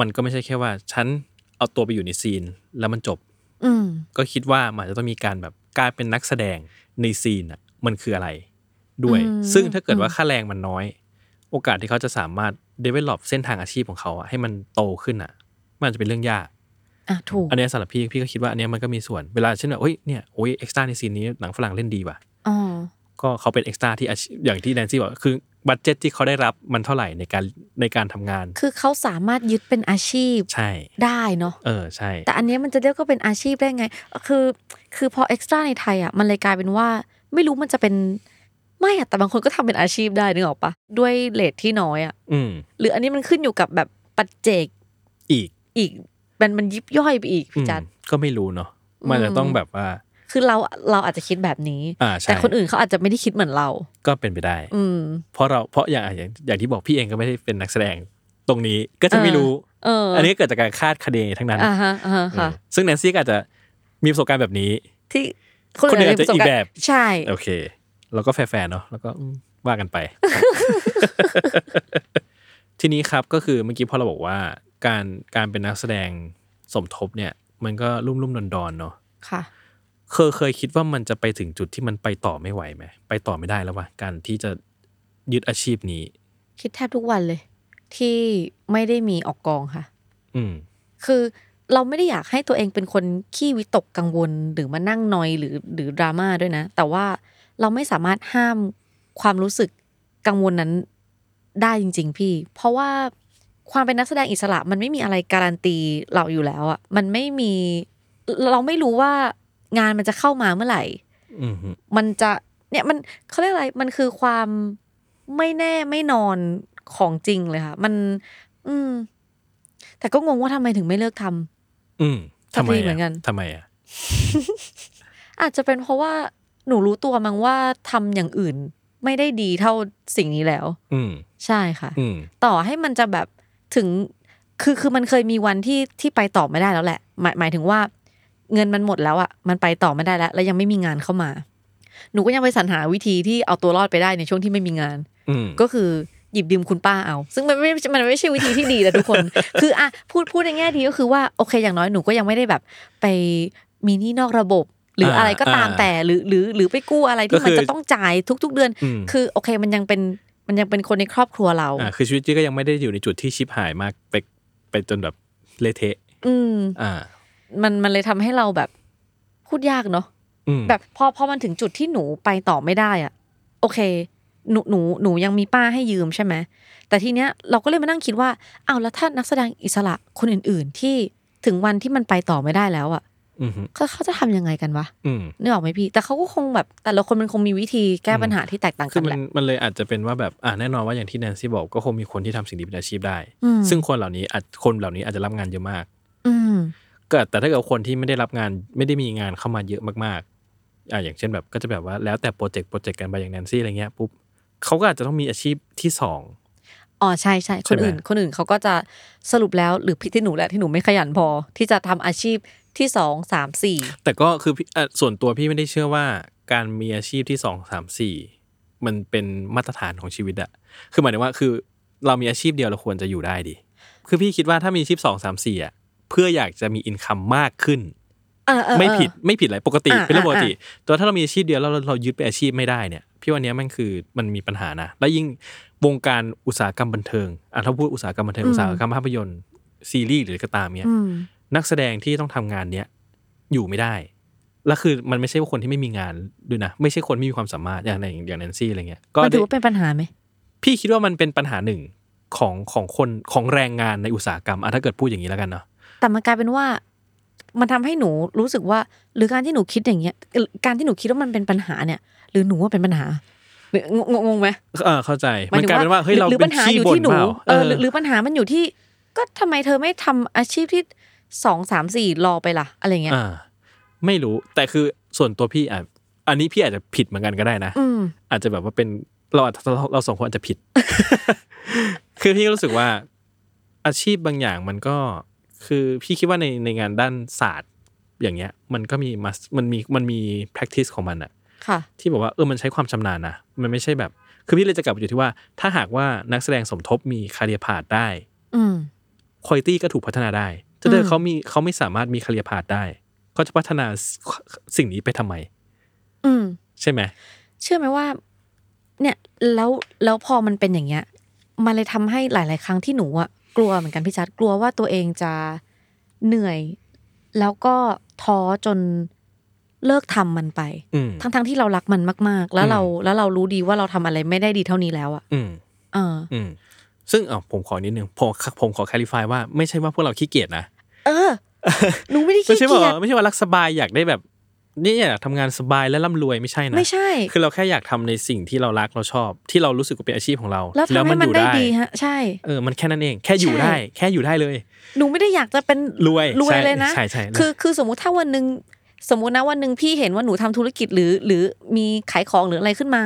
Speaker 1: มันก็ไม่ใช่แค่ว่าฉันเอาตัวไปอยู่ในซีน แล้วมันจบ
Speaker 2: อืม
Speaker 1: ก็คิดว่ามันอาจจะต้องมีการแบบการเป็นนักแสดงในซีนอ่ะมันคืออะไรด้วย
Speaker 2: อืม
Speaker 1: ซึ่งถ้าเกิดว่าค่าแรงมันน้อย โอกาสที่เขาจะสามารถ develop เส้นทางอาชีพของเขาอะให้มันโตขึ้นอ่ะ มันอาจจะเป็นเรื่องยาก
Speaker 2: อ่ะถูก
Speaker 1: อันเนี้ยสำหรับพี่พี่ก็คิดว่าอันเนี้ยมันก็มีส่วนเวลาเช่นแบบเฮ้ยเนี่ยโอ้ยเอ็กซ์ตร้าในซีนนี้หนังฝรั่งเล่นดีว่ะ
Speaker 2: อ๋อ
Speaker 1: ก็เขาเป็นเอ็กซ์ตร้าที่อาชีพอย่างที่แนนซี่บอกคือบัตเจ็ตที่เขาได้รับมันเท่าไหร่ในการในการทำงาน
Speaker 2: คือเขาสามารถยึดเป็นอาชีพ
Speaker 1: ใช่
Speaker 2: ได้เนาะ
Speaker 1: เออใช่
Speaker 2: แต่อันเนี้ยมันจะเรียกก็เป็นอาชีพได้ไง คือ คือพอเอ็กซ์ตร้าในไทยอ่ะมันเลยกลายเป็นว่า ไม่รู้มันจะเป็นไม่อะแต่บางคนก็ทำเป็นอาชีพได้นึกออกปะด้วยเลทที่น้อยอ่ะ
Speaker 1: อืม
Speaker 2: หรืออันนี้มันขึ้นอยู่กับแบบปัจเจก
Speaker 1: อีก
Speaker 2: อีกมันมันยิบย่อยไปอีก
Speaker 1: อื
Speaker 2: พี่
Speaker 1: ม
Speaker 2: จัด
Speaker 1: ก็ไม่รู้เนาะมันจะต้องแบบว่า
Speaker 2: คือเราเราอาจจะคิดแบบนี้
Speaker 1: อ่าใช่
Speaker 2: แต่คนอื่นเขาอาจจะไม่ได้คิดเหมือนเรา
Speaker 1: ก็เป็นไปได้
Speaker 2: อืม
Speaker 1: เพราะเราเพราะอย่างอย่างอย่างที่บอกพี่เองก็ไม่ได้เป็นนักแสดงตรงนี้ก็จะไม่รู้
Speaker 2: เอออั
Speaker 1: นนี้เกิดจากการคาดคะเนทั้งนั้น
Speaker 2: อ่าฮะอ่าฮะค่ะ
Speaker 1: เออซึ่งแนนซี่ก็อาจจะมีประสบการณ์แบบนี้
Speaker 2: ที่
Speaker 1: คนอื่นอาจจะอี
Speaker 2: มีปรส
Speaker 1: ก
Speaker 2: รณ์
Speaker 1: แบบ
Speaker 2: ใช่
Speaker 1: โอเค แล้วก็แฟร์ๆเนาะแล้วก็อืมว่ากันไป [LAUGHS] ทีนี้ครับก็คือเมื่อกี้พอเราบอกว่า การการเป็นนักแสดงสมทบเนี่ย มันก็รุ่มรุ่มดอนดอนๆเนาะ
Speaker 2: ค่ะ
Speaker 1: เคยเคยคิดว่ามันจะไปถึงจุดที่มันไปต่อไม่ไหวไหมไปต่อไม่ได้แล้วว่ะการที่จะยึดอาชีพนี้
Speaker 2: คิดแทบทุกวันเลย ที่ไม่ได้มีออกกองค่ะ
Speaker 1: อืม
Speaker 2: คือเราไม่ได้อยากให้ตัวเองเป็นคนขี้วิตกกังวลหรือมานั่งนอยหรือหรือดราม่าด้วยนะ แต่ว่าเราไม่สามารถห้ามความรู้สึกกังวลนั้นได้จริง ๆ พี่ เพราะว่าความเป็นนักแสดงอิสระมันไม่มีอะไรการันตีเราอยู่แล้วอะมันไม่มีเราไม่รู้ว่างานมันจะเข้ามาเมื่อไหร่
Speaker 1: อืมฮึ
Speaker 2: มันจะเนี่ยมันเขาเรียกอะไรมันคือความไม่แน่ไม่นอนของจริงเลยค่ะ มัน อืม แต่ก็งงว่าทำไมถึงไม่เลิกทำ
Speaker 1: อืม
Speaker 2: ทั
Speaker 1: ทำ
Speaker 2: น
Speaker 1: ไม
Speaker 2: ที
Speaker 1: อะ
Speaker 2: เหมือนกัน
Speaker 1: ทำไมอ่ะ
Speaker 2: อาจจะเป็นเพราะว่าหนูรู้ตัวมั้งว่าทำอย่างอื่น ไม่ได้ดีเท่าสิ่งนี้แล้ว
Speaker 1: อืม
Speaker 2: ใช่ค่ะ
Speaker 1: อืม
Speaker 2: ต่อให้มันจะแบบถึงคือคือมันเคยมีวันที่ที่ไปต่อไม่ได้แล้วแหละ หมายหมายถึงว่า เงินมันหมดแล้วอ่ะมันไปต่อไม่ได้แล้ว แล้วยังไม่มีงานเข้ามา หนูก็ยังไปสรรหาวิธีที่เอาตัวรอดไปได้ในช่วงที่ไม่มีงาน
Speaker 1: อืม
Speaker 2: ก็คือหยิบยืมคุณป้าเอา ซึ่งมันไม่มันไม่ใช่วิธีที่ดีนะทุกคน [LAUGHS] คืออ่ะพูดพูดในแง่ดีก็คือว่าโอเคอย่างน้อยหนูก็ยังไม่ได้แบบไปมีหนี้นอกระบบ หรืออะไรก็ตาม
Speaker 1: อ่า
Speaker 2: แต่หรือหรือหรือไปกู้อะไรที่
Speaker 1: ก็คือ
Speaker 2: มันจะต้องจ่ายทุก ๆ เดือน
Speaker 1: อืม
Speaker 2: คือโอเคมันยังเป็นมันยังเป็นคนในครอบครัวเรา
Speaker 1: อ่าคือชีวิตจีก็ยังไม่ได้อยู่ในจุดที่ชิบหายมากไปไปจนแบบเละเทะ
Speaker 2: อืม
Speaker 1: อ่า
Speaker 2: มันมันเลยทำให้เราแบบพูดยากเนาะ
Speaker 1: อืม
Speaker 2: แบบพอพอมันถึงจุดที่หนูไปต่อไม่ได้อะโอเค หนูหนูหนูยังมีป้าให้ยืมใช่ไหมแต่ทีเนี้ยเราก็เลยมานั่งคิดว่าเอาวแล้วถ้านักแสดงอิสระคนอื่น ๆ ที่ถึงวันที่มันไปต่อไม่ได้แล้วอ่ะ
Speaker 1: อืมฮึ
Speaker 2: เขาเขาจะทำยังไงกันวะ
Speaker 1: อืม
Speaker 2: นึกออกไหมพี่ แต่เขาก็คงแบบแต่ละคนมันคงมีวิธีแก้ปัญหาที่แตกต่าง
Speaker 1: คื
Speaker 2: กั
Speaker 1: อนมั
Speaker 2: แห
Speaker 1: น
Speaker 2: ละ
Speaker 1: มันเลยอาจจะเป็นว่าแบบอ่าแน่นอนว่าอย่างที่แนนซี่บอกก็คงมีคนที่ทำสิ่งนี้เป็นอาชีพได้
Speaker 2: อืม
Speaker 1: ซึ่งคนเหล่านี้อาจคนเหล่านี้อาจจะรับงานเยอะมาก
Speaker 2: อืม
Speaker 1: ก็แต่ถ้าเกิดคนที่ไม่ได้รับงานไม่ได้มีงานเข้ามาเยอะมากๆอ่าอย่างเช่นแบบก็จะแบบว่าแล้วแต่โปรเจกต์โปรเจกต์กันไปอย่างแนนซี่อะไรเงี้ยปุ๊บเขาก็อาจจะต้องมีอาชีพที่สอง
Speaker 2: อ๋อใช่ใช่
Speaker 1: ใช่
Speaker 2: คน
Speaker 1: ไหม
Speaker 2: อื่นคนอื่นเขาก็จะสรุปแล้วหรือผิดที่หนูแหละที่หนูไม่ขยันพอ ที่จะทำอาชีพที่สองสามสี่
Speaker 1: แต่ก็คือพี่เอ่อส่วนตัวพี่ไม่ได้เชื่อว่าการมีอาชีพที่สองสามสี่มันเป็นมาตรฐานของชีวิตอะคือหมายถึงว่าคือเรามีอาชีพเดียวเราควรจะอยู่ได้ดิคือพี่คิดว่าถ้ามีอาชีพสองสามสี่อะเพื่ออยากจะมีอินคัมมากขึ้น
Speaker 2: เออเออเออ
Speaker 1: ไม่ผิดไม่ผิดอะไรปกติ
Speaker 2: อ่า
Speaker 1: เป็นเรื่องปกติ
Speaker 2: อ่
Speaker 1: แต่ว่าถ้าเรามีอาชีพเดียวแล้วเราเรายึดเป็นอาชีพไม่ได้เนี่ย พี่ว่าเนี้ยมันคือมันมีปัญหานะ แล้วยิ่งวงการอุตสาหกรรมบันเทิงอ่ะถ้าพูดอุตสาหกรรมบันเทิงอุตสาหกรรมภาพยนตร์ซีรีส์หรืออะไรก็ตามเนี่ย
Speaker 2: อืม
Speaker 1: นักแสดงที่ต้องทำงานเนี้ยอยู่ไม่ได้ แล้วคือมันไม่ใช่ว่าคนที่ไม่มีงานด้วยนะ ไม่ใช่คนไม่มีความสามารถอย่างในอย่างแนนซี่อะไรเงี้ย ก็
Speaker 2: มันถือว่า
Speaker 1: ได้
Speaker 2: เป็นปัญหาไหม
Speaker 1: พี่คิดว่ามันเป็นปัญหาหนึ่งของของคนของแรงงานในอุตสาหกรรมอ่ะถ้าเกิดพูดอย่างนี้แล้วกันเนาะ
Speaker 2: แต่มันกลายเป็นว่า มันทำให้หนูรู้สึกว่า หรือการที่หนูคิดอย่างเงี้ย การที่หนูคิดว่ามันเป็นปัญหาเนี่ย หรือหนูว่าเป็นปัญหาหรืองงงงไหม
Speaker 1: เออเข้าใจ
Speaker 2: ห
Speaker 1: มัน
Speaker 2: ถึง
Speaker 1: กลายเป็นว่าเฮ้ยเรา
Speaker 2: หรือ
Speaker 1: เป็
Speaker 2: ปั
Speaker 1: น
Speaker 2: ญหา
Speaker 1: ขี้
Speaker 2: อยู่
Speaker 1: บ่น
Speaker 2: ที่หนู
Speaker 1: เปล่า
Speaker 2: เออหรือหรือปัญหามันอยู่ที่ ก็ทำไมเธอไม่ทำอาชีพที่สองสามสี่รอไปล่ะ อะไรเงี้ย
Speaker 1: อ่าไม่รู้แต่คือส่วนตัวพี่อ่ะอันนี้พี่อาจจะผิดเหมือนกันก็ได้นะ
Speaker 2: อืม
Speaker 1: อาจจะแบบว่าเป็นเราอาจจะเราเราสองคนอาจ
Speaker 2: [LAUGHS]
Speaker 1: จะผิด คือพี่ก็รู้สึกว่าอาชีพบางอย่างมันก็คือพี่คิดว่าในในงานด้านศาสตร์อย่างเงี้ย มันก็มี must มันมีมันมี practice ของมันอะ
Speaker 2: ค่ะ
Speaker 1: ที่บอกว่าเออมันใช้ความชำนาญนะมันไม่ใช่แบบ คือพี่เลยจะกลับไปอยู่ที่ว่า ถ้าหากว่านักแสดงสมทบมีคาเรียพาดได้
Speaker 2: อืม
Speaker 1: คุณตี้ก็ถูกพัฒนาได้ถ้าเกิด
Speaker 2: อืม
Speaker 1: เขามีเขาไม่สามารถมีคาเรียพาดได้เขาจะพัฒนาสิ่งนี้ไปทำไม
Speaker 2: อืม
Speaker 1: ใช่ไหม
Speaker 2: เชื่อไหมว่า เนี่ยแล้วแล้วพอมันเป็นอย่างเงี้ย มันเลยทำให้หลาย ๆ ครั้งที่หนูอะกลัวเหมือนกันพี่จัดกลัวว่าตัวเองจะเหนื่อย แล้วก็ท้อจนเลิกทำมันไป
Speaker 1: อืม
Speaker 2: ทั้งๆที่เรารักมันมาก ๆ แล้วเรา
Speaker 1: อืม
Speaker 2: แล้วเรารู้ดีว่าเราทำอะไรไม่ได้ดีเท่านี้แล้วอะ
Speaker 1: อืม
Speaker 2: เออ
Speaker 1: อืมซึ่งเออผมขอนิดนึงผมผมขอแคลิฟายว่าไม่ใช่ว่าพวกเราขี้เกียจนะ
Speaker 2: เออหนูไม่ได้
Speaker 1: ไม่
Speaker 2: ขี้
Speaker 1: ใช่ว่า
Speaker 2: เกียจ
Speaker 1: ไม่ใช่ว่ารักสบายอยากได้แบบนี่อยากทำงานสบายและร่ำรวยไม่ใช่นะ
Speaker 2: ไม่ใช่
Speaker 1: คือเราแค่อยากทำในสิ่งที่เรารักเราชอบ ที่เรารู้สึกว่าเป็นอาชีพของเรา
Speaker 2: แล้วทำให้มันได้ดีฮะ ใช่
Speaker 1: เออมันแค่นั้นเอง แค่อยู่
Speaker 2: ใช่
Speaker 1: ได้ แค่อยู่ได้เลย
Speaker 2: หนูไม่ได้อยากจะเป็น
Speaker 1: รวย
Speaker 2: รวย
Speaker 1: ใช่
Speaker 2: เลยนะ
Speaker 1: ใช่ใช่
Speaker 2: คือคือสมมุติถ้าวันหนึ่งสมมุตินะวันหนึ่งพี่เห็นว่าหนูทำธุรกิจหรือ หรือมีขายของหรืออะไรขึ้นมา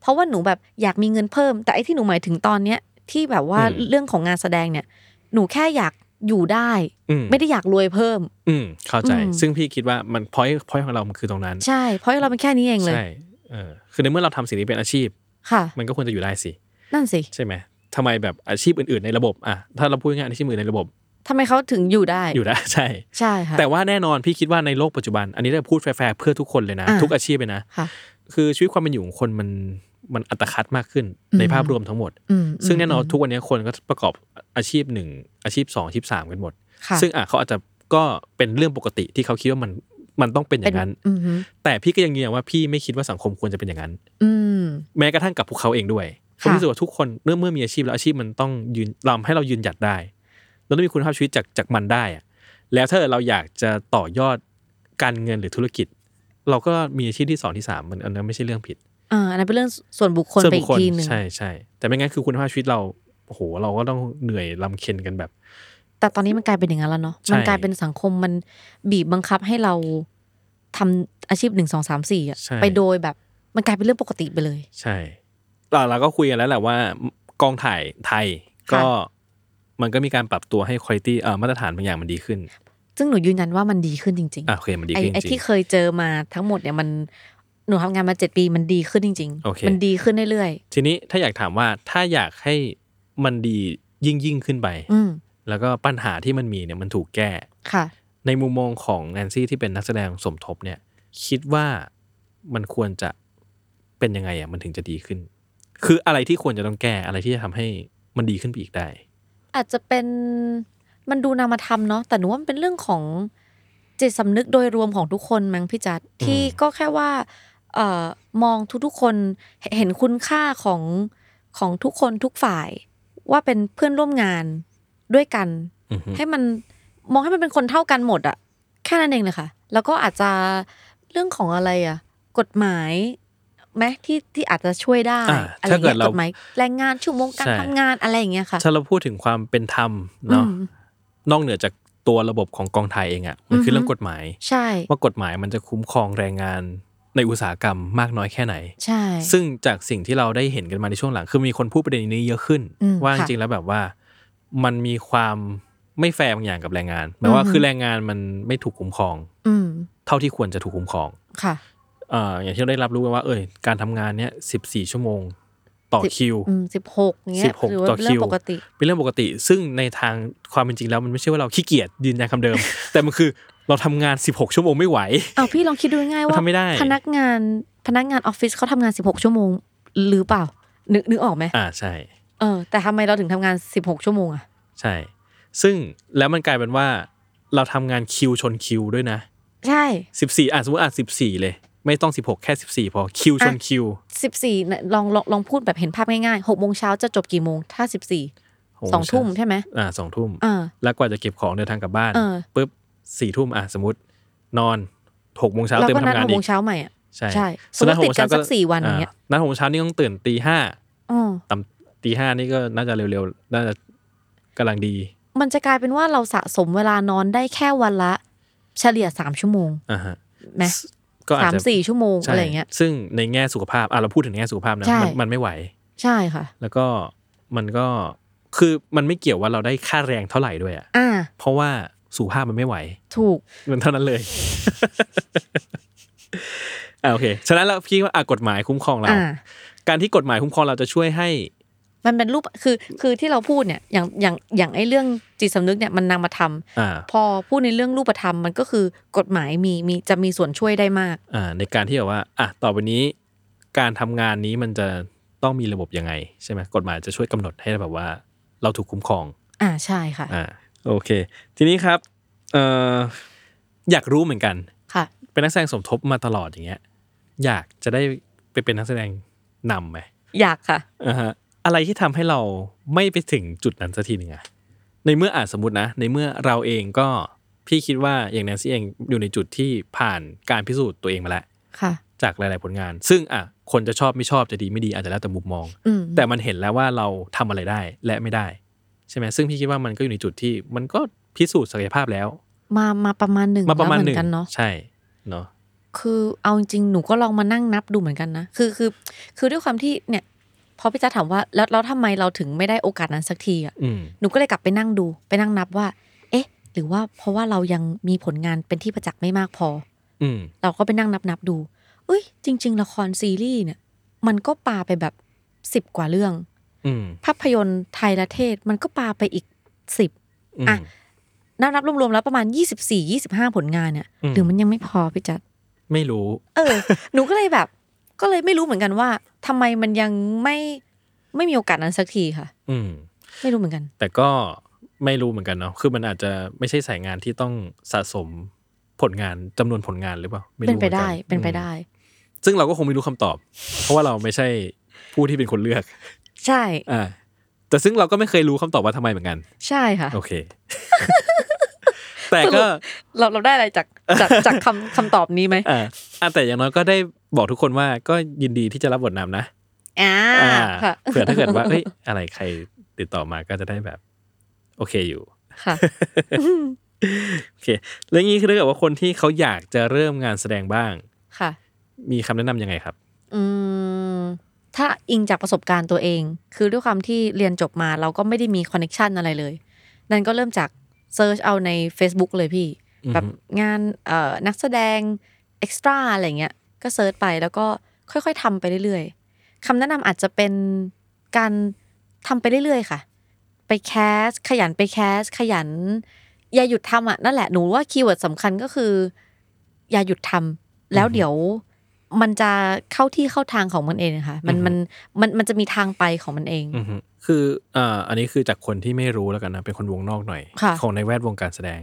Speaker 2: เพราะว่าหนูแบบอยากมีเงินเพิ่ม แต่ไอ้ที่หนูหมายถึงตอนเนี้ยที่แบบว่า
Speaker 1: อืม
Speaker 2: เรื่องของงานแสดงเนี่ย หนูแค่อยากอยู่ได้
Speaker 1: อืม
Speaker 2: ไม่ได้อยากรวยเพิ่ม
Speaker 1: อืมเข้าใจ
Speaker 2: อืม
Speaker 1: ซึ่งพี่คิดว่ามันพอยพอยของเรามันคือตรงนั้น
Speaker 2: ใช่ เพราะเราเป็นแค่นี้เองเลย
Speaker 1: ใช่เออคือในเมื่อเราทำสิ่งนี้เป็นอาชีพ
Speaker 2: ค่ะ
Speaker 1: มันก็ควรจะอยู่ได้สิ
Speaker 2: นั่นสิ
Speaker 1: ใช่ไหมทำไมแบบอาชีพอื่นๆในระบบอ่ะถ้าเราพูดง่ายๆอาชีพอื่นในระบบ
Speaker 2: ทำไมเขาถึงอยู่ได้
Speaker 1: อยู่ได้ [LAUGHS] ใช่
Speaker 2: ใช่ค่ะ
Speaker 1: แต่ว่าแน่นอนพี่คิดว่าในโลกปัจจุบัน อันนี้ได้พูดแฟร์ๆเพื่อทุกคนเลยนะ
Speaker 2: อ่า
Speaker 1: ทุกอาชีพเลยนะ
Speaker 2: ค่ะ
Speaker 1: คือชีวิตความเป็นอยู่ของคนมันมันอัตคัดมากขึ้นในภาพรวมทั้งหมด
Speaker 2: อืม
Speaker 1: ซึ่งแน่นอน
Speaker 2: ม
Speaker 1: ทุกวันนี้คนก็ประกอบอาชีพหนึ่งอาชีพสองอาชีพสามกันหมด
Speaker 2: ค่ะ
Speaker 1: ซึ่งอ่ะเขาอาจจะก็เป็นเรื่องปกติที่เขาคิดว่ามันมันต้องเป็นอย่างนั้น
Speaker 2: อืมฮึ
Speaker 1: แต่พี่ก็ยังยืนยันว่าพี่ไม่คิดว่าสังคมควรจะเป็นอย่างนั้น
Speaker 2: อืม
Speaker 1: แม้กระทั่งกับพวกเขาเองด้วยผ
Speaker 2: ค่ะ
Speaker 1: มรู้สึกว่าทุกคนเมื่อเมื่อมีอาชีพแล้วอาชีพมันต้องยืนเราให้เรายืนหยัดได้ เราต้องมีคุณภาพชีวิตจากจากมันได้อะแล้วถ้าเราอยากจะต่อยอดการเงินหรือธุรกิจ เราก็มีอาชีพที่สองที่สามมันอันนั้นไม่ใช่เรื่องผิด
Speaker 2: อ่าอันนั้นเป็นเรื่องส่วนบุคคล
Speaker 1: ส่วน
Speaker 2: ไป
Speaker 1: บุ
Speaker 2: อี
Speaker 1: ค
Speaker 2: ก
Speaker 1: คล
Speaker 2: ทีหนึ่ง
Speaker 1: ใช่ใช่แต่ไม่งั้นคือคุณภาพชีวิตเราโอ้โหเราก็ต้องเหนื่อยลำเค็นกันแบบ
Speaker 2: แต่ตอนนี้มันกลายเป็นอย่างนั้นแล้วเนาะ
Speaker 1: ใช่
Speaker 2: มันกลายเป็นสังคมมันบีบบังคับให้เราทำอาชีพหนึ่งสองสามสี่อะ
Speaker 1: ใช่
Speaker 2: ไปโดยแบบ มันกลายเป็นเรื่องปกติไปเลย
Speaker 1: ใช่ เราเราก็คุยกันแล้วแหละว่ากองถ่ายไทยก็
Speaker 2: ค่
Speaker 1: มันก็มีการปรับตัวให้คุณภาพเอ่อมาตรฐานบางอย่างมันดีขึ้น
Speaker 2: ซึ่งหนูยืนยันว่ามันดีขึ้นจริง
Speaker 1: อ่ะโอเคมันดี
Speaker 2: ไอ้
Speaker 1: ขึ้น
Speaker 2: ไอ้
Speaker 1: จริ
Speaker 2: ที่
Speaker 1: ง
Speaker 2: เคยเจอมาทั้งหมดเนี่ยมันหนูทำงานมาเจ็ดปีมันดีขึ้นจริง
Speaker 1: โอเค
Speaker 2: มันดีขึ้นเรื่อย
Speaker 1: ทีนี้ถ้าอยากถามว่าถ้าอยากให้มันดียิ่งยิ่งขึ้นไป
Speaker 2: ๆอืม
Speaker 1: แล้วก็ปัญหาที่มันมีเนี่ยมันถูกแก้
Speaker 2: ค่ะ
Speaker 1: ในมุมมองของแนนซี่ที่เป็นนักแสดงสมทบเนี่ย คิดว่ามันควรจะเป็นยังไงอ่ะมันถึงจะดีขึ้น คืออะไรที่ควรจะต้องแก้อะไรที่จะทำให้มันดีขึ้นไปอีกได้
Speaker 2: อาจจะเป็นมันดูนามธรรมเนาะแต่หนูว่ามันเป็นเรื่องของจิตสำนึกโดยรวมของทุกคนมั้งพี่จัดที่ก็แค่ว่าเอ่อมองทุกๆคนเหเห็นคุณค่าของของทุกคนทุกฝ่าย ว่าเป็นเพื่อนร่วมงานด้วยกัน
Speaker 1: อือฮึ
Speaker 2: ให้มันมองให้มันเป็นคนเท่ากันหมดอะแค่นั้นเองเลยค่ะ แล้วก็อาจจะเรื่องของอะไรอะกฎหมายไหมที่ที่อาจจะช่วยได้
Speaker 1: อ่า
Speaker 2: อะไร
Speaker 1: ถ้าเกิด
Speaker 2: เงี้ย
Speaker 1: เรา
Speaker 2: กฎหมายแรงงานชั่วโมงการ
Speaker 1: ใช่
Speaker 2: ทำงานอะไรอย่างเงี้ยค่ะ
Speaker 1: ถ้าเราพูดถึงความเป็นธรรมเนาะ
Speaker 2: อืม
Speaker 1: นอกเหนือจากตัวระบบของกองไทยเองอะ่ะมันคือ
Speaker 2: อฮึ
Speaker 1: เรื่องกฎหมาย
Speaker 2: ใช่
Speaker 1: ว่ากฎหมายมันจะคุ้มครองแรงงานในอุตสาหกรรมมากน้อยแค่ไหน
Speaker 2: ใช่
Speaker 1: ซึ่งจากสิ่งที่เราได้เห็นกันมาในช่วงหลัง คือมีคนพูดประเด็นนี้เยอะขึ้น
Speaker 2: อืม
Speaker 1: ว่าจ
Speaker 2: ค่ะ
Speaker 1: ริงๆแล้วแบบว่า มันมีความไม่แฟร์บางอย่างกับแรงงานหมายว่า
Speaker 2: อือฮึ
Speaker 1: คือแรงงานมันไม่ถูกคุ้มครอง
Speaker 2: อืม
Speaker 1: เท่าที่ควรจะถูกคุ้มครอง
Speaker 2: ค่ะ
Speaker 1: เอ่ออย่างที่เราได้รับรู้กันว่า เอยการทำงานเนี้ยสิบสี่ชั่วโมงต่อ
Speaker 2: สิบ
Speaker 1: คิว
Speaker 2: อืมสิบหกเงี้ย
Speaker 1: 16
Speaker 2: หรืว่า
Speaker 1: ต่อ
Speaker 2: เป็นเรื่
Speaker 1: คิ
Speaker 2: อง
Speaker 1: ว
Speaker 2: ปกติ
Speaker 1: เป็นเรื่องปกติ ซึ่งในทางความเป็นจริงแล้วมันไม่ใช่ว่าเราขี้เกียจยืนยันคำเดิม แต่มันคือเราทำงาน 16 ชั่วโมงไม่ไหว
Speaker 2: เอาพี่ลองคิดดูง่ายๆว่า
Speaker 1: ทำไม่ได้
Speaker 2: พนักงานพนักงานออฟฟิศเขาทำงานสิบหกชั่วโมง หรือเปล่า นึกนึกออกไหม
Speaker 1: อ่าใช่
Speaker 2: เออแต่ทำไมเราถึงทำงานสิบหกชั่วโมงอะ
Speaker 1: ใช่ ซึ่งแล้วมันกลายเป็นว่า เราทำงานคิวชนคิวด้วยนะ
Speaker 2: ใช่
Speaker 1: สิบสี่อ่ะสมมติอ่ะสิบสี่เลย ไม่ต้องสิบหกแค่สิบสี่พอคิวชนคิว
Speaker 2: สิบสี่ะลองลองลองพูดแบบเห็นภาพง่ายๆหกโมงเช้าจะจบกี่โมง ถ้าสิบสี่
Speaker 1: โอ้โห
Speaker 2: สองทุ่มใช่ไหม
Speaker 1: อ่ะสองทุ่ม
Speaker 2: อ่า
Speaker 1: แล้วกว่าจะเก็บของเดินทางกลับบ้าน
Speaker 2: เออ
Speaker 1: ปุ๊บสี่ทุ่มอ่ะสมมตินอนหกโมงเช้า
Speaker 2: เรา
Speaker 1: เตรีย
Speaker 2: ก็
Speaker 1: ม
Speaker 2: นัด
Speaker 1: ทำงา
Speaker 2: ห
Speaker 1: น
Speaker 2: ก
Speaker 1: อี
Speaker 2: โม
Speaker 1: ก
Speaker 2: งเช้าใหม่อ่ะ
Speaker 1: ใช่
Speaker 2: ใช่
Speaker 1: ซึ่งนัด
Speaker 2: ส
Speaker 1: หก
Speaker 2: ม
Speaker 1: โม
Speaker 2: มุ
Speaker 1: ง
Speaker 2: ติ
Speaker 1: เช้า
Speaker 2: ติดกันสักสี่วันอย่างเงี้ย
Speaker 1: อ่ะนัดหกโมงเช้านี่ต้องตื่นตีห้า
Speaker 2: อ๋อ
Speaker 1: ต่ำตีห้านี่ก็น่าจะเร็วๆน่าจะกำลังดี
Speaker 2: มันจะกลายเป็นว่าเราสะสมเวลานอนได้แค่วันละ เฉลี่ยสามชั่วโมง
Speaker 1: อ่ะฮะ
Speaker 2: ไหม
Speaker 1: ก็อาจ
Speaker 2: สาม
Speaker 1: จะ
Speaker 2: สี่ชั่วโมง
Speaker 1: ใช่
Speaker 2: อะไรอย่างเงี้ย
Speaker 1: ซึ่งในแง่สุขภาพอ่ะเราพูดถึงในแง่สุขภาพนะ
Speaker 2: ใช่
Speaker 1: มันมันไม่ไหว
Speaker 2: ใช่ค่ะ
Speaker 1: แล้วก็มันก็คือมันไม่เกี่ยวว่าเราได้ค่าแรงเท่าไหร่ด้วยอ่ะ
Speaker 2: อ่า
Speaker 1: เพราะว่าสุขภาพมันไม่ไหว
Speaker 2: ถูก
Speaker 1: มันเท่านั้นเลย [LAUGHS] อ่าโอเค ฉะนั้นแล้วพี่ว่าอ่ะกฎหมายคุ้มครองเรา
Speaker 2: อ่า
Speaker 1: การที่กฎหมายคุ้มครองเราจะช่วยให้
Speaker 2: มันเป็นรูป คือ คือที่เราพูดเนี่ย อย่าง อย่าง อย่างไอ้เรื่องจิตสำนึกเนี่ย มันนำมาท
Speaker 1: อ่า
Speaker 2: ำพอพูดในเรื่องรูปธรรม มันก็คือกฎหมายมี มี จะมีส่วนช่วยได้มาก
Speaker 1: อ่า ในการที่แบบว่า อ่ะต่อไปนี้ การทำงานนี้มันจะต้องมีระบบยังไง ใช่ไหมกฎหมายจะช่วยกำหนดให้แบบว่า เราถูกคุ้มครอง
Speaker 2: อ่า ใช่ค่ะ
Speaker 1: อ่า โอเค ทีนี้ครับ เอ่ออยากรู้เหมือนกัน
Speaker 2: ค่ะ
Speaker 1: เป็นนักแสดงสมทบมาตลอดอย่างเงี้ย อยากจะได้ไปเป็นนักแสดงนำไหม
Speaker 2: อยากค่ะ
Speaker 1: อ่าฮะอะไรที่ทำให้เราไม่ไปถึงจุดนั้นสักทีหนึ่งอะในเมื่ออาจสมมตินะ ในเมื่อเราเองก็พี่คิดว่าอย่างแนนซี่เองอยู่ในจุดที่ผ่านการพิสูจน์ตัวเองมาแล้ว
Speaker 2: ค่ะ
Speaker 1: จากหลาย ๆ ผลงาน ซึ่งอ่ะคนจะชอบไม่ชอบจะดีไม่ดีอาจจะแล้วแต่มุมมอง
Speaker 2: อืม
Speaker 1: แต่มันเห็นแล้วว่าเราทำอะไรได้และไม่ได้ ใช่ไหมซึ่งพี่คิดว่ามันก็อยู่ในจุดที่มันก็พิสูจน์ศักยภาพแล้ว
Speaker 2: มา มาประมาณหนึ่ง
Speaker 1: มาประมาณ
Speaker 2: แล้
Speaker 1: ห
Speaker 2: วเห
Speaker 1: นึ่ง
Speaker 2: มือนกันเนาะ
Speaker 1: ใช่เนาะ
Speaker 2: คือเอาจริงๆหนูก็ลองมานั่งนับดูเหมือนกันนะ คือคือคือด้วยความที่เนี่ยพอพี่จ้าถามว่าแล้วแล้วทำไมเราถึงไม่ได้โอกาสนั้นสักทีอ่ะ
Speaker 1: อืม
Speaker 2: หนูก็เลยกลับไปนั่งดูไปนั่งนับว่า เอ๊ะ หรือว่าเพราะว่าเรายังมีผลงานเป็นที่ประจักษ์ไม่มากพอ
Speaker 1: อืม
Speaker 2: เราก็ไปนั่งนับนับๆดูเอ้ยจริง ๆ ละครซีรีส์เนี่ยมันก็ปาไปแบบสิบกว่าเรื่อง
Speaker 1: อืม
Speaker 2: ภาพยนตร์ไทยและเทศมันก็ปาไปอีกสิบ
Speaker 1: อืม
Speaker 2: อ่ะ นับนับๆรวมๆแล้วประมาณ 24 25 ผลงานเนี่ย
Speaker 1: อืม
Speaker 2: หรือมันยังไม่พอพี่จัด
Speaker 1: ไม่รู้
Speaker 2: เออ หนูก็เลยแบบ ก็เลยไม่รู้เหมือนกันว่าทำไมมันยังไม่ไม่มีโอกาสนั้นสักทีค่ะ
Speaker 1: อืม
Speaker 2: ไม่รู้เหมือนกัน
Speaker 1: แต่ก็ไม่รู้เหมือนกันเนาะ คือมันอาจจะไม่ใช่สายงานที่ต้องสะสมผลงานจำนวนผลงานหรือเปล่าม่
Speaker 2: เป็น
Speaker 1: รู้ห
Speaker 2: ไป
Speaker 1: มือกั
Speaker 2: ได้เป็นไปได้
Speaker 1: อืมซึ่งเราก็คงไม่รู้คำตอบ เพราะว่าเราไม่ใช่ผู้ที่เป็นคนเลือก
Speaker 2: ใช่
Speaker 1: อ่า แต่ซึ่งเราก็ไม่เคยรู้คำตอบว่าทำไมเหมือนกัน
Speaker 2: ใช่ค่ะ
Speaker 1: โอเค [LAUGHS] แต่ก็
Speaker 2: เราเราได้อะไรจากจากจาก [LAUGHS] คำคำตอบนี้ไหม
Speaker 1: อ่าอ่ะแต่อย่างน้อยก็ได้บอกทุกคนว่าก็ยินดีที่จะรับบทนำนะ
Speaker 2: อ่า
Speaker 1: อ่า
Speaker 2: ค่ะ
Speaker 1: เผื่อถ้าเกิดว่าเอ้ยอะไรใครติดต่อมาก็จะได้แบบ โอเคอยู่
Speaker 2: ค่ะ
Speaker 1: โอเคแล้วงี้คือถ้าเกิดว่าคนที่เขาอยากจะเริ่มงานแสดงบ้าง
Speaker 2: ค่ะ
Speaker 1: มีคำแนะนำยังไงครับ
Speaker 2: อืม ถ้าอิงจากประสบการณ์ตัวเอง คือด้วยความที่เรียนจบมาเราก็ไม่ได้มีคอนเน็ชันอะไรเลย นั่นก็เริ่มจากเซิร์ชเอาใน Facebook เลยพี่
Speaker 1: อือฮึ
Speaker 2: แบบงานเอ่อนักแสดงเอ็กซ์ตร้าอะไรเงี้ย ก็เซิร์ชไปแล้วก็ค่อยๆทำไปเรื่อยๆคำแนะนำอาจจะเป็นการทำไปเรื่อยๆค่ะ ไปแคสขยันไปแคสขยัน อย่าหยุดทำอ่ะนั่นแหละหนูว่าคีย์เวิร์ดสำคัญก็คือ อย่าหยุดทำแล้วเดี๋ยวมันจะเข้าที่เข้าทางของมันเองนะคะมันมันมันมันจะมีทางไปของมันเอง
Speaker 1: อือฮึคืออ่าอันนี้คือจากคนที่ไม่รู้แล้วกันนะเป็นคนวงนอกหน่อย
Speaker 2: ค่ะ
Speaker 1: ของในแวดวงการแสดง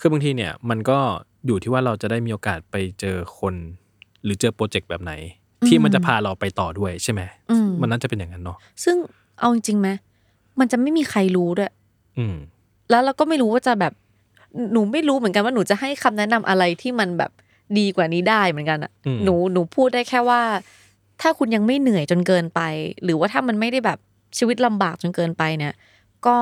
Speaker 1: คือบางทีเนี่ยมันก็อยู่ที่ว่าเราจะได้มีโอกาสไปเจอคน หรือเจอโปรเจกต์แบบไหน ที่มันจะพาเราไปต่อด้วยใช่ไหม
Speaker 2: อืม
Speaker 1: มันน่าจะเป็นอย่างนั้นเนาะ
Speaker 2: ซึ่งเอาจริงๆไหมมันจะไม่มีใครรู้ด้วย
Speaker 1: อืม
Speaker 2: แล้วเราก็ไม่รู้ว่าจะแบบหนูไม่รู้เหมือนกันว่าหนูจะให้คำแนะนำอะไรที่มันแบบดีกว่านี้ได้เหมือนกันอ่ะ
Speaker 1: อืม
Speaker 2: หนูหนูพูดได้แค่ว่า ถ้าคุณยังไม่เหนื่อยจนเกินไป หรือว่าถ้ามันไม่ได้แบบชีวิตลำบากจนเกินไปเนี่ย ก็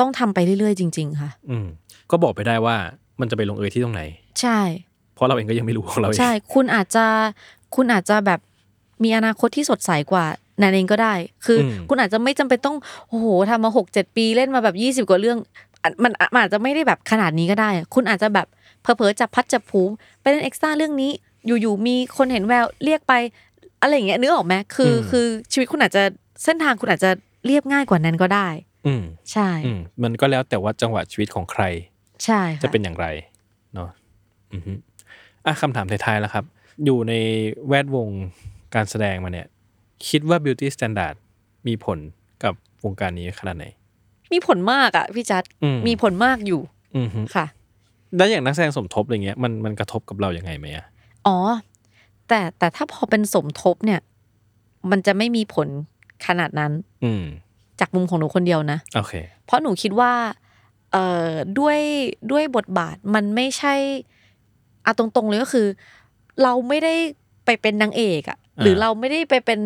Speaker 2: ต้องทำไปเรื่อยๆ จริง ๆ ค่ะ
Speaker 1: อืมก็บอกไปได้ว่ามันจะไปลงเอยที่ตรงไหน
Speaker 2: ใช่
Speaker 1: เพราะเราเองก็ยังไม่รู้ของเราเอง
Speaker 2: ใช่ คุณอาจจะคุณอาจจะแบบมีอนาคตที่สดใสกว่านันเองก็ได้ คืออคุณอาจจะไม่จำเป็นต้องโอ้โหทำมาหกเจ็ดปีเล่นมาแบบยี่สิบกว่าเรื่องอ่ะมันอ่ะมันอาจจะไม่ได้แบบขนาดนี้ก็ได้ คุณอาจจะแบบเผลอๆจับพัดจับผูไปเล่นเอ็กซ์ตร้าเรื่องนี้ อยู่ๆมีคนเห็นแววเรียกไปอะไรอย่างเงี้ยนึกออกไหมคืออคือชีวิตคุณอาจจะเส้นทางคุณอาจจะเรียบง่ายกว่านั้นก็ได้
Speaker 1: อืม
Speaker 2: ใช่
Speaker 1: อืมมันก็แล้วแต่ว่าจังหวะชีวิตของใคร
Speaker 2: ใช่
Speaker 1: [LAUGHS]
Speaker 2: ค่
Speaker 1: จะเป็นอย่างไรเนาะอือฮึอ่ะคำถามท้ายๆแล้วครับ อยู่ในแวดวงการแสดงมาเนี่ย คิดว่า beauty standard มีผลกับวงการนี้ขนาดไหน
Speaker 2: มีผลมากอ่ะพี่จัด
Speaker 1: อืม
Speaker 2: มีผลมากอยู่
Speaker 1: อือฮึ
Speaker 2: ค่ะ
Speaker 1: แล้วอย่างนักแสดงสมทบอะไรเงี้ยมันมันกระทบกับเราอย่างไงไหมอ่ะ
Speaker 2: อ๋อ แต่แต่ถ้าพอเป็นสมทบเนี่ย มันจะไม่มีผลขนาดนั้น
Speaker 1: อืม
Speaker 2: จากมุมของหนูคนเดียวนะ
Speaker 1: โอเค
Speaker 2: เพราะหนูคิดว่าเอ่อด้วยด้วยบทบาทมันไม่ใช่เอาตรงๆเลยก็คือ เราไม่ได้ไปเป็นนางเอกอะหรือเราไม่ได้ไปเป็น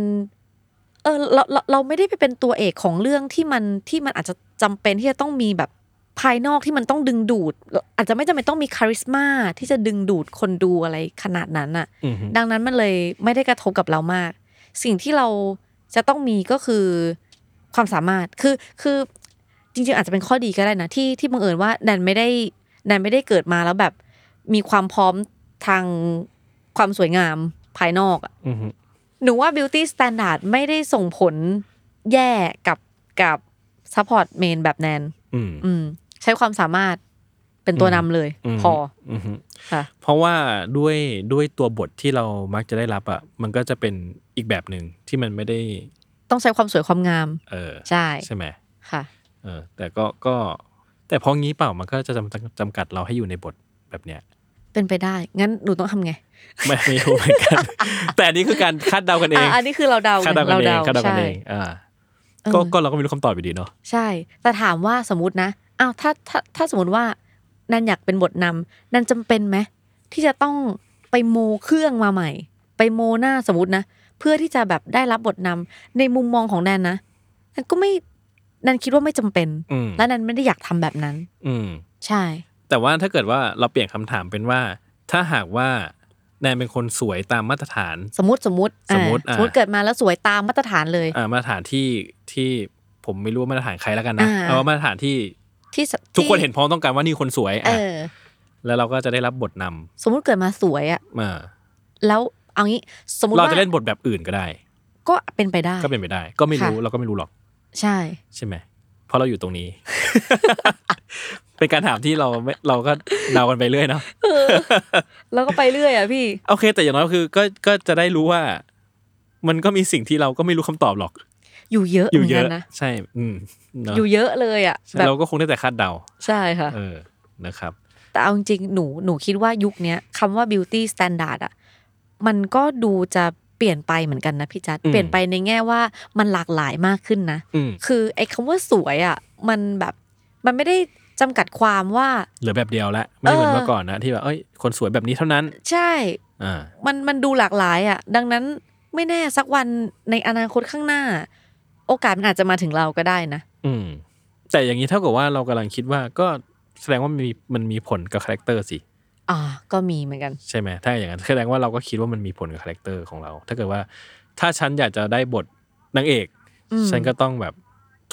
Speaker 2: เออเราเราเราไม่ได้ไปเป็นตัวเอกของเรื่องที่มันที่มันอาจจะจำเป็นที่จะต้องมีแบบภายนอกที่มันต้องดึงดูด อาจจะไม่จำเป็นต้องมีคาริสมาที่จะดึงดูดคนดูอะไรขนาดนั้นอะ
Speaker 1: อือฮึ
Speaker 2: ดังนั้นมันเลยไม่ได้กระทบกับเรามาก สิ่งที่เราจะต้องมีก็คือความสามารถคือคือจริงๆ อาจจะเป็นข้อดีก็ได้นะที่ที่บังเอิญว่าแดนไม่ได้แดนไม่ได้เกิดมาแล้วแบบ มีความพร้อมทางความสวยงามภายนอกอะ
Speaker 1: อือฮึ
Speaker 2: หนูว่า beauty standard ไม่ได้ส่งผลแย่กับกับ support main แบบแนน
Speaker 1: อืม
Speaker 2: อืม ใช้ความสามารถเป็นตัวนำเลย
Speaker 1: อืม
Speaker 2: พอ
Speaker 1: อือฮึ
Speaker 2: ค่ะ
Speaker 1: เพราะว่าด้วยด้วยตัวบทที่เรามักจะได้รับอ่ะมันก็จะเป็นอีกแบบหนึ่งที่มันไม่ได้
Speaker 2: ต้องใช้ความสวยความงาม
Speaker 1: เออ
Speaker 2: ใช่
Speaker 1: ใช่ไหม
Speaker 2: ค่ะ
Speaker 1: เออ แต่ก็ก็แต่พองี้เปล่ามันก็จะจำจำกัดเราให้อยู่ในบทแบบเนี้ย [LAUGHS]
Speaker 2: เป็นไปได้ งั้นหนูต้องทำไง
Speaker 1: ไม่ไม่รู้เหมือนกัน [LAUGHS] แต่อันนี้คือการคาดเดากันเอ
Speaker 2: อ่ะ
Speaker 1: ง
Speaker 2: อันนี้คือเราเดา
Speaker 1: คาดเดากันเองคาดเดากัน
Speaker 2: ใช่
Speaker 1: เองอ่า
Speaker 2: เออ
Speaker 1: ก็ก็เราก็ไม่รู้คำตอบอยู่ดีเนาะ
Speaker 2: ใช่ แต่ถามว่าสมมตินะ อ้าว ถ้า ถ้า ถ้าสมมติว่านันอยากเป็นบทนำนันจำเป็นไหมที่จะต้องไปโมเครื่องมาใหม่ ไปโมหน้าสมมตินะ เพื่อที่จะแบบได้รับบทนำในมุมมองของแนนนะนันก็ไม่ นันคิดว่าไม่จำเป็น
Speaker 1: อืม
Speaker 2: และนันไม่ได้อยากทำแบบนั้น
Speaker 1: อืม
Speaker 2: ใช่
Speaker 1: แต่ว่าถ้าเกิดว่าเราเปลี่ยนคำถามเป็นว่า ถ้าหากว่าแนนเป็นคนสวยตามมาตรฐาน
Speaker 2: สมมติ สมมติ
Speaker 1: สมมุติ
Speaker 2: อ่า
Speaker 1: อ่า
Speaker 2: สมมติเกิดมาแล้วสวยตามมาตรฐานเลย
Speaker 1: อ่ามาตรฐานที่ที่ผมไม่รู้ว่ามาตรฐานใครแล้วกันนะ
Speaker 2: อ่า
Speaker 1: เอาว่ามาตรฐานที่
Speaker 2: ที่ส
Speaker 1: ทุกคนเห็นพ้องต้องการว่านี่คนสวย
Speaker 2: เอ
Speaker 1: อ่ะ
Speaker 2: อ
Speaker 1: แล้วเราก็จะได้รับบทนำ
Speaker 2: สมมติเกิดมาสวยอะ
Speaker 1: มา
Speaker 2: แล้วเอางี้สมมติ
Speaker 1: เรา
Speaker 2: ว่า
Speaker 1: จะเล่นบทแบบอื่นก็ได้
Speaker 2: ก็เป็นไปได้
Speaker 1: ก็เป็นไปได้ ก็ไม่รู้
Speaker 2: ค่ะ
Speaker 1: เราก็ไม่รู้หรอก
Speaker 2: ใช่
Speaker 1: ใช่ไหมเพราะเราอยู่ตรงนี้ [LAUGHS] เป็นการถามที่เราไม่เราก็เดากันไปเรื่อยเนาะ
Speaker 2: แล้วก็ไปเรื่อยอ่ะพี่
Speaker 1: โอเค แต่อย่างน้อยคือก็ก็จะได้รู้ว่า มันก็มีสิ่งที่เราก็ไม่รู้คำตอบหรอก
Speaker 2: อยู่เยอะ
Speaker 1: อยู่
Speaker 2: เหมือ
Speaker 1: เย
Speaker 2: นกั
Speaker 1: อะ
Speaker 2: นนะ
Speaker 1: ใช่ อืมเนอะ
Speaker 2: อยู่เยอะเลยอ่ะ
Speaker 1: ใช่
Speaker 2: แบบ
Speaker 1: เราก็คงได้แต่คาดเดา
Speaker 2: ใช่ค่ะ
Speaker 1: เออนะครับ
Speaker 2: แต่เอาจริงๆหนูหนูคิดว่ายุคเนี้ยคำว่า beauty standard อ่ะมันก็ดูจะเปลี่ยนไปเหมือนกันนะพี่จัด
Speaker 1: อืม
Speaker 2: เปลี่ยนไปในแง่ว่ามันหลากหลายมากขึ้นนะ
Speaker 1: อืม
Speaker 2: คือไอ้คำว่าสวยอ่ะมันแบบมันไม่ได้จำกัดความว่า
Speaker 1: เหลือแบบเดียวละไม่ได้เหมือน
Speaker 2: เออ
Speaker 1: เมื่อก่อนนะที่แบบเอ้ยคนสวยแบบนี้เท่านั้น
Speaker 2: ใช่
Speaker 1: อ่า
Speaker 2: มันมันดูหลากหลายอ่ะ ดังนั้นไม่แน่สักวันในอนาคตข้างหน้า โอกาสมันอาจจะมาถึงเราก็ได้นะ
Speaker 1: อืม แต่อย่างนี้เท่ากับว่าเรากำลังคิดว่าก็แสดงว่ามันมีมันมีผลกับคาแรคเตอร์สิ
Speaker 2: อ่า ก็มีเหมือนกัน
Speaker 1: ใช่ไหมถ้าอย่างนั้นแสดงว่าเราก็คิดว่ามันมีผลกับคาแรคเตอร์ของเรา ถ้าเกิดว่า ถ้าฉันอยากจะได้บท นางเอก
Speaker 2: อืม
Speaker 1: ฉันก็ต้องแบบ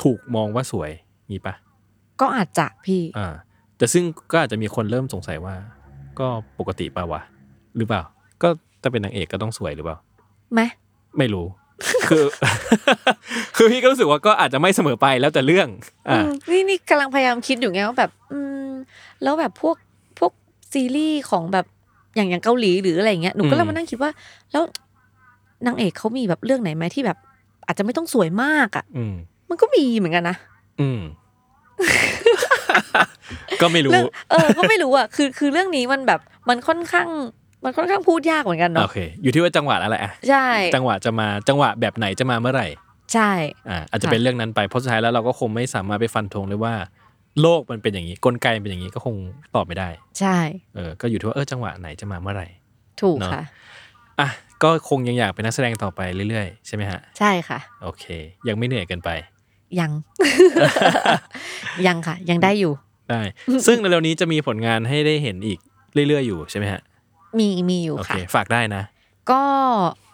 Speaker 1: ถูกมองว่าสวยงี้ปะ
Speaker 2: ก็อาจจะพี่
Speaker 1: อ่า แต่ซึ่งก็อาจจะมีคนเริ่มสงสัยว่า ก็ปกติป่าวะหรือเปล่า ก็ถ้าเป็นนางเอกก็ต้องสวยหรือเปล่า
Speaker 2: ไหม
Speaker 1: ไม่รู้ [LAUGHS] คือ คือพี่ก็รู้สึกว่าก็อาจจะไม่เสมอไปแล้วแต่เรื่อง อ่า
Speaker 2: อืมนี่นี่กำลังพยายามคิดอยู่ไงว่าแบบ อืม แล้วแบบพวกพวกซีรีส์ของแบบอย่างอย่างเกาหลีหรืออะไรเงี้ยหนู
Speaker 1: อื
Speaker 2: ก็
Speaker 1: ม
Speaker 2: เลยมานั่งคิดว่า แล้วนางเอกเขามีแบบเรื่องไหนไหมที่แบบ อาจจะไม่ต้องสวยมากอ่ะ
Speaker 1: อืม
Speaker 2: มันก็มีเหมือนกันนะ
Speaker 1: อืม [LAUGHS] ก็ไม่รู้
Speaker 2: เรื่องเออก็ไม่รู้อ่ะคือคือเรื่องนี้มันแบบมันค่อนข้าง มันค่อนข้างพูดยากเหมือนกัน
Speaker 1: โอ
Speaker 2: เนาะ
Speaker 1: เค อยู่ที่ว่าจังหวะอะไรอ่ะ
Speaker 2: ใช่
Speaker 1: จังหวะจะมาจังหวะแบบไหนจะมาเมื่อไหร่
Speaker 2: ใช่
Speaker 1: อ่าอาจจะ
Speaker 2: ค่ะ
Speaker 1: เป็นเรื่องนั้นไปเพราะสุดท้ายแล้วเราก็คงไม่สามารถไปฟันธงได้ว่า โลกมันเป็นอย่างนี้กลไกมันเป็นอย่างนี้ก็คงตอบไม่ได้
Speaker 2: ใช่
Speaker 1: เออก็อยู่ที่ว่าเออจังหวะไหนจะมาเมื่อไหร่
Speaker 2: ถูก
Speaker 1: เนอะ
Speaker 2: ค่ะ
Speaker 1: อ่ะก็คงยังอยากเป็นนักแสดงต่อไปเรื่อยๆ ใช่ไหมฮะ
Speaker 2: ใช่ค่ะ
Speaker 1: โอเค ยังไม่เหนื่อยเกินไป
Speaker 2: ยัง
Speaker 1: [LAUGHS]
Speaker 2: ยังค่ะ ยังได้อยู่
Speaker 1: ได้
Speaker 2: [LAUGHS]
Speaker 1: ซึ่งในเร็วนี้จะมีผลงานให้ได้เห็นอีกเรื่อยๆอยู่ใช่ไหมฮะ
Speaker 2: มีมีอยู่
Speaker 1: โอเค
Speaker 2: ค่ะ
Speaker 1: ฝากได้นะ
Speaker 2: ก็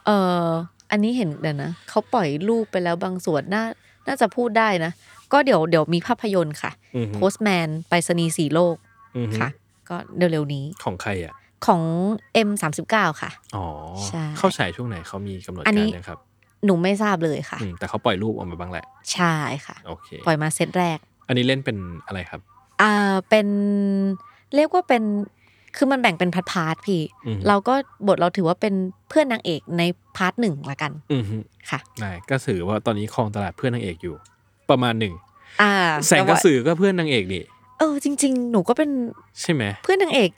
Speaker 2: เอออันนี้เห็นเดี๋ยวนะเขาปล่อยรูปไปแล้วบางส่วนน่าน่าจะพูดได้นะ ก็เดี๋ยวเดี๋ยวมีภาพยนตร์ค่ะ
Speaker 1: อือฮึ
Speaker 2: Postman ไปสนีย์สีโลก
Speaker 1: อือฮึ
Speaker 2: ค่ะ ก็เร็วๆนี้
Speaker 1: ของใครอ่ะ
Speaker 2: ของ M39 ค่ะ
Speaker 1: อ๋อ
Speaker 2: ใช่
Speaker 1: เข้าฉายช่วงไหนเขามีกำหนด
Speaker 2: อัน
Speaker 1: กา
Speaker 2: นี้
Speaker 1: รนะครับ
Speaker 2: หนูไม่ทราบเลยค่ะ
Speaker 1: อืมแต่เขาปล่อยรูปออกมาบ้างแหละ
Speaker 2: ใช่ค่ะ
Speaker 1: โอเค
Speaker 2: ปล่อยมาเซตแรก
Speaker 1: อันนี้เล่นเป็นอะไรครับ
Speaker 2: อ่าเป็นเรียกว่าเป็นคือมันแบ่งเป็นพาร์ทพาร์ทๆพี่
Speaker 1: อืม
Speaker 2: เราก็บทเราถือว่าเป็นเพื่อนนางเอกในพาร์ทหนึ่งละกัน
Speaker 1: อือฮึ
Speaker 2: ค่ะ
Speaker 1: ได้ก็ถือว่าตอนนี้ครองตลาดเพื่อนนางเอกอยู่ ประมาณหนึ่ง
Speaker 2: อ่า
Speaker 1: แสงก
Speaker 2: ต่
Speaker 1: ระ
Speaker 2: ว่า
Speaker 1: สือก็เพื่อนนางเอกนี่
Speaker 2: เออจริง ๆ หนูก็เป็น
Speaker 1: ใช่ไหม
Speaker 2: เพื่อนนางเอก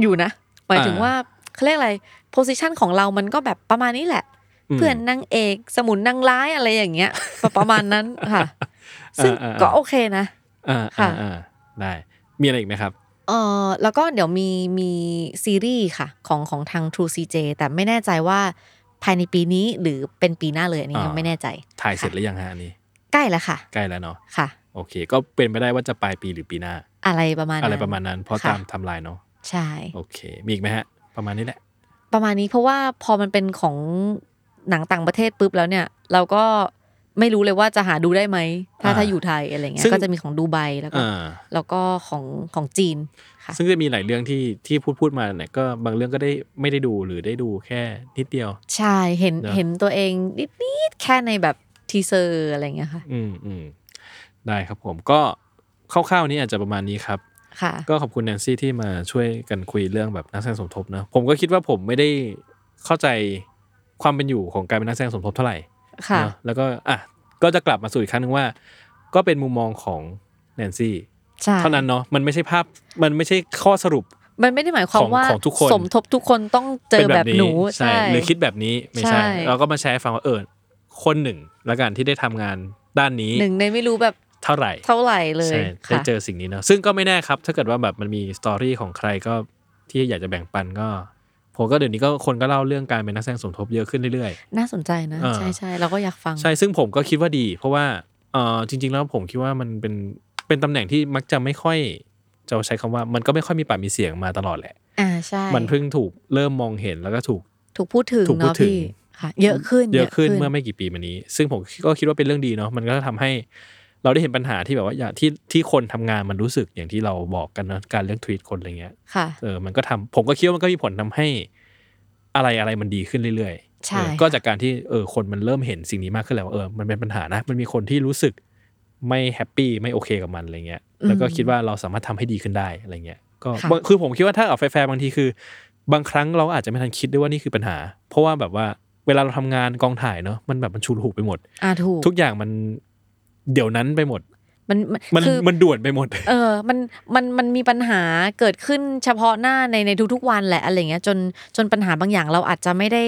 Speaker 2: อยู่นะ หมายถึง
Speaker 1: อ่า
Speaker 2: ว่าเขาเรียกอะไรโพสิชันของเรามันก็แบบประมาณนี้แหละ
Speaker 1: ม
Speaker 2: เพื่อนนางเอกสมุนนางร้ายอะไรอย่างเงี้ย ประมาณนั้น
Speaker 1: [LAUGHS]
Speaker 2: ค่ะ ซึ่ง
Speaker 1: อ่าอ่า
Speaker 2: ก็โอเคนะ
Speaker 1: อ่า
Speaker 2: ค่ะ
Speaker 1: อ่าอ่าได้ มีอะไรอีกไหมครับ
Speaker 2: เออแล้วก็เดี๋ยวมีมีซีรีส์ค่ะของของทาง True CJ แต่ไม่แน่ใจว่าภายในปีนี้หรือเป็นปีหน้าเลยอันนี้
Speaker 1: อ่ายั
Speaker 2: ยังไม่แน่ใจ
Speaker 1: ถ่ายเสร็จหรือยังฮะอันนี้
Speaker 2: ใกล้แล้วค่ะ
Speaker 1: ใกล้แล้วเนาะ
Speaker 2: ค่ะ
Speaker 1: โอเค ก็เป็นไปได้ว่าจะปลายปีหรือปีหน้า
Speaker 2: อะไรประมาณ
Speaker 1: อะไรประมาณนั้นเพราะ
Speaker 2: ค่
Speaker 1: ตามไทำลายเนาะ
Speaker 2: ใช่
Speaker 1: โอเค มีอีกไหมฮะ ประมาณนี้แหละ
Speaker 2: ประมาณนี้เพราะว่าพอมันเป็นของหนังต่างประเทศปุ๊บแล้วเนี่ย เราก็ไม่รู้เลยว่าจะหาดูได้ไหม ถ้า
Speaker 1: อ่า
Speaker 2: ถ้าอยู่ไทยอะไรเงี้
Speaker 1: ซึ่
Speaker 2: ย
Speaker 1: ง
Speaker 2: ก็จะมีของดูไบแล้วก็
Speaker 1: อ่า
Speaker 2: แล้วก็ของของจีนค่ะ
Speaker 1: ซึ่งจะมีหลายเรื่องที่ที่พูดพูดมาเนี่ยก็บางเรื่องก็ได้ไม่ได้ดูหรือได้ดูแค่นิดเดียว
Speaker 2: ใช่เห็น
Speaker 1: เนอะ
Speaker 2: เห็นตัวเองนิดๆแค่ในแบบทีเซอร์อะไรเงี้ยค่ะ
Speaker 1: อืมอืมได้ครับผมก็คร่าวๆนี้อาจจะประมาณนี้ครับ
Speaker 2: ค่ะ
Speaker 1: ก็ขอบคุณแนนซี่ที่มาช่วยกันคุยเรื่องแบบนักแสดงสมทบนะผมก็คิดว่าผมไม่ได้เข้าใจความเป็นอยู่ของการเป็นนักแสดงสมทบเท่าไหร่
Speaker 2: ค่ะ
Speaker 1: นะแล้วก็อ่ะก็จะกลับมาสู่อีกครั้งหนึ่งว่า ก็เป็นมุมมองของแนนซี่
Speaker 2: ใช่
Speaker 1: เท่านั้นเนาะมันไม่ใช่ภาพมันไม่ใช่ข้อสรุป
Speaker 2: มันไม่ได้หมายความ
Speaker 1: ของ
Speaker 2: ว่า
Speaker 1: ของทุกคน
Speaker 2: สมทบทุกคนต้องเจอแบบหนู
Speaker 1: ใช่หรือคิดแบบนี้ไม่ใช่
Speaker 2: ใช่
Speaker 1: เราก็มาแชร์ให้ฟังว่าเออคนหนึ่งละกันที่ได้ทำงานด้านนี้
Speaker 2: หนึ่งในไม่รู้แบบ
Speaker 1: เท่าไหร่
Speaker 2: เท่าไหร่เล
Speaker 1: ใช่
Speaker 2: ย
Speaker 1: ได้
Speaker 2: ค่ะ
Speaker 1: เจอสิ่งนี้เนอะซึ่งก็ไม่แน่ครับ ถ้าเกิดว่าแบบมันมีสตอรี่ของใครก็ที่อยากจะแบ่งปันก็ผมก็เดี๋ยวนี้ก็คนก็เล่าเรื่องการเป็นนักแสดงสมทบเยอะขึ้นเรื่อย
Speaker 2: น่าสนใจนะ
Speaker 1: เออ
Speaker 2: ใช่ใช่เราก็อยากฟัง
Speaker 1: ๆ ใช่ซึ่งผมก็คิดว่าดี เพราะว่าเออจริง ๆ แล้วผมคิดว่ามันเป็นเป็นตำแหน่งที่มักจะไม่ค่อยจะใช้คำว่ามันก็ไม่ค่อยมีปากมีเสียงมาตลอดแหละ
Speaker 2: อ่าใช่
Speaker 1: มันเพิ่งถูกเริ่มมองเห็นแล้วก็ถูก
Speaker 2: ถูกพูดถึง
Speaker 1: ถูกพูด
Speaker 2: เนาะ
Speaker 1: ถึง
Speaker 2: พี่ค่ะ เยอะขึ้น
Speaker 1: เยอะขึ้นเมื่อไม่กี่ปีมานี้ ซึ่งผมก็คิดว่าเป็นเรื่องดีเนาะมันก็ทำให้เราได้เห็นปัญหาที่แบบว่าอย่างที่ที่คนทำงานมันรู้สึกอย่างที่เราบอกกันเนอะการเรื่องทวีตคนอะไรเงี้ย
Speaker 2: ค่ะ
Speaker 1: เออ มันก็ทำผมก็คิดว่ามันก็มีผลทำให้อะไรอะไรมันดีขึ้นเรื่อยๆ
Speaker 2: ใช่
Speaker 1: เออ
Speaker 2: ค่ะ
Speaker 1: ก็จากการที่เออคนมันเริ่มเห็นสิ่งนี้มากขึ้นแล้วว่าเออ มันเป็นปัญหานะ มันมีคนที่รู้สึกไม่แฮปปี้ไม่โอเคกับมันอะไรเงี้ย แล้วก็คิดว่าเราสามารถทำให้ดีขึ้นได้อะไรเงี้ย ก็
Speaker 2: ค่ะ
Speaker 1: บางคือผมคิดว่าถ้าเอาแฟร์ๆบางทีคือ บางครั้งเราอาจจะไม่ทันคิดด้วยว่านี่คือปัญหา เพราะว่าแบบว่าเวลาเราทำงานกองถ่ายเนอะมันแบบมันชูรูปไปหมด
Speaker 2: อ่าถูก
Speaker 1: ทุกอย่างมันเดี๋ยวนั้นไปหมด
Speaker 2: มัน
Speaker 1: มัน
Speaker 2: คือ
Speaker 1: มันด่วนไปหมด
Speaker 2: เออมันมันมันมีปัญหาเกิดขึ้นเฉพาะหน้าในในทุกๆวันแหละอะไรเงี้ยจนจนปัญหาบางอย่างเราอาจจะไม่ได้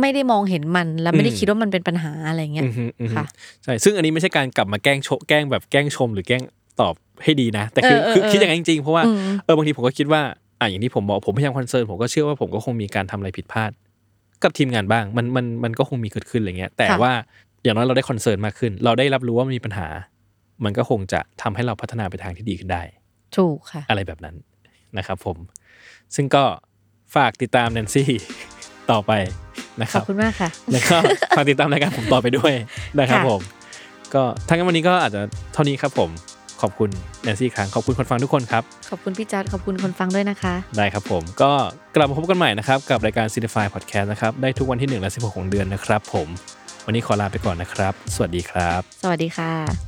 Speaker 2: ไม่ได้มองเห็นมันและไม่ได้
Speaker 1: อืม
Speaker 2: คิดว่ามันเป็นปัญหาอะไรเงี้ย
Speaker 1: อือฮึอือฮึ
Speaker 2: ค่ะ
Speaker 1: ใช่ซึ่งอันนี้ไม่ใช่การกลับมาแกล้งโชแกล้งแบบแกล้งชมหรือแกล้งตอบให้ดีนะ แต่คือ
Speaker 2: เออเออ
Speaker 1: คือ
Speaker 2: เออ
Speaker 1: คิดอย่างนั้นจริงๆเพราะว่า
Speaker 2: อืม
Speaker 1: เออบางทีผมก็คิดว่าอ่ะอย่างที่ผมบอกผมพยายามคอนเซิร์นผมก็เชื่อว่าผมก็คงมีการทำอะไรผิดพลาด กับทีมงานบ้างมันมันมันก็คงมีเกิดขึ้นอะไรเงี้ย แต่ว่าอย่างน้อยเราได้คอนเซิร์นมากขึ้น เราได้รับรู้ว่ามันมีปัญหา มันก็คงจะทำให้เราพัฒนาไปทางที่ดีขึ้นได้
Speaker 2: ถูกค่ะ
Speaker 1: อะไรแบบนั้นนะครับผม [LAUGHS] ซึ่งก็ฝากติดตามแนนซี่ ต่อไป นะค
Speaker 2: ขอ
Speaker 1: รั
Speaker 2: บบ คุณมากค่ะ
Speaker 1: แล้ว
Speaker 2: [LAUGHS]
Speaker 1: ก็ ฝากติดตามรายการผมต่อไปด้วยนะครับ
Speaker 2: ค่ะ
Speaker 1: ผม ก็ทั้างนวันนี้ก็อาจจะเท่านี้ครับผม ขอบคุณแนนซี่อีกครั้งขอบคุณคนฟังทุกคนครับ
Speaker 2: ขอบคุณพี่จัดขอบคุณคนฟังด้วยนะคะ
Speaker 1: ได้ครับผม ก็กลับมาพบกันใหม่นะครับ กับรายการ c i n e f y Podcast นะครับ ได้ทุกวันที่ 1 และ 16 ของเดือนนะครับผม วันนี้ขอลาไปก่อนนะครับ สวัสดีครับ
Speaker 2: สวัสดีค่ะ